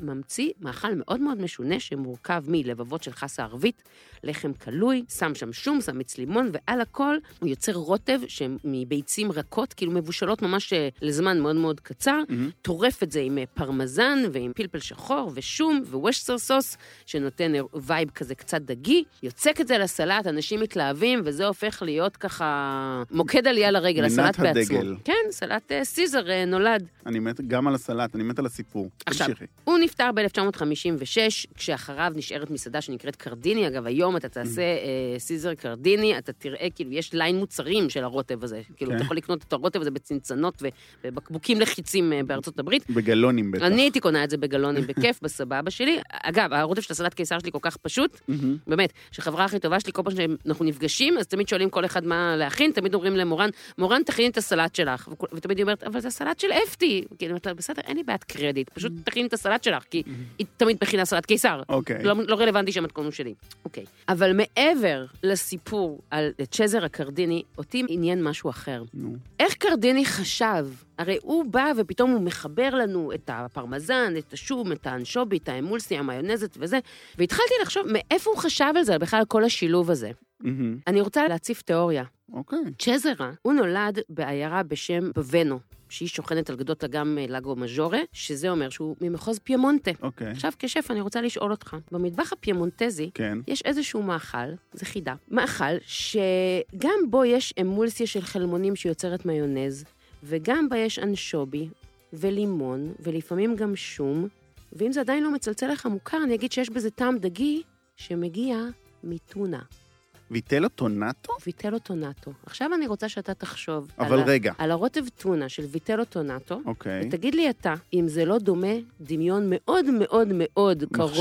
Speaker 2: וממציא מאכל מאוד מאוד משונה, שמורכב מלבבות של חסה ערבית, לחם כלוי, שם שם שום, שם מיץ לימון, ועל הכל הוא יוצר רוטב שמביצים רכות, כאילו מבושלות ממש אה, לזמן מאוד מאוד קצר,
Speaker 1: מהמם.
Speaker 2: טורף את זה עם אה, פרמזן ועם פלפל שחור ושום ווושטר סוס, שנותן אה, וייב כזה קצת דגי, יוצק את זה לסלט, אנשים מתלהבים, וזה הופך להיות ככה מוקד עלייה לרגל,
Speaker 1: מנת
Speaker 2: הסלט בעצמו.
Speaker 1: הדגל.
Speaker 2: כן, סלט אה, סיזר אה, נולד.
Speaker 1: אני מת גם על הסלט, אני מת על הסיפור.
Speaker 2: עכשיו,
Speaker 1: תמשיכי.
Speaker 2: הוא נפטר ב-1956, כשאחריו נשארת מסעדה שנקראת קרדיני. אגב, היום אתה תעשה
Speaker 1: Mm.
Speaker 2: אה, סיזר קרדיני, אתה תראה, כאילו, יש ליין מוצרים של הרוטב הזה. כאילו,
Speaker 1: כן.
Speaker 2: אתה יכול לקנות את הרוטב הזה בצנצנות ו- ובקבוקים לחיצים אה, בארצות הברית.
Speaker 1: בגלונים בטח.
Speaker 2: אני הייתי קונה את זה בגלונים בכיף, בסבבה שלי. אגב, הרוטב של הסלט קיסר שלי כל כך פשוט,
Speaker 1: מהמם.
Speaker 2: באמת, שהחברה הכי טובה שלי, כל פעם שאנחנו נפגשים, אז תמיד שואלים כל אחד מה להכין, תמיד אומרים למורן, מורן, תכיני את הסלט שלך. וכו- ותמיד היא אומרת, אבל זה הסלט של אפתי. כאילו, את בסדר, אין לי בעיית קרדיט, פשוט
Speaker 1: Mm-hmm.
Speaker 2: תכיני את הסלט שלך, כי היא תמיד מכינה סלט קיסר.
Speaker 1: אוקיי.
Speaker 2: לא, לא רלוונטי שהמתכון הוא שלי. אוקיי. אבל מעבר לסיפור על צ'זר הקרדיני, אותי עניין משהו אחר.
Speaker 1: נו.
Speaker 2: איך קרדיני חשב? הרי הוא בא ופתאום הוא מחבר לנו את הפרמזן, את השום, את האנשובי, את האמולסי, המיונזת וזה, והתחלתי לחשוב מאיפה הוא חשב על זה, בכלל כל השילוב הזה.
Speaker 1: מהמם.
Speaker 2: אני רוצה להציף תיאוריה.
Speaker 1: אוקיי.
Speaker 2: צ'זרה, הוא נולד בעיירה בשם בוונו, שהיא שוכנת על גדות אגם אה, לגו מז'ורה, שזה אומר שהוא ממחוז פיימונטה.
Speaker 1: אוקיי.
Speaker 2: עכשיו, כשף, אני רוצה לשאול אותך, במטבח הפיימונטזי,
Speaker 1: כן.
Speaker 2: יש איזשהו מאכל, זה חידה, מאכל שגם בו יש אמולסיה של חלמונים שיוצרת מיונז, וגם בה יש אנשובי, ולימון, ולפעמים גם שום, ואם זה עדיין לא מצלצל לך מוכר, אני אגיד שיש בזה טעם דגי שמגיע מטונה,
Speaker 1: ויטלו טונטו?
Speaker 2: ויטלו טונטו. עכשיו אני רוצה שאתה תחשוב
Speaker 1: אבל
Speaker 2: על, ה-
Speaker 1: רגע.
Speaker 2: על הרוטב טונה של ויטלו טונטו,
Speaker 1: אוקיי.
Speaker 2: ותגיד לי אתה, אם זה לא דומה, דמיון מאוד מאוד מאוד קרוב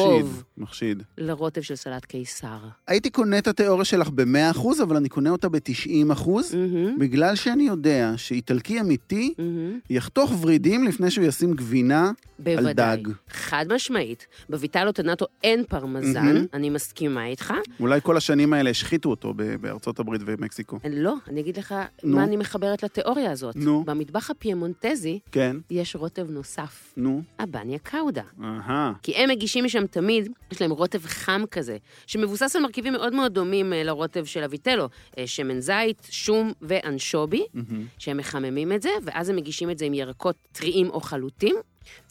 Speaker 1: מחשיד, מחשיד.
Speaker 2: לרוטב של סלט קיסר.
Speaker 1: הייתי קונה את התיאוריה שלך ב-100%, אבל אני קונה אותה ב-90%,
Speaker 2: מהמם,
Speaker 1: בגלל שאני יודע שאיטלקי אמיתי
Speaker 2: מהמם.
Speaker 1: יחתוך ורידים לפני שהוא ישים גבינה
Speaker 2: בוודאי.
Speaker 1: על דג.
Speaker 2: חד משמעית. בויטלו טנטו אין פרמזן,
Speaker 1: מהמם.
Speaker 2: אני מסכימה איתך.
Speaker 1: אולי כל השנים האלה השחיתו אותו ב- בארצות הברית ומקסיקו.
Speaker 2: לא, אני אגיד לך
Speaker 1: נו.
Speaker 2: מה אני מחברת לתיאוריה הזאת.
Speaker 1: נו.
Speaker 2: במטבח הפיימונטזי
Speaker 1: כן,
Speaker 2: יש רוטב נוסף,
Speaker 1: נו,
Speaker 2: הבניה קאודה.
Speaker 1: אהה.
Speaker 2: כי הם מגישים משם תמיד, יש להם רוטב חם כזה, שמבוסס על מרכיבים מאוד מאוד דומים אה, לרוטב של הויטלו, אה, שמן זית, שום ואנשובי,
Speaker 1: מהמם.
Speaker 2: שהם מחממים את זה, ואז הם מגישים את זה עם ירקות טריים או חלוטים,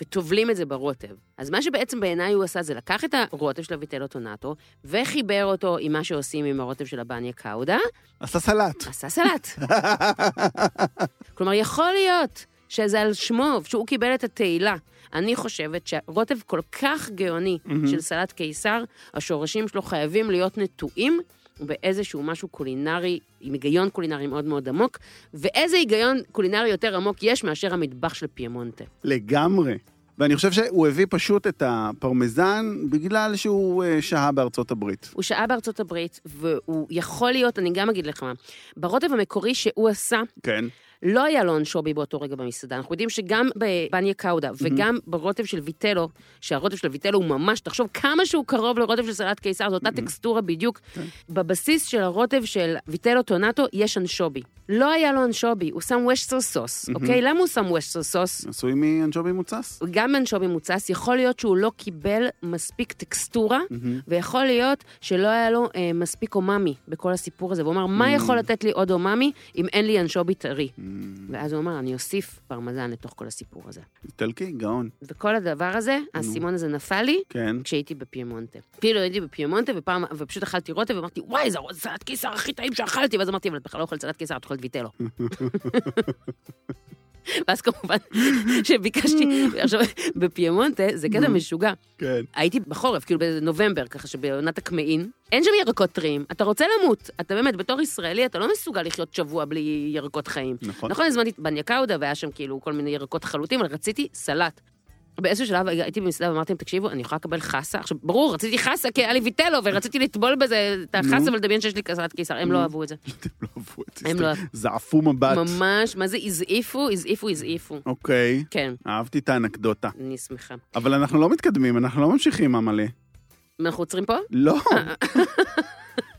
Speaker 2: וטובלים את זה ברוטב. אז מה שבעצם בעיניי הוא עשה זה לקח את הרוטב של הויטלו טונטו, וחיבר אותו עם מה שעושים עם הרוטב של הבניה קאודה,
Speaker 1: עשה סלט.
Speaker 2: עשה סלט. כלומר, יכול להיות שזה על שמו, שהוא קיבל את התהילה. אני חושבת שהרוטב כל כך גאוני
Speaker 1: מהמם.
Speaker 2: של סלט קיסר, השורשים שלו חייבים להיות נטועים באיזשהו משהו קולינרי, עם היגיון קולינרי מאוד מאוד עמוק, ואיזה היגיון קולינרי יותר עמוק יש מאשר המטבח של פיימונטה.
Speaker 1: לגמרי. ואני חושב שהוא הביא פשוט את הפרמזן בגלל שהוא אה, שהה בארצות הברית.
Speaker 2: הוא שהה בארצות הברית, והוא יכול להיות, אני גם אגיד לך מה, ברוטב המקורי שהוא עשה,
Speaker 1: כן.
Speaker 2: לא היה לו אנשובי באותו רגע במסעדה. אנחנו יודעים שגם בבניה קאודה וגם ברוטב של ויטלו, שהרוטב של ויטלו הוא ממש, תחשוב כמה שהוא קרוב לרוטב של סלט קיסר, זו אותה טקסטורה בדיוק. בבסיס של הרוטב של ויטלו טונטו יש אנשובי. לא היה לו אנשובי, הוא שם וושטר סוס, אוקיי? למה הוא שם וושטר סוס?
Speaker 1: עשוי מאנג'ובי מוצס.
Speaker 2: גם אנשובי מוצס, יכול להיות שהוא לא קיבל מספיק טקסטורה, ויכול להיות שלא היה לו אה, מספיק אומאמי בכל הסיפור הזה. והוא אמר, מה יכול לתת לי עוד אומאמי אם אין לי אנשובי טרי?
Speaker 1: Mm,
Speaker 2: ואז הוא אמר, אני אוסיף פרמזן לתוך כל הסיפור הזה.
Speaker 1: איטלקי, גאון.
Speaker 2: וכל הדבר הזה, האסימון הזה נפל לי
Speaker 1: כן.
Speaker 2: כשהייתי בפיימונטה. כאילו הייתי בפיימונטה, ופעם, ופשוט אכלתי רוטב, ואמרתי, וואי, זו סלט קיסר הכי טעים שאכלתי, ואז אמרתי, אבל את בכלל לא אוכלת סלט קיסר, את אוכלת ויטלו. ואז כמובן, שביקשתי, עכשיו, בפיימונטה זה קטע משוגע.
Speaker 1: כן.
Speaker 2: הייתי בחורף, כאילו בנובמבר, ככה שבעונת הקמעין, אין שם ירקות טריים. אתה רוצה למות. אתה באמת, בתור ישראלי, אתה לא מסוגל לחיות שבוע בלי ירקות חיים.
Speaker 1: נכון.
Speaker 2: נכון, הזמנתי את בניה קאודה, והיה שם כאילו כל מיני ירקות חלוטים, אבל רציתי סלט. באיזשהו שלב הייתי במסעדה ואמרתי להם, תקשיבו, אני יכולה לקבל חסה? עכשיו, ברור, רציתי חסה, כי היה לי ויטלו, ורציתי לטבול בזה את החסה ולדמיין שיש לי כזאת קיסר. הם לא אהבו את זה.
Speaker 1: אתם לא אהבו את
Speaker 2: הם לא
Speaker 1: זה. זעפו מבט.
Speaker 2: ממש, מה זה הזעיפו, הזעיפו, הזעיפו.
Speaker 1: אוקיי.
Speaker 2: כן,
Speaker 1: אהבתי את האנקדוטה.
Speaker 2: אני שמחה.
Speaker 1: אבל אנחנו לא מתקדמים, אנחנו לא ממשיכים, עמלה.
Speaker 2: אנחנו עוצרים פה?
Speaker 1: לא.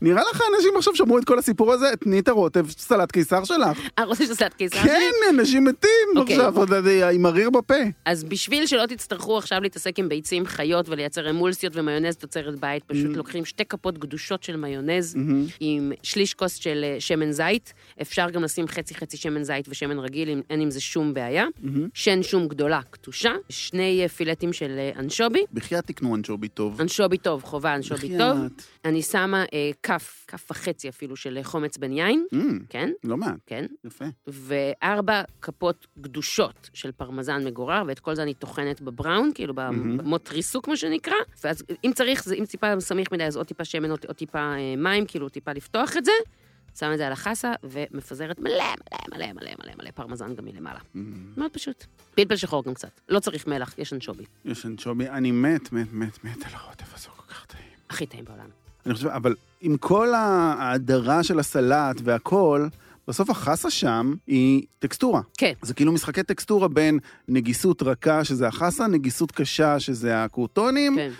Speaker 1: נראה לך אנשים עכשיו שמעו את כל הסיפור הזה, תני את הרוטב, סלט קיסר שלך.
Speaker 2: אה, רוצה שסלט קיסר?
Speaker 1: כן, אנשים מתים
Speaker 2: אוקיי.
Speaker 1: עכשיו, אתה יודע, עם הריר בפה.
Speaker 2: אז בשביל שלא תצטרכו עכשיו להתעסק עם ביצים חיות ולייצר אמולסיות ומיונז תוצרת בית, פשוט לוקחים שתי כפות גדושות של מיונז
Speaker 1: מהמם.
Speaker 2: עם שליש כוס של אה, שמן זית. אפשר גם לשים חצי חצי שמן זית ושמן רגיל, אם- אין עם זה שום בעיה. שן שום גדולה קטושה, שני אה, פילטים של אה, אנשובי.
Speaker 1: בחייאת תקנו אנצ'ובי טוב.
Speaker 2: אנשובי טוב, חובה אנשובי
Speaker 1: בחייאת.
Speaker 2: טוב. אני שמה אה, כף, כף וחצי אפילו של אה, חומץ בן יין,
Speaker 1: אמ,
Speaker 2: כן,
Speaker 1: לא מעט,
Speaker 2: כן.
Speaker 1: יפה.
Speaker 2: וארבע כפות גדושות של פרמזן מגורר, ואת כל זה אני טוחנת בבראון, כאילו במוט ריסוק, מה שנקרא. ואז אם צריך, זה, אם טיפה סמיך מדי, אז עוד טיפה שמן, עוד, עוד טיפה אה, מים, כאילו טיפה לפתוח את זה. שם את זה על החסה, ומפזרת מלא, מלא, מלא, מלא, מלא, מלא פרמזן גם מלמעלה.
Speaker 1: אמ,
Speaker 2: מאוד פשוט. פלפל שחור גם קצת. לא צריך מלח, יש אנשובי.
Speaker 1: יש אנצ'ובי, אני מת, מת, מת, מת על הרוטב הזה, כל כך טעים.
Speaker 2: הכי טעים בעולם.
Speaker 1: אני חושב, אבל עם כל ההאדרה של הסלט והכל, בסוף החסה שם היא טקסטורה.
Speaker 2: כן.
Speaker 1: זה כאילו משחקי טקסטורה בין נגיסות רכה, שזה החסה, נגיסות קשה, שזה הכורטונים,
Speaker 2: כן.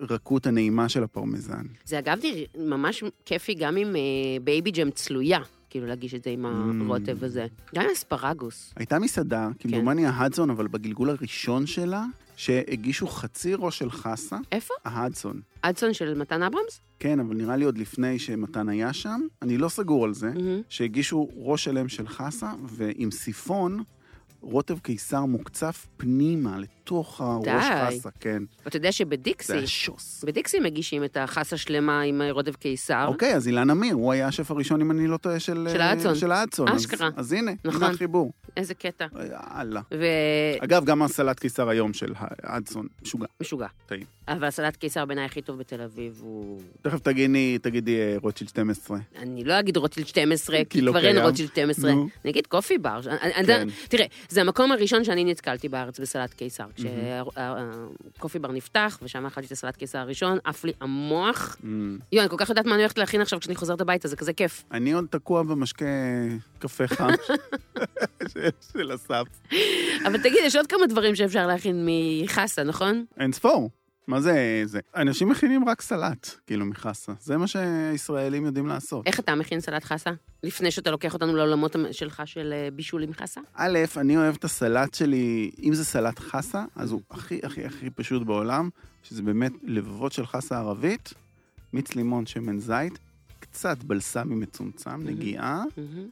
Speaker 1: והרכות הנעימה של הפרמזן.
Speaker 2: זה אגב נראה- ממש כיפי גם עם אה, בייבי ג'ם צלויה, כאילו להגיש את זה עם הרוטב הזה. גם עם אספרגוס.
Speaker 1: הייתה מסעדה, כמדומני ההדסון, אבל בגלגול הראשון שלה, שהגישו חצי ראש של חסה,
Speaker 2: איפה?
Speaker 1: ההדסון.
Speaker 2: אדסון של מתן אברהמס?
Speaker 1: כן, אבל נראה לי עוד לפני שמתן היה שם, אני לא סגור על זה,
Speaker 2: מהמם.
Speaker 1: שהגישו ראש שלם של חסה, ועם סיפון, רוטב קיסר מוקצף פנימה, לתוך הראש
Speaker 2: די.
Speaker 1: חסה, כן.
Speaker 2: ואתה יודע
Speaker 1: זה
Speaker 2: שבדיקסי,
Speaker 1: היה שוס.
Speaker 2: בדיקסי מגישים את החסה שלמה עם רוטב קיסר.
Speaker 1: אוקיי, אז אילן אמיר, הוא היה השף הראשון, אם אני לא טועה, של...
Speaker 2: של האדסון.
Speaker 1: של האדסון. אז-
Speaker 2: אשכרה.
Speaker 1: אז הנה,
Speaker 2: נכון.
Speaker 1: נכון. החיבור.
Speaker 2: איזה קטע.
Speaker 1: יאללה.
Speaker 2: ומשוגע.
Speaker 1: אגב, גם הסלט קיסר היום של האדסון, משוגע. טעים.
Speaker 2: אבל הסלט קיסר בעיניי הכי טוב בתל אביב הוא...
Speaker 1: תכף תגידי, תגידי אה, רוטשילד 12.
Speaker 2: אני לא אגיד רוטשילד 12,
Speaker 1: כי
Speaker 2: כי
Speaker 1: לא
Speaker 2: כבר אין
Speaker 1: קיים.
Speaker 2: רוטשילד 12.
Speaker 1: נו.
Speaker 2: אני אגיד קופי בר. אני- אני-
Speaker 1: כן.
Speaker 2: תראה, זה המקום הראשון שאני נתקלתי בארץ בסלט קיסר.
Speaker 1: Mm-hmm.
Speaker 2: כשקופי בר נפתח, ושם אכלתי את הסלט קיסר הראשון, עף לי המוח.
Speaker 1: אמ,
Speaker 2: יואו, אני כל כך יודעת מה אני הולכת להכין עכשיו כשאני חוזרת הביתה, זה כזה כיף.
Speaker 1: אני עוד תקוע במשקה קפה חם של- של אסף.
Speaker 2: אבל תגיד, יש עוד כמה דברים שאפשר להכין מחסה, נכון?
Speaker 1: אין ספור. מה זה זה? אנשים מכינים רק סלט, כאילו, מחסה. זה מה שהישראלים יודעים לעשות.
Speaker 2: איך אתה מכין סלט חסה? לפני שאתה לוקח אותנו לעולמות המ- שלך של אה, בישול עם חסה?
Speaker 1: א', אני אוהב את הסלט שלי, אם זה סלט חסה, אז הוא הכי הכי הכי פשוט בעולם, שזה באמת לבבות של חסה ערבית, מיץ לימון, שמן זית, קצת בלסמי מצומצם, נגיעה,
Speaker 2: מהמם.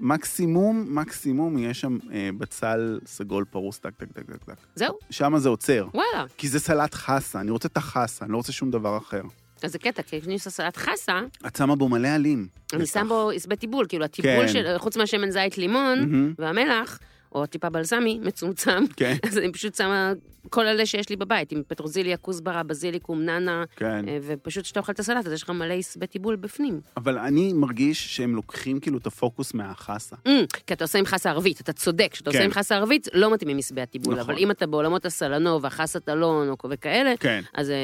Speaker 1: ומקסימום, מקסימום יהיה שם אה, בצל סגול פרוס, טק, טק, טק, טק, טק.
Speaker 2: זהו,
Speaker 1: שם זה עוצר.
Speaker 2: וואלה.
Speaker 1: כי זה סלט חסה, אני רוצה את החסה, אני לא רוצה שום דבר אחר.
Speaker 2: אז זה קטע, כי כשאני עושה סלט חסה,
Speaker 1: את שמה בו מלא עלים.
Speaker 2: אני
Speaker 1: בטח.
Speaker 2: שם בו עשבי טיבול, כאילו הטיבול
Speaker 1: כן.
Speaker 2: של, חוץ מהשמן זית לימון
Speaker 1: מהמם.
Speaker 2: והמלח, או טיפה בלסמי, מצומצם,
Speaker 1: כן,
Speaker 2: אז אני פשוט שמה כל אלה שיש לי בבית, עם פטרוזיליה, כוסברה, בזיליקום, נאנה,
Speaker 1: כן.
Speaker 2: אה, ופשוט כשאתה אוכל את הסלט, אז יש לך מלא עשבי טיבול בפנים.
Speaker 1: אבל אני מרגיש שהם לוקחים כאילו את הפוקוס מהחסה.
Speaker 2: אמ, כי אתה עושה עם חסה ערבית, אתה צודק, כשאתה עושה
Speaker 1: כן.
Speaker 2: עם חסה ערבית, לא מתאימים משבי הטיבול,
Speaker 1: נכון.
Speaker 2: אבל אם אתה בעולמות הסלנוב, החסת אלון, או וכאלה,
Speaker 1: כן,
Speaker 2: אז אה,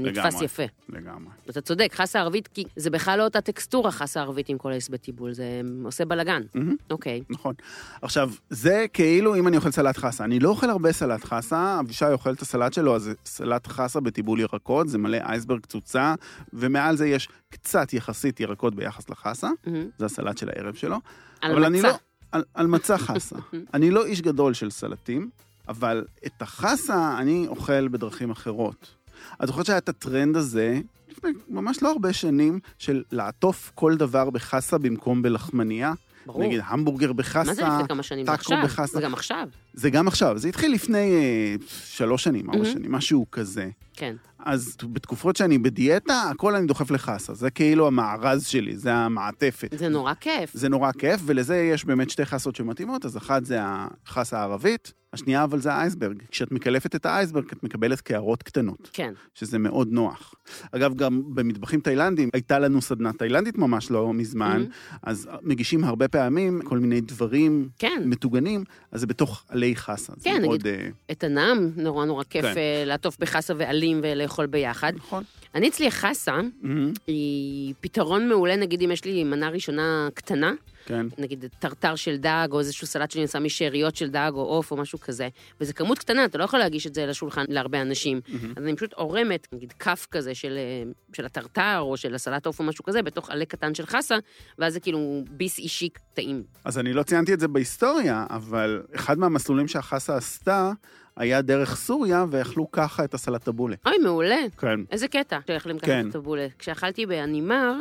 Speaker 2: נתפס
Speaker 1: לגמרי.
Speaker 2: יפה.
Speaker 1: לגמרי.
Speaker 2: אתה צודק, חסה ערבית, כי זה בכלל לא אותה טקסטורה, חסה ערבית עם כל העשבי טיבול, זה עושה בלאגן.
Speaker 1: מהמם.
Speaker 2: אוקיי.
Speaker 1: נכון. עכשיו, זה כאילו אם אני אוכל סלט חסה. אני לא אוכל הרבה סלט חסה, אבישי אוכל את הסלט שלו, אז זה סלט חסה בטיבול ירקות, זה מלא אייסברג קצוצה, ומעל זה יש קצת יחסית ירקות ביחס לחסה,
Speaker 2: מהמם.
Speaker 1: זה הסלט של הערב שלו.
Speaker 2: mm-hmm. על Mm-hmm.
Speaker 1: אבל אני
Speaker 2: מצה.
Speaker 1: לא, על, על מצה חסה. אני לא איש גדול של סלטים, אבל את החסה אני אוכל בדרכים אחרות. את זוכרת שהיה את הטרנד הזה, לפני ממש לא הרבה שנים, של לעטוף כל דבר בחסה במקום בלחמנייה?
Speaker 2: ברור.
Speaker 1: נגיד המבורגר
Speaker 2: מה זה
Speaker 1: בחסה,
Speaker 2: לפני כמה שנים? זה
Speaker 1: טאקו
Speaker 2: עכשיו.
Speaker 1: בחסה.
Speaker 2: זה גם עכשיו,
Speaker 1: זה גם עכשיו, זה התחיל לפני אה, שלוש שנים, ארבע
Speaker 2: מהמם.
Speaker 1: שנים, משהו כזה.
Speaker 2: כן.
Speaker 1: אז בתקופות שאני בדיאטה, הכל אני דוחף לחסה, זה כאילו המארז שלי, זה המעטפת.
Speaker 2: זה נורא כיף.
Speaker 1: זה נורא כיף, ולזה יש באמת שתי חסות שמתאימות, אז אחת זה החסה הערבית, השנייה אבל זה האייסברג. כשאת מקלפת את האייסברג, את מקבלת קערות קטנות,
Speaker 2: כן.
Speaker 1: שזה מאוד נוח. אגב, גם במטבחים תאילנדים, הייתה לנו סדנה תאילנדית ממש לא מזמן,
Speaker 2: Mm-hmm.
Speaker 1: אז מגישים הרבה פעמים כל מיני דברים
Speaker 2: כן.
Speaker 1: מטוגנים, אז זה בתוך עלי חסה.
Speaker 2: כן,
Speaker 1: זה
Speaker 2: נגיד-
Speaker 1: מאוד, אה,
Speaker 2: את הנם, נורא נורא כיף
Speaker 1: כן.
Speaker 2: אה, לעטוף בחסה ועלים ולאכול ביחד.
Speaker 1: נכון.
Speaker 2: אני אצלי החסה
Speaker 1: מהמם,
Speaker 2: היא פתרון מעולה, נגיד אם יש לי מנה ראשונה קטנה,
Speaker 1: כן.
Speaker 2: נגיד טרטר של דג, או איזשהו סלט שאני עושה משאריות של דג, או עוף, או משהו כזה. וזה כמות קטנה, אתה לא יכול להגיש את זה לשולחן להרבה אנשים.
Speaker 1: מהמם.
Speaker 2: אז אני פשוט עורמת, נגיד כף כזה של, אה, של הטרטר, או של הסלט עוף או משהו כזה, בתוך עלה קטן של חסה, ואז זה כאילו ביס אישי טעים.
Speaker 1: אז אני לא ציינתי את זה בהיסטוריה, אבל אחד מהמסלולים שהחסה עשתה היה דרך סוריה, ואכלו ככה את הסלטבולה.
Speaker 2: אוי, מעולה.
Speaker 1: כן.
Speaker 2: איזה קטע, שאכלים ככה
Speaker 1: כן.
Speaker 2: את הטבולה. כשאכלתי באנימר,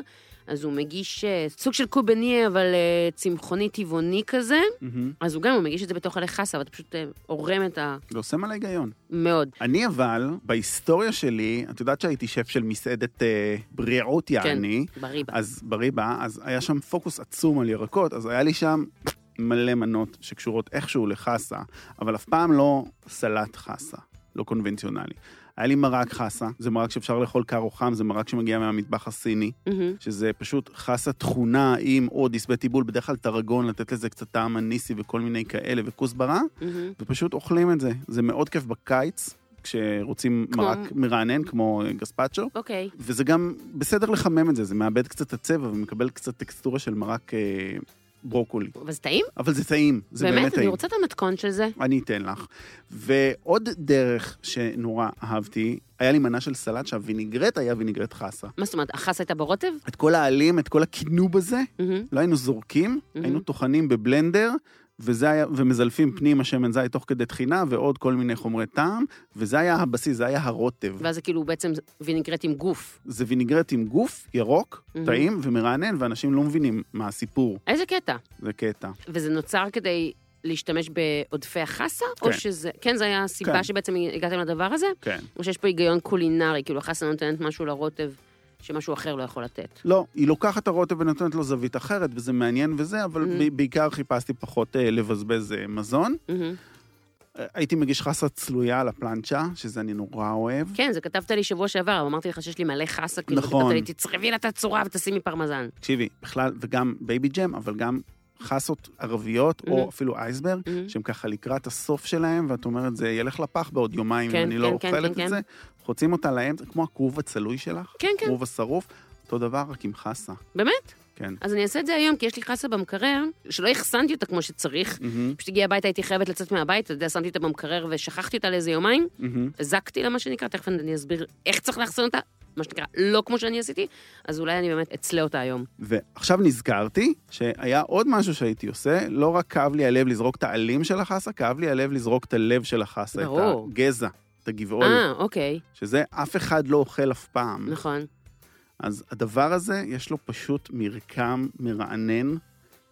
Speaker 2: אז הוא מגיש אה, סוג של קובניה, אבל אה, צמחוני טבעוני כזה,
Speaker 1: מהמם.
Speaker 2: אז הוא גם הוא מגיש את זה בתוך עלי חסה, ואתה פשוט אה, עורם את ה...
Speaker 1: זה כאילו, עושה מלא היגיון.
Speaker 2: מאוד.
Speaker 1: אני אבל, בהיסטוריה שלי, את יודעת שהייתי שף של מסעדת אה, בריאות יעני,
Speaker 2: בריבה.
Speaker 1: אז בריבה, אז היה שם פוקוס עצום על ירקות, אז היה לי שם מלא מנות שקשורות איכשהו לחסה, אבל אף פעם לא סלט חסה, לא קונבנציונלי. היה לי מרק חסה, זה מרק שאפשר לאכול קר או חם, זה מרק שמגיע מהמטבח הסיני.
Speaker 2: מהמם.
Speaker 1: שזה פשוט חסה תכונה עם עוד עשבי טיבול, בדרך כלל טרגון, לתת לזה קצת טעם אניסי וכל מיני כאלה וכוסברה,
Speaker 2: מהמם.
Speaker 1: ופשוט אוכלים את זה. זה מאוד כיף בקיץ, כשרוצים
Speaker 2: כמו-
Speaker 1: מרק מרענן, כמו אה, גספצ'ו,
Speaker 2: אוקיי.
Speaker 1: וזה גם בסדר לחמם את זה, זה מאבד קצת את הצבע ומקבל קצת טקסטורה של מרק אה, ברוקולי.
Speaker 2: אבל זה טעים?
Speaker 1: אבל זה טעים, זה באמת,
Speaker 2: באמת? אני
Speaker 1: טעים.
Speaker 2: רוצה את המתכון של זה.
Speaker 1: אני אתן לך. ועוד דרך שנורא אהבתי, היה לי מנה של סלט שהוויניגרט היה ויניגרט חסה.
Speaker 2: מה זאת אומרת, החסה הייתה ברוטב?
Speaker 1: את כל העלים, את כל הקינוב הזה,
Speaker 2: מהמם.
Speaker 1: לא היינו זורקים,
Speaker 2: Mhm.
Speaker 1: היינו טוחנים בבלנדר, וזה היה, ומזלפים פנימה שמן זית תוך כדי טחינה, ועוד כל מיני חומרי טעם, וזה היה הבסיס, זה היה הרוטב.
Speaker 2: ואז זה כאילו בעצם וינגרט עם גוף.
Speaker 1: זה וינגרט עם גוף, ירוק,
Speaker 2: Mhm.
Speaker 1: טעים ומרענן, ואנשים לא מבינים מה הסיפור,
Speaker 2: איזה קטע.
Speaker 1: זה קטע.
Speaker 2: וזה נוצר כדי להשתמש בעודפי החסה? או
Speaker 1: כן.
Speaker 2: שזה... כן, זו הייתה
Speaker 1: כן.
Speaker 2: הסיבה שבעצם הגעתם לדבר הזה?
Speaker 1: כן.
Speaker 2: או שיש פה היגיון קולינרי, כאילו החסה נותנת משהו לרוטב שמשהו אחר לא יכול לתת.
Speaker 1: לא, היא לוקחת את הרוטב ונותנת לו זווית אחרת, וזה מעניין וזה, אבל
Speaker 2: Mhm.
Speaker 1: ב- בעיקר חיפשתי פחות אה, לבזבז אה, מזון.
Speaker 2: מהמם.
Speaker 1: אה, הייתי מגיש חסה צלויה על הפלנצ'ה, שזה אני נורא אוהב.
Speaker 2: כן, זה כתבת לי שבוע שעבר, אמרתי לך שיש לי מלא חסה, כאילו,
Speaker 1: נכון.
Speaker 2: כתבת לי, תצרבי לה את הצורה ותשימי פרמזן.
Speaker 1: תקשיבי, בכלל, וגם בייבי ג'ם, אבל גם חסות ערביות, או
Speaker 2: Mhm.
Speaker 1: אפילו אייסברג,
Speaker 2: Mhm.
Speaker 1: שהם ככה לקראת הסוף שלהם, ואת אומרת, זה ילך לפח בעוד יומיים, אם
Speaker 2: כן,
Speaker 1: אני לא
Speaker 2: כן, כן,
Speaker 1: אוכלת
Speaker 2: כן,
Speaker 1: את
Speaker 2: כן.
Speaker 1: זה. חוצים אותה לאמצע, כמו הכרוב הצלוי שלך,
Speaker 2: כן, כן.
Speaker 1: הכרוב השרוף, אותו דבר, רק עם חסה,
Speaker 2: באמת?
Speaker 1: כן.
Speaker 2: אז אני אעשה את זה היום, כי יש לי חסה במקרר, שלא אחסנתי אותה כמו שצריך.
Speaker 1: מהמם,
Speaker 2: פשוט הגיעה הביתה, הייתי חייבת לצאת מהבית, אתה יודע, שמתי אותה במקרר ושכחתי אותה לאיזה יומיים.
Speaker 1: מהמם.
Speaker 2: הזקתי לה, מה שנקרא, תכף אני אסביר איך צריך לאחסן אותה, מה שנקרא, לא כמו שאני עשיתי, אז אולי אני באמת אצלה אותה היום.
Speaker 1: ועכשיו נזכרתי שהיה עוד משהו שהייתי עושה, לא רק כאב לי הלב לזרוק את העלים של החסה, כאב לי הלב לזרוק את הלב של החסה, את
Speaker 2: ברור.
Speaker 1: הגזע, את הגבעול,
Speaker 2: אה, אוקיי,
Speaker 1: שזה אף אחד לא אוכל אף פעם.
Speaker 2: נכון.
Speaker 1: אז הדבר הזה, יש לו פשוט מרקם מרענן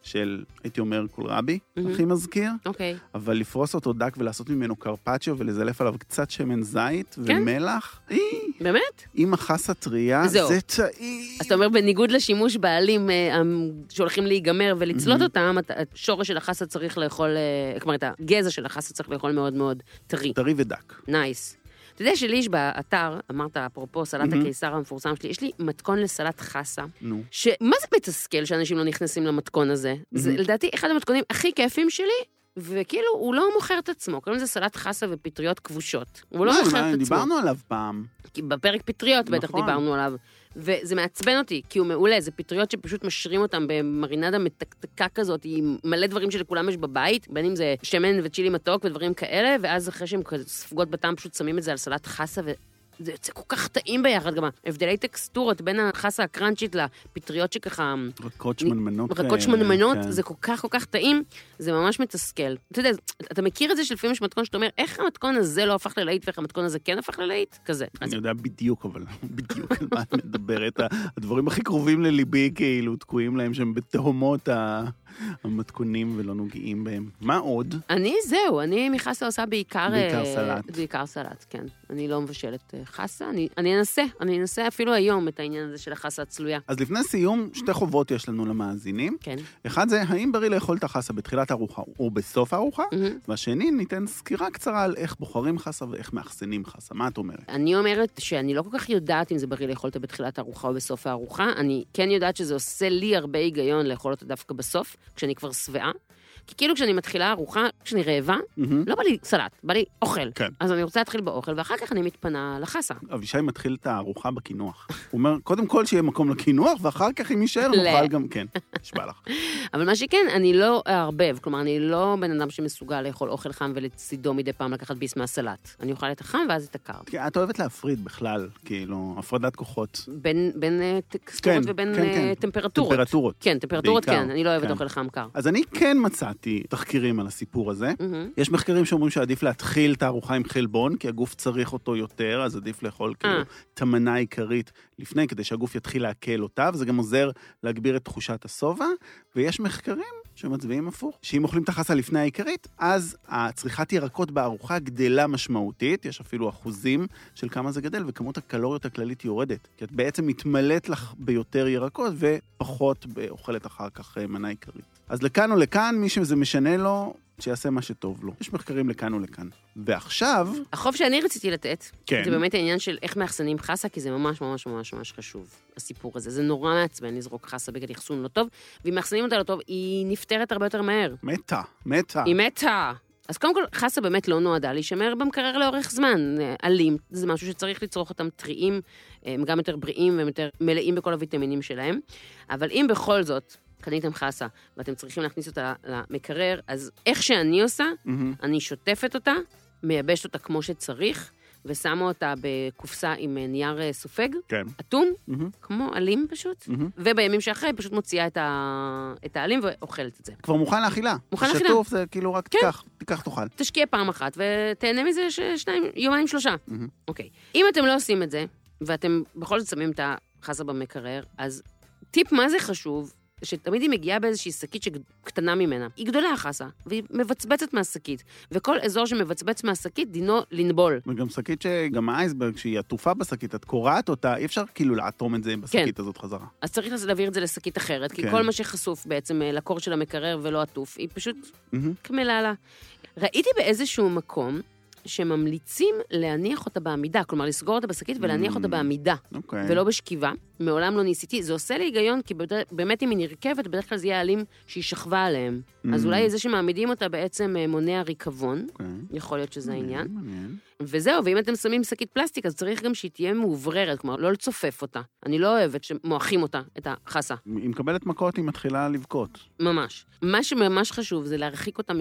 Speaker 1: של, הייתי אומר, קולרבי,
Speaker 2: מהמם.
Speaker 1: הכי מזכיר,
Speaker 2: אוקיי.
Speaker 1: אבל לפרוס אותו דק ולעשות ממנו קרפצ'יו ולזלף עליו קצת שמן זית
Speaker 2: כן.
Speaker 1: ומלח, אי,
Speaker 2: באמת?
Speaker 1: עם החסה טריה,
Speaker 2: זהו.
Speaker 1: זה טעים.
Speaker 2: אז אתה אומר, בניגוד לשימוש בעלים אה, המ- שהולכים להיגמר ולצלות
Speaker 1: Mhm.
Speaker 2: אותם, אתה- השורש של החסה צריך לאכול, אה, כלומר, את הגזע של החסה צריך לאכול מאוד מאוד טרי.
Speaker 1: טרי ודק.
Speaker 2: נייס. אתה יודע שלי יש באתר, אמרת אפרופו סלט
Speaker 1: Mhm.
Speaker 2: הקיסר המפורסם שלי, יש לי מתכון לסלט חסה,
Speaker 1: נו.
Speaker 2: שמה זה מתסכל שאנשים לא נכנסים למתכון הזה?
Speaker 1: Mhm.
Speaker 2: זה לדעתי אחד המתכונים הכי כיפים שלי, וכאילו הוא לא מוכר את עצמו, קוראים לזה סלט חסה ופטריות כבושות. הוא לא
Speaker 1: מה,
Speaker 2: מוכר
Speaker 1: מה,
Speaker 2: את עצמו.
Speaker 1: דיברנו עליו פעם.
Speaker 2: כי בפרק פטריות בטח
Speaker 1: נכון.
Speaker 2: דיברנו עליו. וזה מעצבן אותי, כי הוא מעולה, זה פטריות שפשוט משרים אותם במרינדה מתקתקה כזאת, עם מלא דברים שלכולם יש בבית, בין אם זה שמן וצ'ילי מתוק ודברים כאלה, ואז אחרי שהן כזה ספוגות בטעם, פשוט שמים את זה על סלט חסה, וזה יוצא כל כך טעים ביחד, גם הבדלי טקסטורות בין החסה הקראנצ'ית לפטריות שככה...
Speaker 1: רכות שמנמנות.
Speaker 2: רקות
Speaker 1: כאלה,
Speaker 2: שמנמנות,
Speaker 1: כן.
Speaker 2: זה כל כך כל כך טעים, זה ממש מתסכל. אתה יודע, אתה מכיר את זה שלפעמים יש מתכון שאתה אומר, איך המתכון הזה לא הפך ללהיט ואיך המתכון הזה כן הפך ללהיט? כזה. אז
Speaker 1: אני יודע בדיוק, אבל בדיוק על מה את מדברת. הדברים הכי קרובים לליבי, כאילו, תקועים להם שם בתהומות ה... המתכונים ולא נוגעים בהם. מה עוד?
Speaker 2: אני זהו, אני מחסה עושה בעיקר...
Speaker 1: בעיקר
Speaker 2: אה,
Speaker 1: סלט.
Speaker 2: בעיקר סלט, כן. אני לא מבשלת אה, חסה, אני, אני אנסה, אני אנסה אפילו היום את העניין הזה של החסה הצלויה.
Speaker 1: אז לפני סיום, שתי חובות יש לנו למאזינים.
Speaker 2: כן.
Speaker 1: אחד זה, האם בריא לאכול את החסה בתחילת הארוחה או בסוף הארוחה?
Speaker 2: מהמם.
Speaker 1: והשני, ניתן סקירה קצרה על איך בוחרים חסה ואיך מאחסנים חסה. מה את אומרת?
Speaker 2: אני אומרת שאני לא כל כך יודעת אם זה בריא לאכול אותה בתחילת הארוחה או בסוף הארוחה. אני כן יודעת שזה עושה לי הרבה היגיון לאכול אותה דווקא בסוף, כשאני כבר שבעה. כי כאילו כשאני מתחילה ארוחה, כשאני רעבה,
Speaker 1: מהמם.
Speaker 2: לא בא לי סלט, בא לי אוכל.
Speaker 1: כן.
Speaker 2: אז אני רוצה להתחיל באוכל, ואחר כך אני מתפנה לחסה.
Speaker 1: אבישי מתחיל את הארוחה בקינוח. הוא אומר, קודם כל שיהיה מקום לקינוח, ואחר כך אם יישאר נאכל
Speaker 2: לא.
Speaker 1: גם, כן, נשבע לך.
Speaker 2: אבל מה שכן, אני לא אערבב, כלומר, אני לא בן אדם שמסוגל לאכול אוכל חם ולצידו מדי פעם לקחת ביס מהסלט. אני אוכל את החם ואז את הקר.
Speaker 1: כי כן, את אוהבת להפריד בכלל, כאילו, הפרדת כוחות.
Speaker 2: בין, בין אה, טקסטורות
Speaker 1: כן,
Speaker 2: ובין
Speaker 1: כן,
Speaker 2: אה,
Speaker 1: כן.
Speaker 2: טמפרטורות.
Speaker 1: טמפרטורות.
Speaker 2: כן, טמפרטורות
Speaker 1: בעיקר,
Speaker 2: כן, אני לא אוהבת
Speaker 1: כן.
Speaker 2: אוכל חם קר.
Speaker 1: אז אני כן מצאתי תחקירים על הסיפור הזה.
Speaker 2: מהמם.
Speaker 1: יש מחקרים שאומרים שעדיף להתחיל את הארוחה עם חלבון, כי הגוף צריך אותו יותר, אז עדיף לאכול כאילו
Speaker 2: אה.
Speaker 1: את המנה העיקרית לפני, כדי שהגוף יתחיל לעכל אותה, וזה גם עוזר להגביר את תחושת השובע. ויש מחקרים שמצביעים הפוך, שאם אוכלים את החסה לפני העיקרית, אז צריכת ירקות בארוחה גדלה משמעותית, יש אפילו אחוזים של כמה זה גדל, וכמות הקלוריות הכללית יורדת. כי את בעצם מתמלאת לך ביותר ירקות ופחות אוכלת אחר כך אה, מנה עיקרית. אז לכאן או לכאן, מי שזה משנה לו, שיעשה מה שטוב לו. יש מחקרים לכאן או לכאן. ועכשיו,
Speaker 2: החוב שאני רציתי לתת,
Speaker 1: כן.
Speaker 2: זה באמת העניין של איך מאחסנים חסה, כי זה ממש ממש ממש ממש חשוב, הסיפור הזה. זה נורא מעצבן לזרוק חסה בגלל אחסון לא טוב, ואם מאחסנים אותה לא טוב, היא נפתרת הרבה יותר מהר.
Speaker 1: מתה, מתה.
Speaker 2: היא מתה. אז קודם כל, חסה באמת לא נועדה להישמר במקרר לאורך זמן. אה, עלים, זה משהו שצריך לצרוך אותם טריים, הם גם יותר בריאים והם יותר מלאים בכל הוויטמינים שלהם. אבל אם בכל זאת קניתם חסה ואתם צריכים להכניס אותה למקרר, אז איך שאני עושה,
Speaker 1: מהמם.
Speaker 2: אני שוטפת אותה, מייבשת אותה כמו שצריך, ושמה אותה בקופסה עם אה, נייר אה, סופג,
Speaker 1: כן.
Speaker 2: אטום,
Speaker 1: מהמם.
Speaker 2: כמו עלים פשוט,
Speaker 1: מהמם.
Speaker 2: ובימים שאחרי פשוט מוציאה את ה- את העלים ואוכלת את זה.
Speaker 1: כבר מוכן לאכילה.
Speaker 2: מוכן
Speaker 1: שטוף,
Speaker 2: לאכילה.
Speaker 1: זה כאילו רק
Speaker 2: כן.
Speaker 1: תיקח, תיקח תאכל.
Speaker 2: תשקיע פעם אחת ותהנה מזה ש- שניים, יומיים שלושה.
Speaker 1: מהמם.
Speaker 2: אוקיי. אם אתם לא עושים את זה, ואתם בכל זאת שמים את החסה במקרר, אז טיפ מה זה חשוב, שתמיד היא מגיעה באיזושהי שקית שקטנה ממנה. היא גדולה החסה, והיא מבצבצת מהשקית, וכל אזור שמבצבץ מהשקית דינו לנבול.
Speaker 1: וגם שקית שגם האייסברג, שהיא עטופה בשקית, את קורעת אותה, אי אפשר כאילו לאטום את זה
Speaker 2: כן.
Speaker 1: בשקית הזאת חזרה.
Speaker 2: אז צריך להעביר את זה לשקית אחרת, כי
Speaker 1: כן.
Speaker 2: כל מה שחשוף בעצם אה, לקור של המקרר ולא עטוף, היא פשוט
Speaker 1: מהמם.
Speaker 2: קמלה לה. ראיתי באיזשהו מקום שממליצים להניח אותה בעמידה, כלומר לסגור אותה בשקית ולהניח אותה
Speaker 1: Mm.
Speaker 2: בעמידה,
Speaker 1: אוקיי.
Speaker 2: ולא בשכיבה. מעולם לא ניסיתי, זה עושה לי היגיון, כי בד- באמת אם היא נרכבת, בדרך כלל זה יהיה העלים שהיא שכבה עליהם. אז
Speaker 1: Mm.
Speaker 2: אולי זה שמעמידים אותה בעצם אה, מונע ריקבון,
Speaker 1: אוקיי.
Speaker 2: יכול להיות שזה
Speaker 1: מעניין,
Speaker 2: העניין.
Speaker 1: מעניין.
Speaker 2: וזהו, ואם אתם שמים שקית פלסטיק, אז צריך גם שהיא תהיה מאובררת, כלומר, לא לצופף אותה. אני לא אוהבת שמועכים אותה, את החסה.
Speaker 1: היא מקבלת מכות, היא מתחילה לבכות.
Speaker 2: ממש. מה שממש חשוב זה להרחיק אותה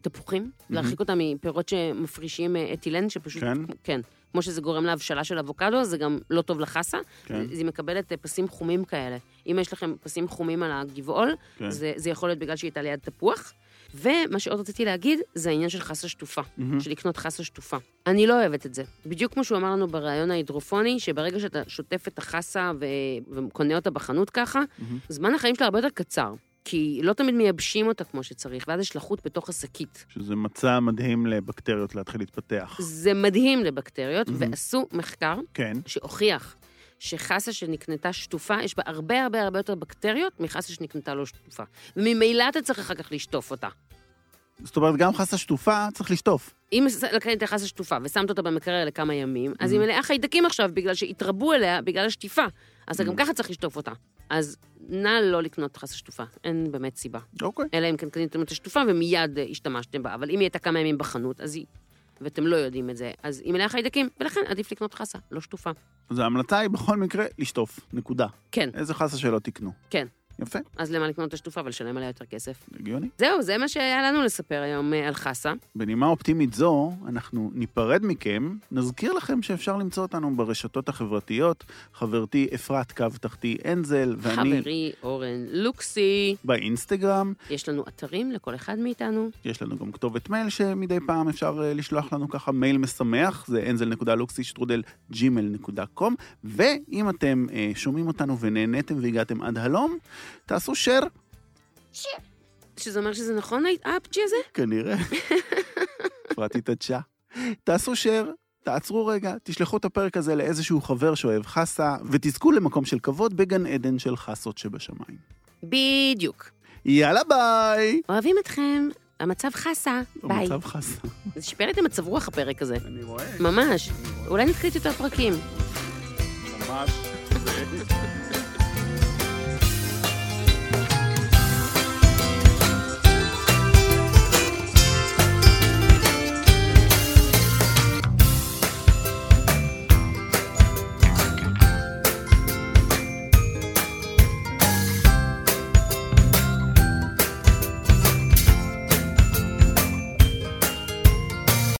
Speaker 2: מתפוחים, להרחיק אותה מפירות שמפרישים אה, אתילן, שפשוט...
Speaker 1: Mm-hmm. כן?
Speaker 2: כן. כמו שזה גורם להבשלה של אבוקדו, זה גם לא טוב לחסה.
Speaker 1: כן.
Speaker 2: אז היא מקבלת אה, פסים חומים כאלה. אם יש לכם פסים חומים על הגבעול,
Speaker 1: כן.
Speaker 2: זה, זה יכול להיות בגלל שהיא הייתה ליד תפוח. ומה שעוד רציתי להגיד, זה העניין של חסה שטופה,
Speaker 1: מהמם.
Speaker 2: של לקנות חסה שטופה. אני לא אוהבת את זה. בדיוק כמו שהוא אמר לנו בריאיון ההידרופוני, שברגע שאתה שוטף את החסה ו... וקונה אותה בחנות ככה,
Speaker 1: מהמם.
Speaker 2: זמן החיים שלה הרבה יותר קצר. כי לא תמיד מייבשים אותה כמו שצריך, ואז יש לחות בתוך השקית.
Speaker 1: שזה מצע מדהים לבקטריות להתחיל להתפתח.
Speaker 2: זה מדהים לבקטריות,
Speaker 1: מהמם.
Speaker 2: ועשו מחקר
Speaker 1: כן.
Speaker 2: שהוכיח שחסה שנקנתה שטופה, יש בה הרבה הרבה הרבה יותר בקטריות מחסה שנקנתה לא שטופה. וממילא אתה צריך אחר כך לשטוף אותה.
Speaker 1: זאת אומרת, גם חסה שטופה צריך לשטוף.
Speaker 2: אם ס- לקחת חסה שטופה ושמת אותה במקרר לכמה ימים, אז היא
Speaker 1: Mhm.
Speaker 2: מלאה חיידקים עכשיו בגלל שהתרבו אליה בגלל השטיפה. אז אתה גם ככה צריך לשטוף אותה. אז נא לא לקנות חסה שטופה, אין באמת סיבה.
Speaker 1: אוקיי.
Speaker 2: אלא אם כן קניתם את השטופה ומיד אה, השתמשתם בה, אבל אם היא הייתה כמה ימים בחנות, אז היא... ואתם לא יודעים את זה, אז היא מלאה חיידקים, ולכן עדיף לקנות חסה, לא שטופה.
Speaker 1: אז ההמלצה היא בכל מקרה לשטוף, נקודה.
Speaker 2: כן,
Speaker 1: איזה חסה שלא תקנו.
Speaker 2: כן.
Speaker 1: יפה,
Speaker 2: אז למה לקנות את השטופה ולשלם עליה יותר כסף?
Speaker 1: הגיוני.
Speaker 2: זהו, זה מה שהיה לנו לספר היום אה, על חסה.
Speaker 1: בנימה אופטימית זו, אנחנו ניפרד מכם, נזכיר לכם שאפשר למצוא אותנו ברשתות החברתיות, חברתי אפרת קו תחתי אנזל, ואני
Speaker 2: חברי אורן לוקסי,
Speaker 1: באינסטגרם,
Speaker 2: יש לנו אתרים לכל אחד מאיתנו.
Speaker 1: יש לנו גם כתובת מייל שמדי פעם אפשר אה, לשלוח לנו ככה מייל משמח, זה anzel.luxy.gmail.com, ואם אתם אה, שומעים אותנו ונהניתם והגעתם עד הלום, תעשו share.
Speaker 2: שזה אומר שזה נכון, האפצ'י הזה?
Speaker 1: כנראה. הפרעתי את הצ'ה. תעשו share, תעצרו רגע, תשלחו את הפרק הזה לאיזשהו חבר שאוהב חסה, ותזכו למקום של כבוד בגן עדן של חסות שבשמיים.
Speaker 2: בדיוק.
Speaker 1: יאללה ביי!
Speaker 2: אוהבים אתכם, המצב חסה, ביי.
Speaker 1: מצב חסה.
Speaker 2: זה שיפר לי את המצב רוח הפרק הזה,
Speaker 1: אני רואה,
Speaker 2: ממש. אולי נתחיל את יותר פרקים.
Speaker 1: ממש.